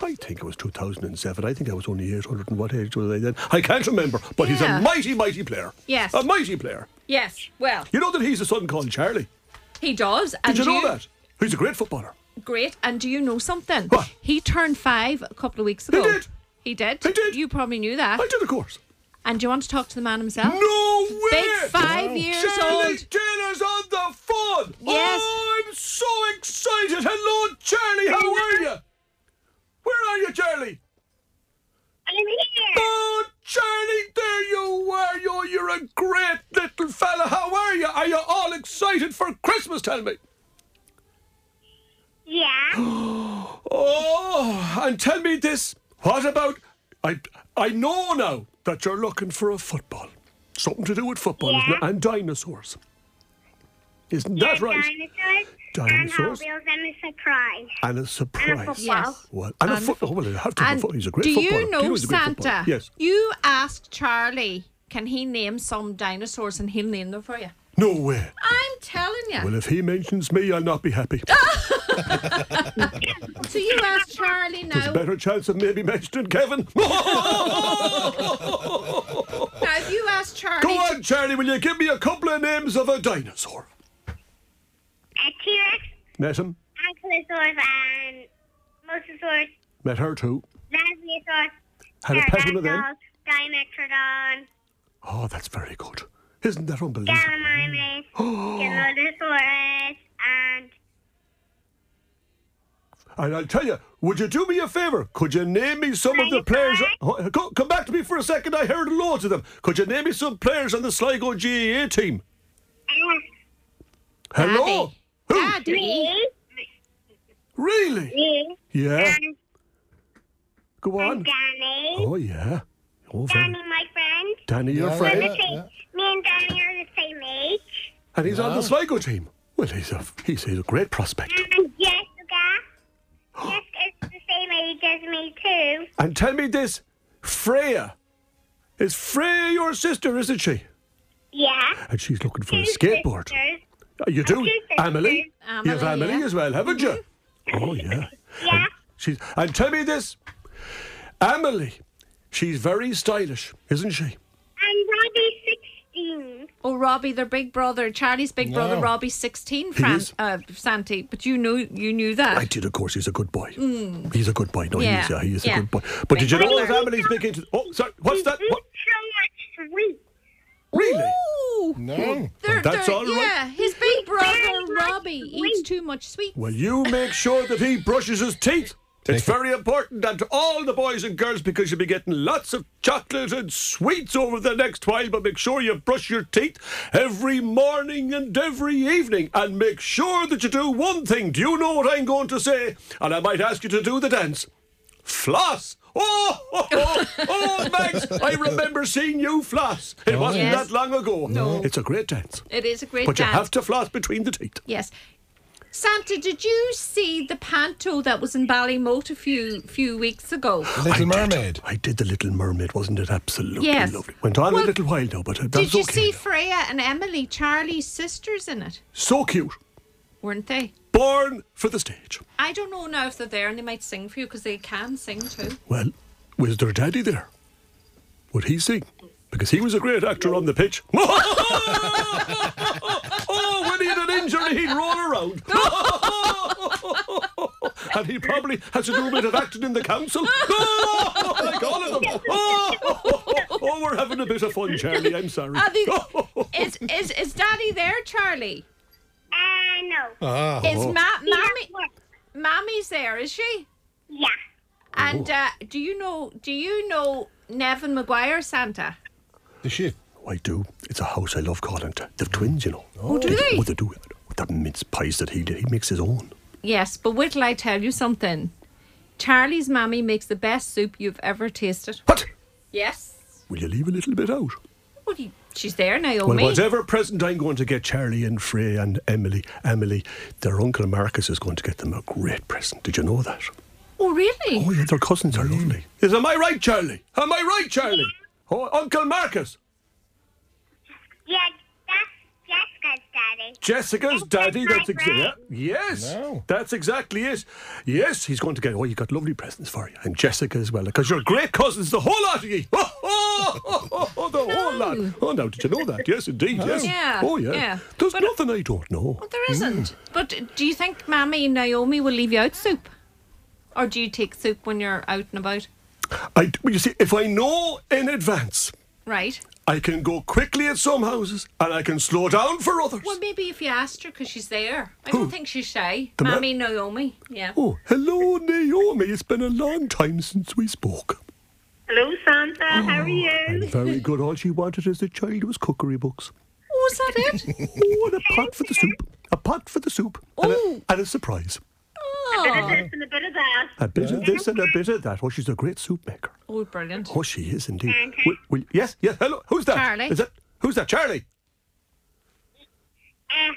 I think it was 2007. I think I was only 800 and what age was I then? I can't remember. But he's
Yeah.
a mighty, mighty player.
Yes.
a mighty player.
Yes. Well,
You know that he's a son called Charlie.
he does.
Did
and
you know that? He's a great footballer.
Great. And do you know something?
What?
He turned five a couple of weeks ago.
did.
He did.
He did.
You probably knew that.
I did, of course.
And do you want to talk to the man himself?
No way!
Oh, Big five years
Charlie
old.
Taylor's on the phone.
Yes.
Oh, I'm so excited. Hello, Charlie. How are you? Where are you, Charlie?
I'm here.
Oh, Charlie, there you are. You're, you're a great little fella. How are you? Are you all excited for Christmas? Tell me.
Yeah.
Oh, and tell me this. What about? I I know now that you're looking for a football, something to do with football isn't it?
Yeah.
and dinosaurs. Isn't that
Yeah,
right? Dinosaurs.
Dinosaurs. And Hot Wheels and a surprise.
and a surprise.
football. Yes.
Well, and, a football. Well, I have to.
And
football. He's a great
do
footballer.
you know
Pino's a great
Santa?
footballer. Yes.
You asked Charlie, can he name some dinosaurs and he'll name them for you.
No way.
I'm telling you.
Well, if he mentions me, I'll not be happy.
so you ask Charlie
There's a
now.
better chance of maybe mentioning Kevin.
Now, if you ask Charlie.
Go on, Charlie. Will you give me a couple of names of a dinosaur?
A T-Rex,
Met him.
Ankylosaurus, and Mosasaurus,
Met her too.
Lasiosaurus,
Had a eh? pet with them.
Pterodactyl, Dimetrodon,
Oh, that's very good. Isn't that unbelievable?
Gallimimus, Ganotosaurus, and
And I'll tell you, would you do me a favour? Could you name me some of the players? Oh, co- come back to me for a second. I heard loads of them. Could you name me some players on the Sligo GAA team?
uh,
Hello. Who?
Ah, Daddy.
me,
Really?
me,
Yeah.
and
Go on.
and Danny.
Oh, yeah. Oh, very-
Danny, my friend.
Danny, your
Yeah,
friend.
We're the same- Me and Danny are the same age.
And he's on
Wow.
the Sligo team. Well, he's a, he's a great prospect.
And Jessica. Jessica is the same age as me too.
And tell me this Freya. Is Freya your sister, isn't she?
Yeah.
And she's looking for a
Two
skateboard.
sisters.
Uh, You do,
two sisters.
Amelie.
Amelie,
You have Amelie
yeah.
as well, haven't you? Oh, yeah.
Yeah.
She's, and tell me this Amelie, she's very stylish, isn't she?
And Robbie's sixteen.
Oh, Robbie, their big brother, Charlie's big brother,
Wow.
Robbie's sixteen. Fran-
is.
uh, Santi, but you knew you knew that.
I did, of course. He's a good boy. He's a good boy. No,
Mm. Yeah,
he's, a, he's
yeah.
a good boy. But did you know
Really?
that Amelie's big into. Oh, sorry. What's
He
that?
eats
What?
so much sweet.
Really?
Ooh.
No.
They're,
that's
they're-
all right.
Yeah, his big
Very
brother
much
Robbie
sweet.
eats too much sweet.
Well, you make sure that he brushes his teeth. It's very important, and to all the boys and girls, because you'll be getting lots of chocolate and sweets over the next while. But make sure you brush your teeth every morning and every evening, and make sure that you do one thing. Do you know what I'm going to say? And I might ask you to do the dance. Floss. Oh, oh, oh, oh, Max! I remember seeing you floss. It wasn't
Yes.
that long ago. No, it's a great dance,
It is a great
but you
dance.
have to floss between the teeth.
Yes. Santa, did you see the panto that was in Ballymote a few few weeks ago?
Little
I did.
Mermaid.
I did the Little Mermaid. Wasn't it absolutely
Yes.
lovely? Went on
Well,
a little while now, but uh, that's
Did you
okay.
see
now.
Freya and Emily, Charlie's sisters, in it?
so cute.
Weren't they?
Born for the stage.
I don't know now if they're there and they might sing for you because they can sing too.
Well, was their daddy there? Would he sing? Because he was a great actor on the pitch. oh, when he had an injury, he'd roll around. and he probably had to do a bit of acting in the council. like all of them. oh, we're having a bit of fun, Charlie. I'm sorry. Oh.
Are they, is, is, is Daddy there, Charlie?
Uh, no.
Ah.
Is ma-
He has
Mammy,
work.
Mammy's there, is she?
Yeah.
And uh, do you know do you know Nevin Maguire Santa?
The ship.
I do. It's a house I love, Colin. They're twins, you know.
Oh, do they?
Oh, they do. With that mince pies that he did, he makes his own.
Yes, but wait till I tell you something. Charlie's mammy makes the best soup you've ever tasted.
What?
Yes.
Will you leave a little bit out?
Well, Oh, you, she's there now, oh
Well,
me.
whatever present I'm going to get Charlie and Frey and Emily, Emily, their uncle Marcus is going to get them a great present. Did you know that?
Oh, really?
Oh, yeah, their cousins
Mm.
are lovely. Is am I right, Charlie? Am I right, Charlie? Oh, Uncle Marcus,
Yeah, that's Jessica's daddy.
Jessica's daddy. That's
my
exactly.
friend.
Yes,
No.
that's exactly it. Yes, he's going to get. Oh, you got lovely presents for you, and Jessica as well, because you're great cousins, the whole lot of you. Oh, oh, oh, oh, oh, the whole lot. Oh, now did you know that? Yes, indeed. Yes.
Yeah,
Oh, yeah.
yeah.
There's nothing I don't know.
Well, there isn't. But do you think mammy and Naomi will leave you out soup? Or do you take soup when you're out and about?
I, well, you see, if I know in advance,
Right.
I can go quickly at some houses, and I can slow down for others.
Well, maybe if you asked her because she's there. I don't think she's shy.
The ma-
mammy, Naomi. Yeah.
Oh, hello, Naomi. It's been a long time since we spoke.
Hello, Santa. How are
And
you?
very good. All she wanted as a child was cookery books.
Oh, is that it?
Oh, and a pot for the soup. A pot for the soup. And a,
Ooh.
and a surprise.
Bit of
oh.
this and a bit of that.
A bit of this and a bit of that. Oh, she's a great soup maker.
oh, brilliant.
Oh, she is indeed. Will, will- yes, yes. Hello. Who's that?
Charlie.
Is that? Who's that? Charlie.
Uh,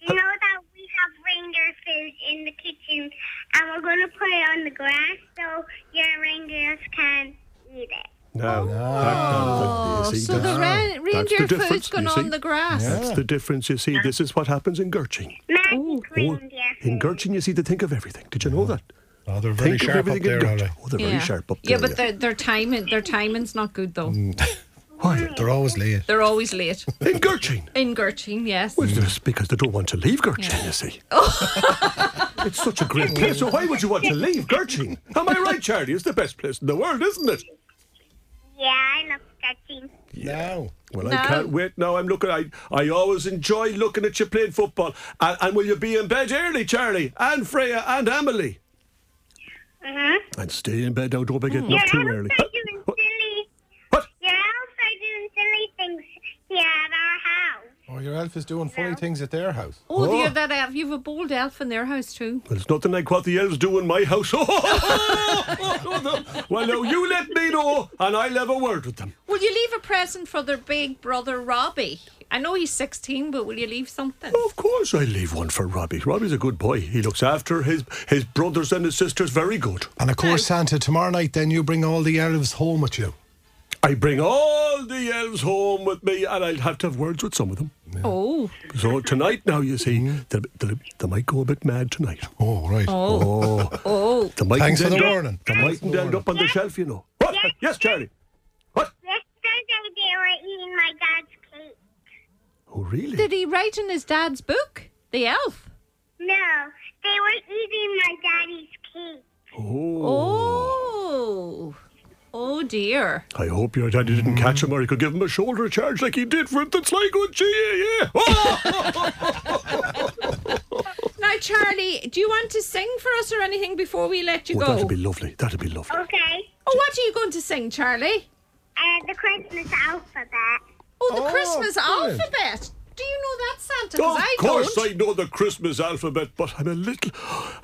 you know that we have reindeer food in the kitchen, and we're gonna put it on the grass so your reindeers can eat it.
No.
Oh, so the re- reindeer food's gone on the grass.
That's the difference, you see. This is what happens in Gerching. Oh,
Magic
Ooh.
reindeer.
In Gerching, you see, they think of everything. Did you know that?
Oh, they're very
think
sharp up
of everything
there,
in
are
Gerching.
they?
Oh, they're
yeah.
very sharp up
Yeah,
there. Mm.
but their their timing their timing's not good though.
Why?
They're always late.
They're always late.
In Gerching.
In Gertine, yes.
Well, it's because they don't want to leave Gertchen, you see. it's such a great place. So why would you want to leave Gertchen? Am I right, Charlie? It's the best place in the world, isn't it?
Yeah, I love sketching.
No.
Well,
No.
I can't wait now. I'm looking. I, I always enjoy looking at you playing football. And, and will you be in bed early, Charlie? And Freya and Emily?
Mm-hmm.
And stay in bed now. Don't be getting
You're
up too
outside
early.
doing
What?
silly.
What?
You're outside doing silly things here at our house.
Oh, your elf is doing funny
No.
things at their house.
Oh, The, that elf. You have a bold elf in their house too.
Well, it's nothing like what the elves do in my house. Oh, well, now you let me know, and I'll have a word with them.
Will you leave a present for their big brother Robbie? I know he's 16, but will you leave something?
Of course, I'll leave one for Robbie. Robbie's a good boy. He looks after his his brothers and his sisters very good.
And of course, Santa, tomorrow night then you bring all the elves home with you.
I bring all the elves home with me, and I'll have to have words with some of them.
Oh,
So tonight, now you see, they, they, they might go a bit mad tonight.
Oh, right.
oh,
Oh,
oh.
they might
Thanks for
end
the
up-
warning.
They
Thanks
mightn't
for the
end
warning.
up on the shelf, you know. What? Yes, Charlie. What?
Yesterday they were eating my dad's cake.
Oh, really?
Did he write in his dad's book? The elf.
No, they were eating my daddy's cake.
Oh.
Oh. Oh dear.
I hope your daddy didn't catch him or he could give him a shoulder charge like he did for the Sligo and Chee, yeah. Oh!
Now, Charlie, do you want to sing for us or anything before we let you
oh,
go?
that'd be lovely. That'd be lovely.
Okay.
oh, what are you going to sing, Charlie?
Uh, the Christmas alphabet.
Oh, the
Oh,
Christmas
brilliant.
alphabet. Do you know that, Santa?
Of
'Cause I
course
don't.
I know the Christmas alphabet, but I'm a little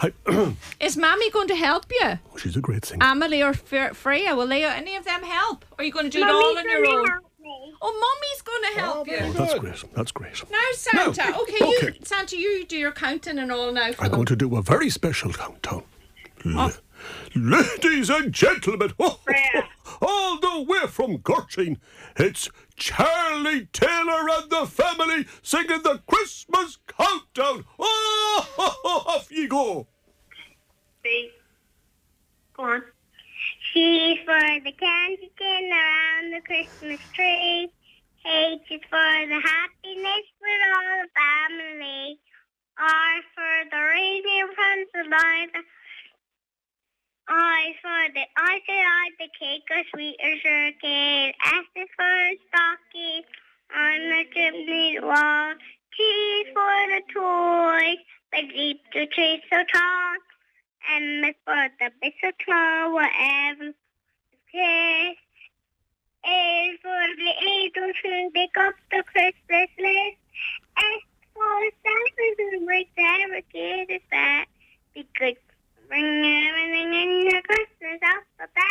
I, oh,
Is Mammy going to help you?
she's a great singer.
Amelie or Fe- Freya, will they, any of them help? Or are you going to do it all
Mommy's
on your
gonna
own?
help me.
Oh, Mummy's going to help
Oh,
you.
that's
Good.
great. That's great.
Now, Santa,
No.
okay, you,
Okay.
Santa, you do your counting and all now for
I'm
them.
going to do a very special countdown. Le- Ladies and gentlemen, oh, oh, oh, all the way from Gorching, it's Charlie Taylor and the family singing the Christmas countdown. Oh, oh, oh, off you go.
See? Go on.
C is for the candy cane around the Christmas tree. H is for the happiness with all the family. R for the reindeer runs alive. I for the I say I the cake or sweet or sugarcane. S is for a stocking on the chimney wall. T is for the toys that leap the trees so tall. And Miss for the mistletoe whatever kiss. A for the angels who pick up the Christmas list. S for Santa's who breaks every kid is fat. Be good. Bring everything in your Christmas alphabet.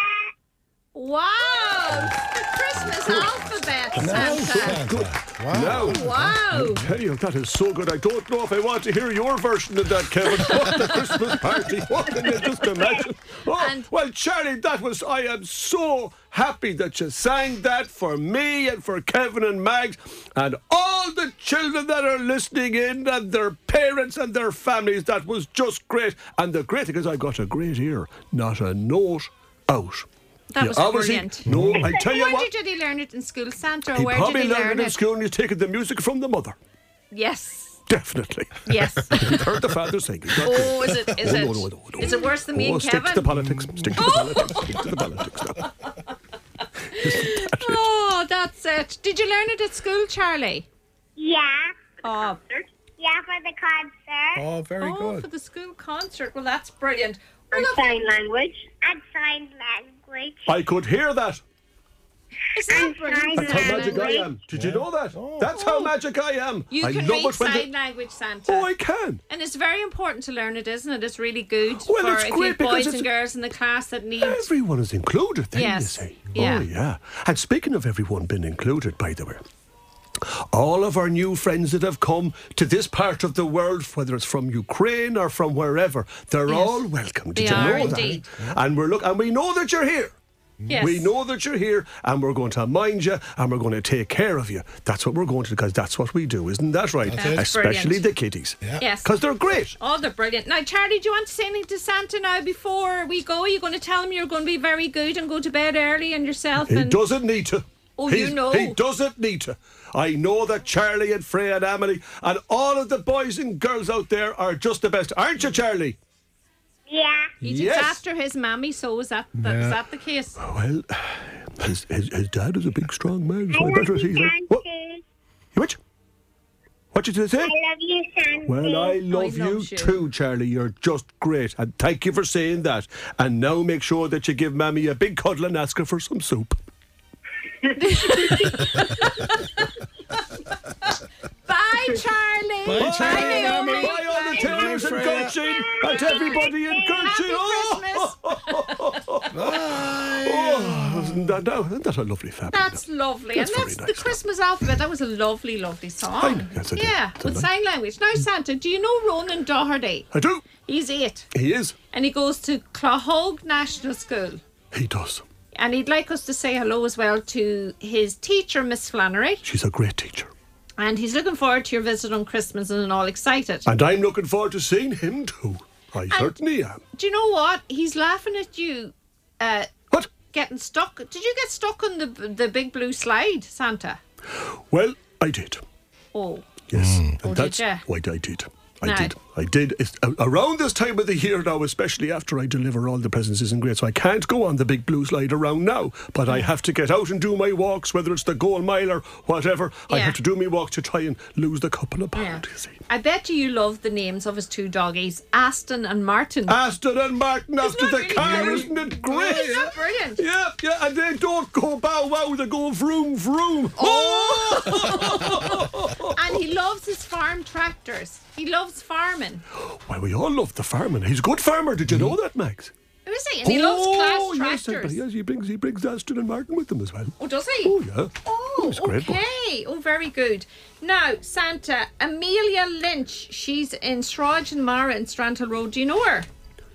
Wow! The Christmas alphabet, Santa.
Wow.
Now,
Wow!
tell you, that is so good. I don't know if I want to hear your version of that, Kevin. What the Christmas party? What can you just imagine? Oh,
And-
well, Charlie, that was. I am so happy that you sang that for me and for Kevin and Mags and all the children that are listening in and their parents and their families. That was just great. And the great thing is, I got a great ear, not a note out.
That
You
was
obviously-
brilliant.
No, I tell you
Where
what.
did he learn it in school, Santa? Or
He
where did
probably
he
learned
learn
it in
it?
school and he's taken the music from the mother.
Yes,
Definitely.
yes.
You've heard the father sing. Is that
oh, is it? Is
Oh,
it?
no, no, no, no.
Is it worse than me
oh,
and
stick to the
Kevin?
politics. Stick to the politics. Stick to the politics. now.
oh, that's it. Did you learn it at school, Charlie?
Yeah.
Oh,
Yeah, for the concert.
Oh, very
oh
good.
for the school concert. Well, that's brilliant. Well,
And
look,
sign language.
And sign language.
I could hear that.
isn't that
and
brilliant?
That's how magic I
Language.
am. Did you know that? That's
Oh.
how magic I am.
You
I
can
love
read
it when
sign
the-
language, Santa.
Oh, I can.
And it's very important to learn it, isn't it? It's really good
Well,
for
it's
if
great
you have
because
boys
it's-
and girls in the class that need.
Everyone is included, then,
Yes.
you see.
Yeah.
Oh, yeah. And speaking of everyone being included, by the way, all of our new friends that have come to this part of the world, whether it's from Ukraine or from wherever, they're
Yes.
all welcome. Did
They
you know
are
that?
indeed.
And we're look, and we know that you're here.
Yes.
We know that you're here and we're going to mind you and we're going to take care of you. That's what we're going to do because that's what we do, isn't that right?
That's it.
Especially
Brilliant.
the kiddies.
Yes.
Because they're great.
Oh, they're brilliant. Now, Charlie, do you want to say anything to Santa now before we go? You're going to tell him you're going to be very good and go to bed early and yourself.
He
And
doesn't need to.
Oh,
He's-
you know.
He doesn't need to. I know that Charlie and Freya and Emily and all of the boys and girls out there are just the best. Aren't you, Charlie?
Yeah.
he's
Yes.
after his mammy, so is that, that is
Yeah.
that the case?
Well, his, his, his dad is a big, strong man,
I
so I,
love
better
you,
see that.
Santa.
What? Which? What did you say?
I love you, Santa.
Well, I love you
loves you.
too, Charlie. You're just great. And thank you for saying that. And now make sure that you give Mammy a big cuddle and ask her for some soup.
Bye,
Bye,
Bye,
Charlie.
Naomi.
Bye, all the
Bye.
tailors in
Bye,
Gurchin and everybody in Gurchin. Oh,
Bye.
oh, Isn't that, no, isn't that a lovely family?
That's lovely.
That's
and
very
that's
nice,
the
though.
Christmas alphabet. That was a lovely, lovely song.
I know, yes, I did.
yeah,
It's a
with
nice-
sign language. Now, Santa, do you know Ronan Doherty?
I do.
He's eight
He is.
and he goes to Clahogue National School.
He does.
And he'd like us to say hello as well to his teacher, Miss Flannery.
She's a great teacher.
And he's looking forward to your visit on Christmas and all excited.
And I'm looking forward to seeing him too. I certainly am.
Do you know what? He's laughing at you uh,
What?
getting stuck. Did you get stuck on the the big blue slide, Santa?
Well, I did.
Oh,
Yes.
Oh,
Mm.
did
And that's
ya?
why I did. I
No.
did. I did. It's a- around this time of the year now, especially after I deliver all the presents, isn't great. So I can't go on the big blue slide around now, but I have to get out and do my walks, whether it's the goal mile or whatever. I
Yeah.
have to do my walk to try and lose the couple of
yeah.
pounds, you see.
I bet you you love the names of his two doggies, Aston and Martin.
Aston and Martin Ah, after
not
the
really
car,
great.
isn't it great?
Isn't that brilliant?
Yeah, yeah, and they don't go bow wow, they go vroom vroom.
Oh! And he loves his farm tractors. He loves farming.
Oh! Why, we all love the farmer. He's a good farmer. Did
Mm-hmm.
you know that, Max?
Who is he? And he loves class
Oh, yes,
tractors.
everybody- yes, he brings he brings Aston and Martin with him as well.
Oh, does he?
Oh yeah.
Oh,
He's a great boy.
okay. Oh, very good. Now, Santa, Amelia Lynch, she's in Sraj and Mara in Strandhill Road. Do you know her?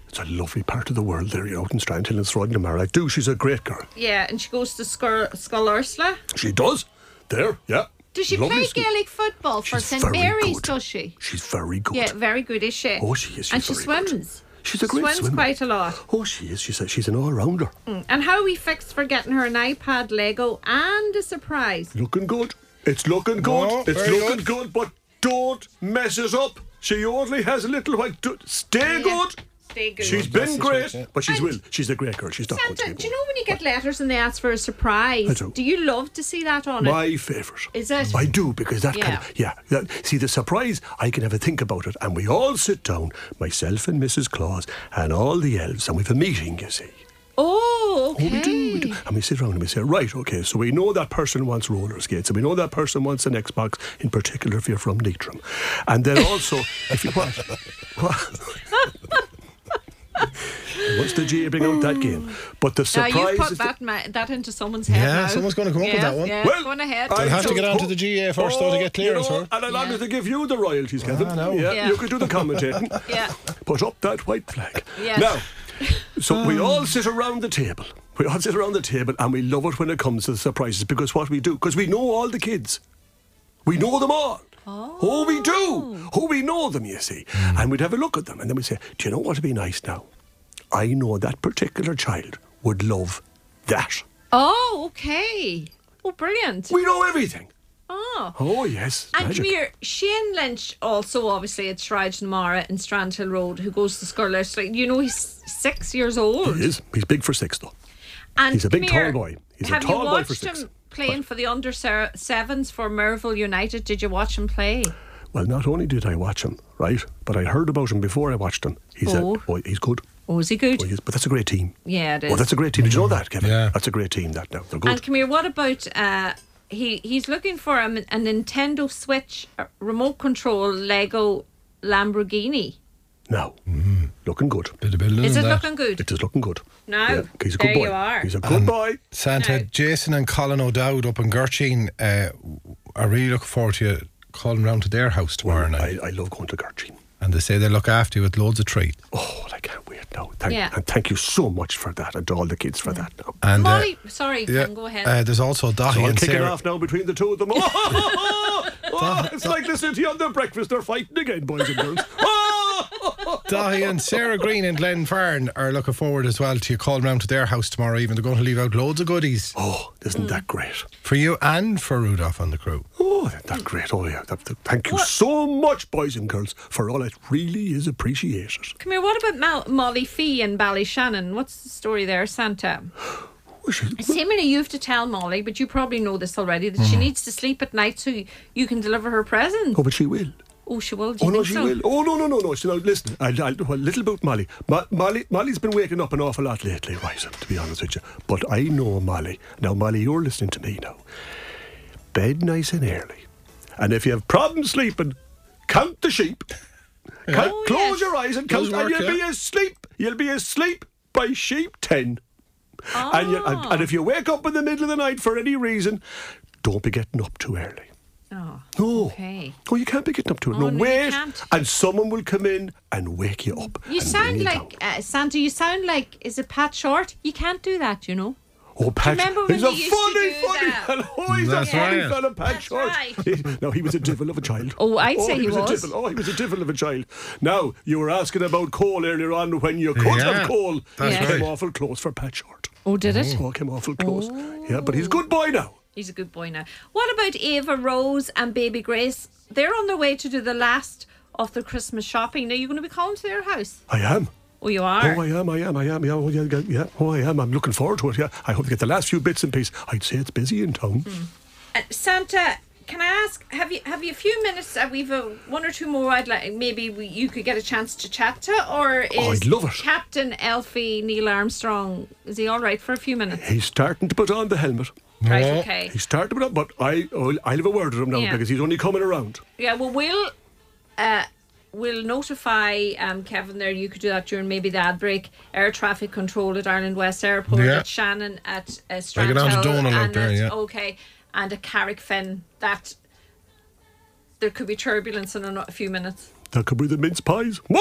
It's a lovely part of the world there, you know, in Strandhill and Throdnamara. I do. She's a great girl.
Yeah, and she goes to Skull, Skull Ursula.
She does. There, yeah.
Does she
Lovely
play
school.
Gaelic football for
She's
St
very
Mary's,
good.
does she?
She's very good.
Yeah, very good, is she?
Oh, she is. She's
and she
very good.
swims.
She's a great
swims
swimmer.
quite a lot. Mm.
Oh, she is. She's a, she's an all-rounder.
And how are we fixed for getting her an iPad, Lego, and a surprise?
Looking good. It's looking good.
Oh,
it's
very
looking good. but don't mess it up. She only has a little white. do- Stay
Yeah.
good.
Stay good.
She's been
the
great,
choice, yeah.
but she's
And-
will. She's a great girl. She's not going to
Santa,
be
do you
bored.
know when you get letters and they ask for a surprise?
I do.
you love to see that on it?
My favourite.
Is it?
I do because that kind
Yeah.
of yeah. That, see the surprise. I can have a think about it, and we all sit down, myself and Mrs. Claus and all the elves, and we've a meeting. You see.
Oh, okay.
Oh, we do, we do. And we sit around and we say, right, okay, so we know that person wants roller skates, and we know that person wants an Xbox, in particular if you're from Leitrim. And then also, if you what, what What's the GA bring out that game? But the
Now
surprise
you've put
is the-
that, ma- that into someone's head.
Yeah,
now.
someone's gonna come up with
Yeah,
that one.
Yeah,
Well,
go on ahead.
I
have to
just
get onto
hope-
the GA first, though, to get clearance
Oh, You
for
know,
it.
and I'll
Yeah.
have to give you the royalties, Kevin.
I know.
Yeah,
Yeah.
you could do the commentating.
Yeah.
Put up that white flag.
Yes. Um.
Now, so we all sit around the table. We all sit around the table, and we love it when it comes to the surprises because what we do, because we know all the kids, we know them all. Oh. we do. Oh, we know them, you see.
Hmm.
And we'd have a look at them, and then we say, "Do you know what would be nice now? I know that particular child would love that.
Oh, okay. Oh, brilliant.
We know everything.
Oh.
Oh yes.
And
magic.
come here, Shane Lynch, also obviously at Shraj and Mara in Strandhill Road, who goes to Scarlet Street. You know, he's six years old.
He is. He's big for six, though.
And
He's a big
come here,
tall boy. He's a
have
tall
you
boy
watched
for six.
him playing for the under se- sevens for Merville United? Did you watch him play?
Well, not only did I watch him, right, but I heard about him before I watched him. He's
Oh.
a boy. He's good.
Oh, is he good?
Boy, he is- but that's a great team.
yeah, it is.
Oh, that's a great team. Did you know that, Kevin?
Yeah.
That's a great team. That now they're
and
good.
come here, what about uh, he? He's looking for a, a Nintendo Switch a remote control Lego
Mm,
Lamborghini.
now, looking good.
Did a bit of
Is it
that.
looking good?
It is looking good.
No,
he's a
there
good boy.
you are.
He's a good boy.
Santa,
No.
Jason and Colin O'Dowd up in Gerchine uh, are really looking forward to you calling round to their house tomorrow night.
I, I love going to Gertrude.
And they say they look after you with loads of treats.
Oh, I can't wait now. Thank,
Yeah.
And thank you so much for that and to all the kids for that now.
And, uh,
Molly, sorry, Ken, go ahead.
Uh, there's also Dottie
So I'm
and
kicking
Sarah.
off now between the two of them. Oh, oh, oh, oh, it's like the city on their breakfast. They're fighting again, boys and girls. Oh, oh, oh.
Dahi and Sarah Green and Glen Farn are looking forward as well to you calling round to their house tomorrow evening. They're going to leave out loads of goodies
Oh, isn't that great?
for you and for Rudolph and the crew.
Oh, isn't that great? Oh, yeah. That, that- thank you so much, boys and girls, for all it really is appreciated.
Come here, what about Mal- Molly Fee and Ballyshannon? What's the story there, Santa?
Oh, she-
Seemingly, you have to tell Molly, but you probably know this already, that she needs to sleep at night so y- you can deliver her present.
Mm-hmm. oh, but she will.
Oh, she will. Do
Oh
you
no,
think
she
so?
will. Oh no, no, no, no. So now listen, I, I, well, little about Molly. Mo- Molly, Molly's been waking up an awful lot lately, right? To be honest with you, but I know Molly. Now, Molly, you're listening to me now. Bed nice and early, and if you have problems sleeping, count the sheep. Count,
Oh,
close
yes.
your eyes and
Does
count,
work,
and you'll
yeah.
be asleep. You'll be asleep by sheep ten. And, you, and, and if
Ah.
you wake up in the middle of the night for any reason, don't be getting up too early.
Oh,
No.
okay.
Oh, you can't be getting up to it.
Oh,
no,
no, you
wait.
can't.
And someone will come in and wake you up.
You
and bring
sound
you down.
like uh, Santa. You sound like is it Pat Short? You can't do that, you know.
Oh, Pat.
remember when
he's
they
a
used to
funny,
do
funny
that?
fella. Oh, he's
That's
a funny
right.
fella, Pat
That's
Short.
right.
He- no, he was a devil of a child.
Oh, I'd say he
was.
was.
A devil. Oh, he was a devil of a child. Now, you were asking about coal earlier on when you could
Yeah,
have coal.
that's
It
Yeah.
came
right.
awful close for Pat Short.
Oh, did it? Oh.
Oh, it came awful close. Yeah, but he's a good boy now.
He's a good boy now. What about Ava Rose and Baby Grace? They're on their way to do the last of their Christmas shopping. Now you're going to be calling to their house.
I am.
Oh, you are.
Oh, I am, I am, I am. Yeah, oh, yeah, yeah, yeah. Oh, I am. I'm looking forward to it. Yeah, I hope to get the last few bits and pieces. I'd say it's busy in town.
Uh, Santa, can I ask? Have you have you a few minutes? Uh, we've uh, one or two more. I'd like maybe we, you could get a chance to chat to, or is
Oh, I'd love it.
Captain Elfie Neil Armstrong? Is he all right for a few minutes?
He's starting to put on the helmet.
Right.
Oh.
Okay.
He's starting to put on, but I, I'll, I'll have a word with him now
Yeah.
because he's only coming around.
Yeah, well, we'll uh, we'll notify um, Kevin there. You could do that during maybe the ad break. Air traffic control at Ireland West Airport,
Yeah.
at Shannon, at uh,
Like it
Strandhill,
on to Donal out
and
there,
at-
yeah.
okay, and at Carrickfen. That there could be turbulence in a no- a few minutes.
That could be the mince pies. Whoa!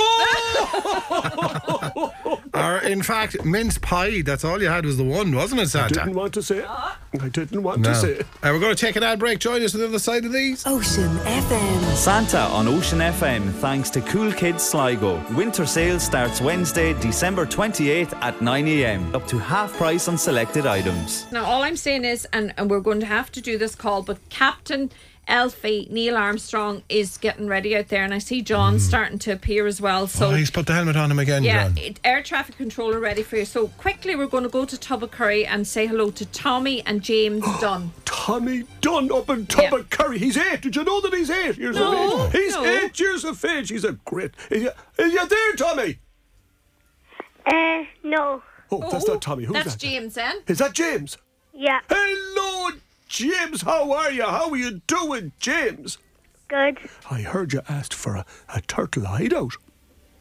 Or, in fact, mince pie. That's all you had was the one, wasn't it,
didn't
Santa?
want to say it. I didn't want
No.
to say it.
Uh, we're going to take an ad break. Join us on the other side of these.
Ocean FM.
Santa on Ocean FM thanks to Cool Kids Sligo. Winter sale starts Wednesday, December 28th at 9am. Up to half price on selected items.
Now, all I'm saying is, and, and we're going to have to do this call, but Captain Elfie Neil Armstrong is getting ready out there, and I see John
Mm.
starting to appear as well. So,
oh, he's put the helmet on him again,
yeah,
John.
it, air traffic controller ready for you. So, quickly, we're going to go to Tubacurry and say hello to Tommy and James Dunn.
Tommy Dunn up in tub
Yeah.
of curry. He's eight. Did you know that he's eight years
No,
of age? He's
no.
eight years of age. He's a great. Is you, is you there, Tommy?
Uh, no.
Oh, that's
Oh,
not Tommy. Who's
That's
that?
James then.
Is that James?
Yeah.
Hello, James. How are you? How are you doing, James?
Good.
I heard you asked for a, a turtle hideout.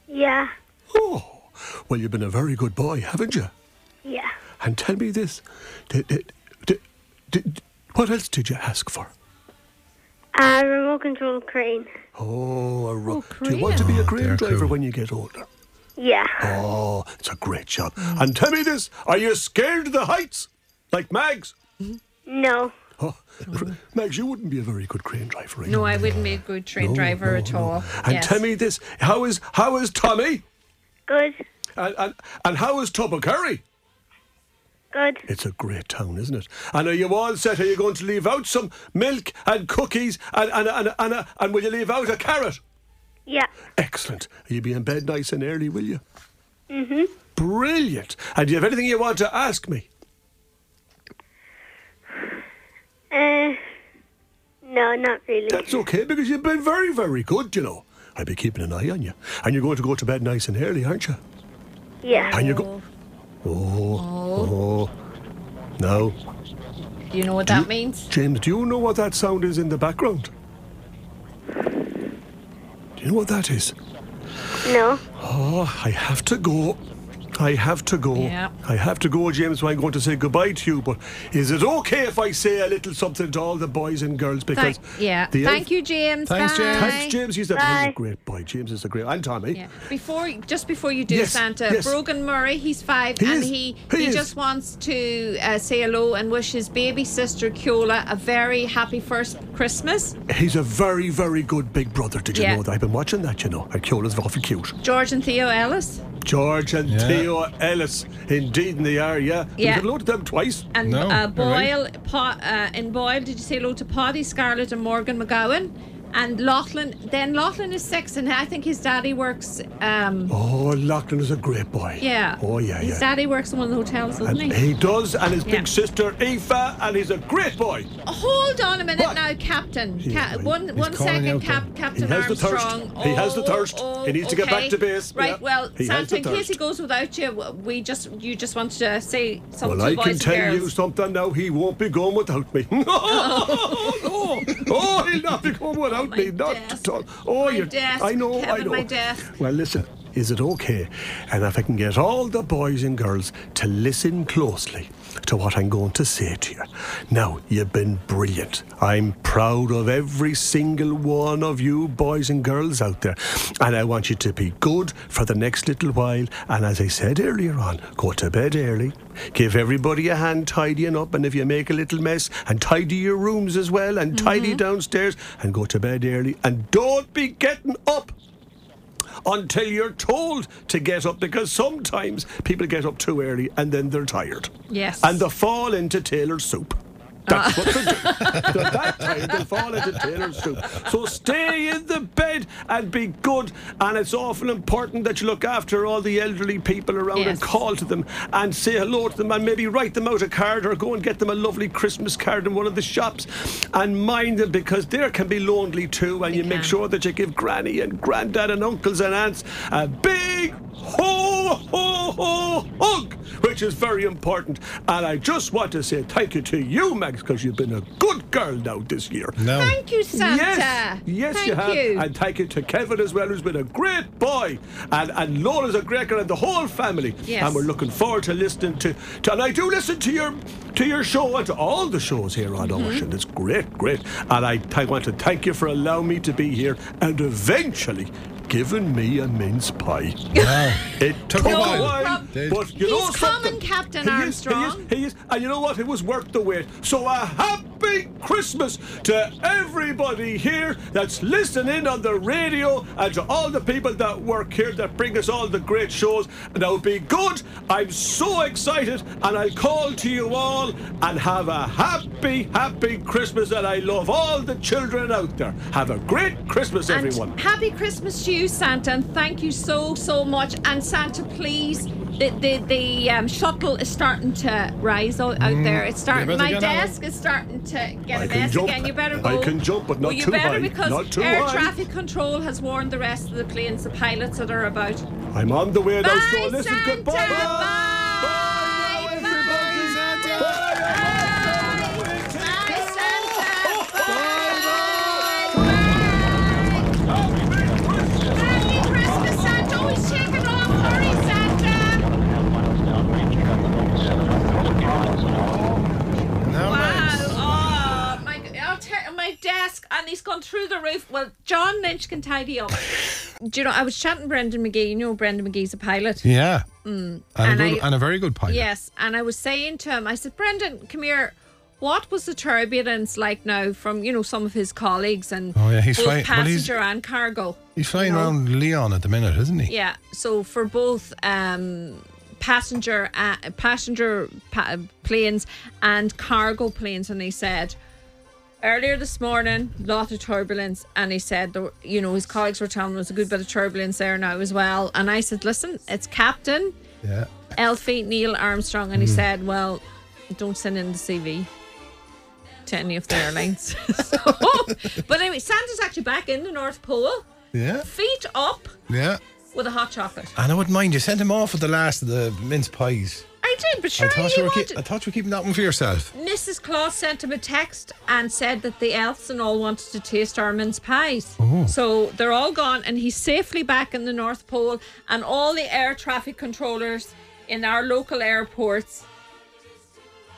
Yeah.
Oh, well, you've been a very good boy, haven't you?
Yeah.
And tell me this. Did, did, did, did- what else did you ask for?
Uh, remote control crane.
Oh, a ro-
Oh,
do you want to be a
they're
crane driver
cool.
when you get older?
Yeah.
Oh, it's a great job. And tell me this. Are you scared of the heights? Like Mags?
No.
Oh, cr- Mags, you wouldn't be a very good crane driver. eh?
Mm-hmm. No, I wouldn't be a good train
No,
driver
no,
at
no.
all.
And
Yes.
tell me this. How is, how is Tommy?
Good.
And, and, and how is Tubba Curry?
Good.
It's a great town, isn't it? And are you all set? Are you going to leave out some milk and cookies? And and and and, and, and will you leave out a carrot?
Yeah.
Excellent. You'll be in bed nice and early, will you? Mm-hmm. Brilliant. And do you have anything you want to ask me?
Uh, no, not really.
That's okay because you've been very, very good, you know. I'll be keeping an eye on you. And you're going to go to bed nice and early, aren't you?
Yeah.
And you go. Oh. Oh. No.
You know what that means?
James, do you know what that sound is in the background? Do you know what that is?
No.
Oh, I have to go. I have to go.
Yeah.
I have to go, James. So I'm going to say goodbye to you. But is it okay if I say a little something to all the boys and girls? Because
Thank, yeah.
the
Thank you, James.
Thanks, James.
Bye.
Thanks, James. He's a, he's a
Bye.
great boy. James is a great and Tommy.
Yeah. Before, just before you do,
Yes,
Santa,
yes.
Brogan Murray, he's five,
He
and
is,
he
he
he,
is.
just wants to uh, say hello and wish his baby sister Kiola a very happy first Christmas.
He's a very, very good big brother. Did you
Yeah.
know that? I've been watching that. You know, and Keola's awful cute.
George and Theo Ellis,
George and
Yeah.
Theo Ellis, indeed, and they are. Yeah,
Yeah.
We've loaded them twice.
and
No,
uh,
all right.
Boyle po- uh, in Boyle. Did you say hello to Potty, Scarlett, and Morgan McGowan? And Laughlin, then Laughlin is six, and I think his daddy works. Um,
Oh, Lachlan is a great boy.
yeah.
Oh yeah,
His
yeah.
daddy works in one of the hotels, doesn't
And
he?
he does, and his
Yeah.
big sister Aoife, and he's a great boy.
Hold on a minute
What?
now, Captain. Ca-
right.
one one
calling
second,
out
Cap-
then.
Captain
He has the thirst.
Armstrong. Oh,
He has the thirst. He needs to get back to base.
Right.
Yeah.
Well,
He
Santa,
has the
in case
thirst.
he goes without you, w- we just you just wanted to say something
Well, I
to the boys
can
and
tell
girls.
you something now. He won't be going without me. Oh, he'll not be going without
my
me. Not
desk.
at all. Oh,
My
you.
desk,
I know. I
Kevin,
know.
my desk.
Well, listen. Is it okay? And if I can get all the boys and girls to listen closely to what I'm going to say to you. Now, you've been brilliant. I'm proud of every single one of you boys and girls out there. And I want you to be good for the next little while. And as I said earlier on, go to bed early. Give everybody a hand tidying up. And if you make a little mess, and tidy your rooms as well, and tidy downstairs, and go to bed early. And don't be getting up until you're told to get up because sometimes people get up too early and then they're tired.
Yes.
And they fall into Taylor soup. That's what they do. At that time, they fall into Taylor soup. So stay in the bed and be good. And it's awful important that you look after all the elderly people around and
Yes.
call to them and say hello to them and maybe write them out a card or go and get them a lovely Christmas card in one of the shops and mind them because there can be lonely too. And you make
can.
sure that you give granny and granddad and uncles and aunts a big ho ho ho hug, which is very important. And I just want to say thank you to you, Max, because you've been a good girl now this year.
No.
Thank you, Santa.
Yes, yes,
Thank
you have.
You.
And thank you to Kevin as well, who's been a great boy, and and Laura's a great girl, and the whole family.
Yes.
And we're looking forward to listening to, to. And I do listen to your to your show and to all the shows here on
Mm-hmm.
Ocean. It's great, great. And I, I want to thank you for allowing me to be here, and eventually. Giving me a mince pie.
Wow.
It
Took
took,
a
a
while.
while,
Did.
but you
He's
know
common,
something.
Captain
He is, he is,
Armstrong.
he is. And you know what? It was worth the wait. So a happy Christmas to everybody here that's listening on the radio and to all the people that work here that bring us all the great shows. Now be good. I'm so excited and I'll call to you all and have a happy, happy Christmas. And I love all the children out there. Have a great Christmas,
And
everyone.
happy Christmas to you, Santa, and thank you so so much. And Santa, please, the the, the um, shuttle is starting to rise out,
Mm.
out there. It's starting.
better
My
get on it.
desk is starting to get
I
a
can
mess
jump.
again. You better go.
I can jump, but
well,
not
you
too
better
high.
because
Not too
air
high.
traffic control has warned the rest of the planes, the pilots that are about.
I'm on the way now,
Bye,
so listen,
Santa.
goodbye.
Bye.
Bye now, everybody. Bye.
Bye, Santa. Happy Christmas, Santa. Always shake it off, hurry, Santa.
No,
Wow.
Max.
Oh, my, I'll tell my desk, and he's gone through the roof. Well, John Lynch can tidy up. Do you know, I was chatting Brendan McGee. You know, Brendan McGee's a pilot.
Yeah. And,
Mm. And
a good,
I-
and a very good pilot.
Yes. And I was saying to him, I said, Brendan, come here. What was the turbulence like now from, you know, some of his colleagues and
Oh, yeah, he's
both
fine. Well, he's-
passenger and cargo?
He's flying
No.
around Leon at the minute, isn't he?
Yeah. So for both um, passenger uh, passenger pa- planes and cargo planes, and they said earlier this morning, lot of turbulence, and he said, there were- you know, his colleagues were telling him there's a good bit of turbulence there now as well. And I said, listen, it's Captain
Yeah.
Elfie Neil Armstrong, and he said, well, don't send in the CV. To any of the airlines. so, but anyway, Santa's actually back in the North Pole,
Yeah.
feet up
Yeah.
with a hot chocolate.
And I wouldn't mind you sent him off at the last of the mince pies.
I did, but sure,
I thought you
you
were
would.
keep, I thought you were keeping that one for yourself.
Mrs. Claus sent him a text and said that the elves and all wanted to taste our mince pies.
Oh.
So they're all gone, and he's safely back in the North Pole, and all the air traffic controllers in our local airports,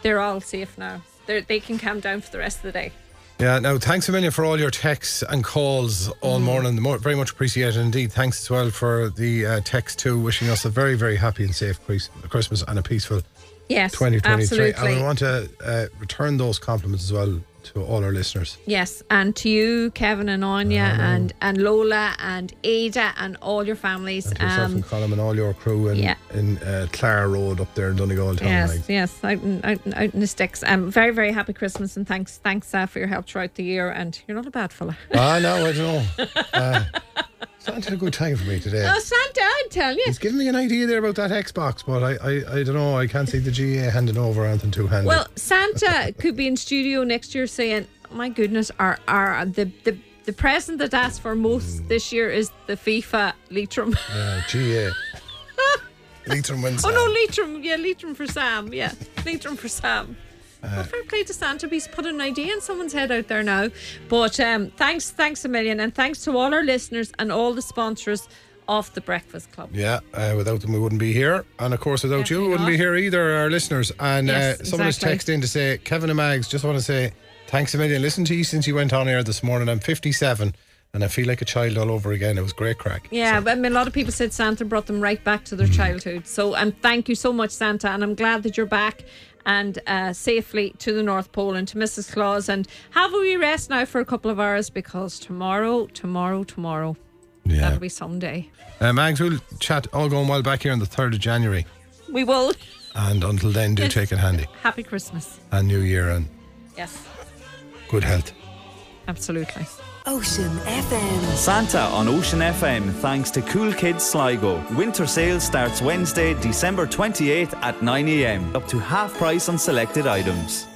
they're all safe now. They're, they can calm down for the rest of the day.
Yeah, no, thanks a million for all your texts and calls all
Mm.
morning. The more, very much appreciated indeed. Thanks as well for the uh, text too, wishing us a very, very happy and safe Chris- Christmas and a peaceful
Yes,
2023.
absolutely.
And I want to uh, return those compliments as well to all our listeners.
Yes, and to you, Kevin and Anya, and, and Lola, and Ada, and all your families.
To yourself and Colin and all your crew in,
Um, yeah.
in uh, Clara Road up there in Donegal Town.
Yes,
like.
yes, out in, out, in, out in the sticks. Um, very, very happy Christmas and thanks, thanks uh, for your help throughout the year. And you're not a bad fella.
Ah, no, I don't know. Uh, Santa had a good time for me today.
Oh, Santa, I tell you.
He's giving me an idea there about that Xbox, but I, I, I don't know. I can't see the GA handing over anything two handed.
Well, Santa could be in studio next year saying, "My goodness, our our the the." The present that asked for most this year is the FIFA Leitrim.
uh, GA. Leitrim wins.
Oh
that.
no, Leitrim. Yeah, Leitrim for Sam. Yeah, Leitrim for Sam.
Uh,
well, fair play to Santa. He's put an idea in someone's head out there now. But um, thanks, thanks a million, and thanks to all our listeners and all the sponsors of the Breakfast Club.
Yeah, uh, without them we wouldn't be here, and of course without you we
Definitely
wouldn't be
not.
here either. Our listeners and
Yes,
uh, someone has
exactly.
texted in to say Kevin and Mags just want to say thanks a million. Listen to you since you went on air this morning. I'm 57 and I feel like a child all over again. It was great crack.
Yeah, but I mean, a lot of people said Santa brought them right back to their
Mm.
childhood. So, and thank you so much, Santa. And I'm glad that you're back and uh, safely to the North Pole and to Mrs. Claus. And have a wee rest now for a couple of hours because tomorrow, tomorrow, tomorrow,
yeah.
that'll be Sunday.
Uh, Mags, we'll chat all going well back here on the 3rd of January,
We will.
and until then, do
Yes.
take it handy
Happy Christmas.
and New Year and
Yes,
good health.
absolutely.
Ocean FM.
Santa on Ocean FM thanks to Cool Kids Sligo. Winter sale starts Wednesday, December 28th at 9am, up to half price on selected items.